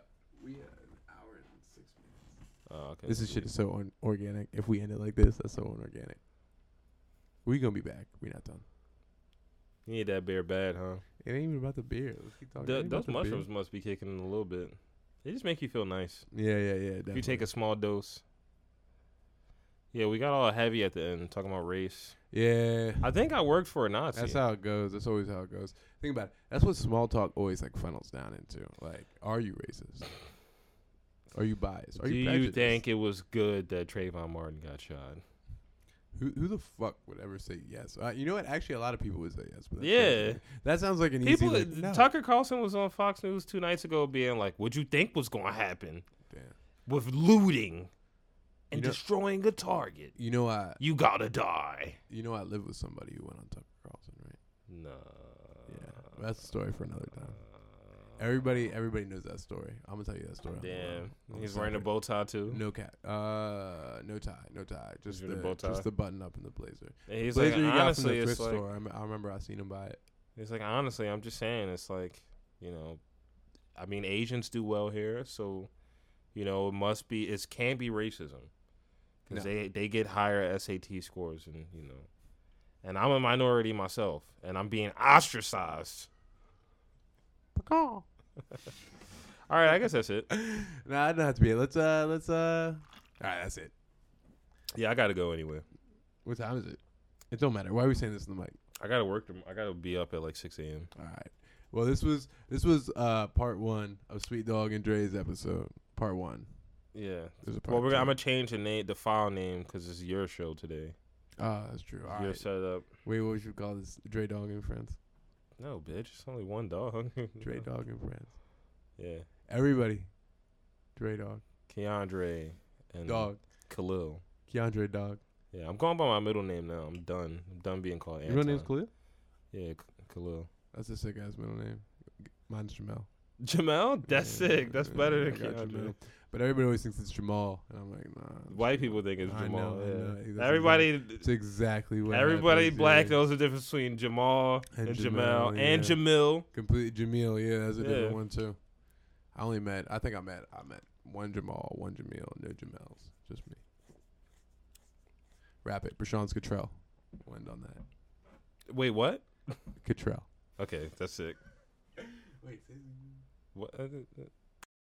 Speaker 1: we have an hour and six minutes.
Speaker 2: Oh, okay.
Speaker 1: This is shit is so un- organic. If we end it like this, that's so unorganic. We gonna be back. We not done.
Speaker 2: You need that beer bad, huh?
Speaker 1: It ain't even about the beer. Let's keep talking.
Speaker 2: Th-
Speaker 1: It ain't
Speaker 2: those
Speaker 1: about the beer.
Speaker 2: mushrooms must be kicking in a little bit. They just make you feel nice.
Speaker 1: Yeah, yeah, yeah.
Speaker 2: If you take
Speaker 1: definitely.
Speaker 2: a small dose. Yeah, we got all heavy at the end talking about race.
Speaker 1: yeah.
Speaker 2: I think I worked for a Nazi.
Speaker 1: That's how it goes. That's always how it goes. Think about it. That's what small talk always like funnels down into. Like, are you racist? Are you biased? Are
Speaker 2: Do
Speaker 1: you,
Speaker 2: you
Speaker 1: prejudiced?
Speaker 2: think it was good that Trayvon Martin got shot?
Speaker 1: who, who the fuck would ever say yes? Uh, you know what? Actually, a lot of people would say yes. But that's
Speaker 2: Yeah.
Speaker 1: crazy. that sounds like an
Speaker 2: People,
Speaker 1: easy. Like, no.
Speaker 2: Tucker Carlson was on Fox News two nights ago, being like, "What you think was gonna happen
Speaker 1: Damn.
Speaker 2: with looting and
Speaker 1: You know-
Speaker 2: destroying a target?
Speaker 1: You know I.
Speaker 2: You gotta die."
Speaker 1: You know I live with somebody who went on Tucker Carlson, right?
Speaker 2: No.
Speaker 1: Yeah, that's a story for another time. Everybody, everybody knows that story. I'm gonna tell you that story. Hold on.
Speaker 2: Damn,
Speaker 1: I'm
Speaker 2: he's
Speaker 1: gonna
Speaker 2: wearing a
Speaker 1: tell
Speaker 2: bow tie too.
Speaker 1: you. No cat. Uh, no tie. No tie. Just
Speaker 2: wearing
Speaker 1: the,
Speaker 2: a bow tie.
Speaker 1: just the button up and the blazer.
Speaker 2: And he's
Speaker 1: blazer you
Speaker 2: like,
Speaker 1: got from
Speaker 2: honestly,
Speaker 1: the
Speaker 2: it's
Speaker 1: thrift
Speaker 2: like,
Speaker 1: store. I, m- I remember I seen him buy it.
Speaker 2: it's like, honestly, I'm just saying, it's like, you know, I mean, Asians do well here, so you know, it must be, it can't be racism because
Speaker 1: No.
Speaker 2: they they get higher SAT scores, and you know, and I'm a minority myself, and I'm being ostracized. All right, I guess that's it.
Speaker 1: nah, I don't have to be it. Let's uh, let's uh. All right, that's it.
Speaker 2: Yeah, I gotta go anyway.
Speaker 1: What time is it? It don't matter. Why are we saying this in the mic?
Speaker 2: I gotta work. Tom- I gotta be up at like 6 a.m.
Speaker 1: All right. Well, this was this was uh part one of Sweet Dog and Dre's episode. Part one.
Speaker 2: Yeah.
Speaker 1: There's a part.
Speaker 2: Well, we're,
Speaker 1: two.
Speaker 2: gonna- I'm gonna change the name, the file name, because it's your show today.
Speaker 1: Oh, that's true. All
Speaker 2: your
Speaker 1: right.
Speaker 2: setup.
Speaker 1: Wait, what would you call this? Dre Dog and Friends.
Speaker 2: No, bitch. It's only one dog.
Speaker 1: Dre Dog and Friends.
Speaker 2: Yeah.
Speaker 1: Everybody. Dre Dog.
Speaker 2: Keandre and
Speaker 1: Dog.
Speaker 2: Khalil.
Speaker 1: Keandre Dog.
Speaker 2: Yeah, I'm going by my middle name now. I'm done. I'm done being called
Speaker 1: Your middle name's
Speaker 2: Anton.
Speaker 1: Khalil?
Speaker 2: Yeah, K- Khalil.
Speaker 1: That's a sick ass middle name. G- Mine's Jamel.
Speaker 2: Jamel? That's
Speaker 1: Yeah,
Speaker 2: sick. That's better
Speaker 1: I
Speaker 2: than
Speaker 1: got
Speaker 2: Keandre.
Speaker 1: Jamel. But everybody always thinks it's Jamal. And I'm like, nah. it's
Speaker 2: White
Speaker 1: Jamal.
Speaker 2: people think it's
Speaker 1: I
Speaker 2: Jamal.
Speaker 1: know, I
Speaker 2: yeah.
Speaker 1: know. That's exactly-
Speaker 2: Everybody.
Speaker 1: It's exactly what
Speaker 2: Everybody
Speaker 1: happens,
Speaker 2: black
Speaker 1: yeah.
Speaker 2: knows the difference between Jamal and,
Speaker 1: And
Speaker 2: Jamel,
Speaker 1: Jamel,
Speaker 2: and
Speaker 1: yeah.
Speaker 2: Jamil.
Speaker 1: Complete Jamil, yeah, that's a
Speaker 2: Yeah.
Speaker 1: different one too. I only met I think I met I met one Jamal, one Jamil, no Jamels. Just me. Rap it. Brashawn's Cottrell. Went on that.
Speaker 2: Wait, what?
Speaker 1: Cottrell.
Speaker 2: Okay, that's sick.
Speaker 1: Wait,
Speaker 2: What? Uh,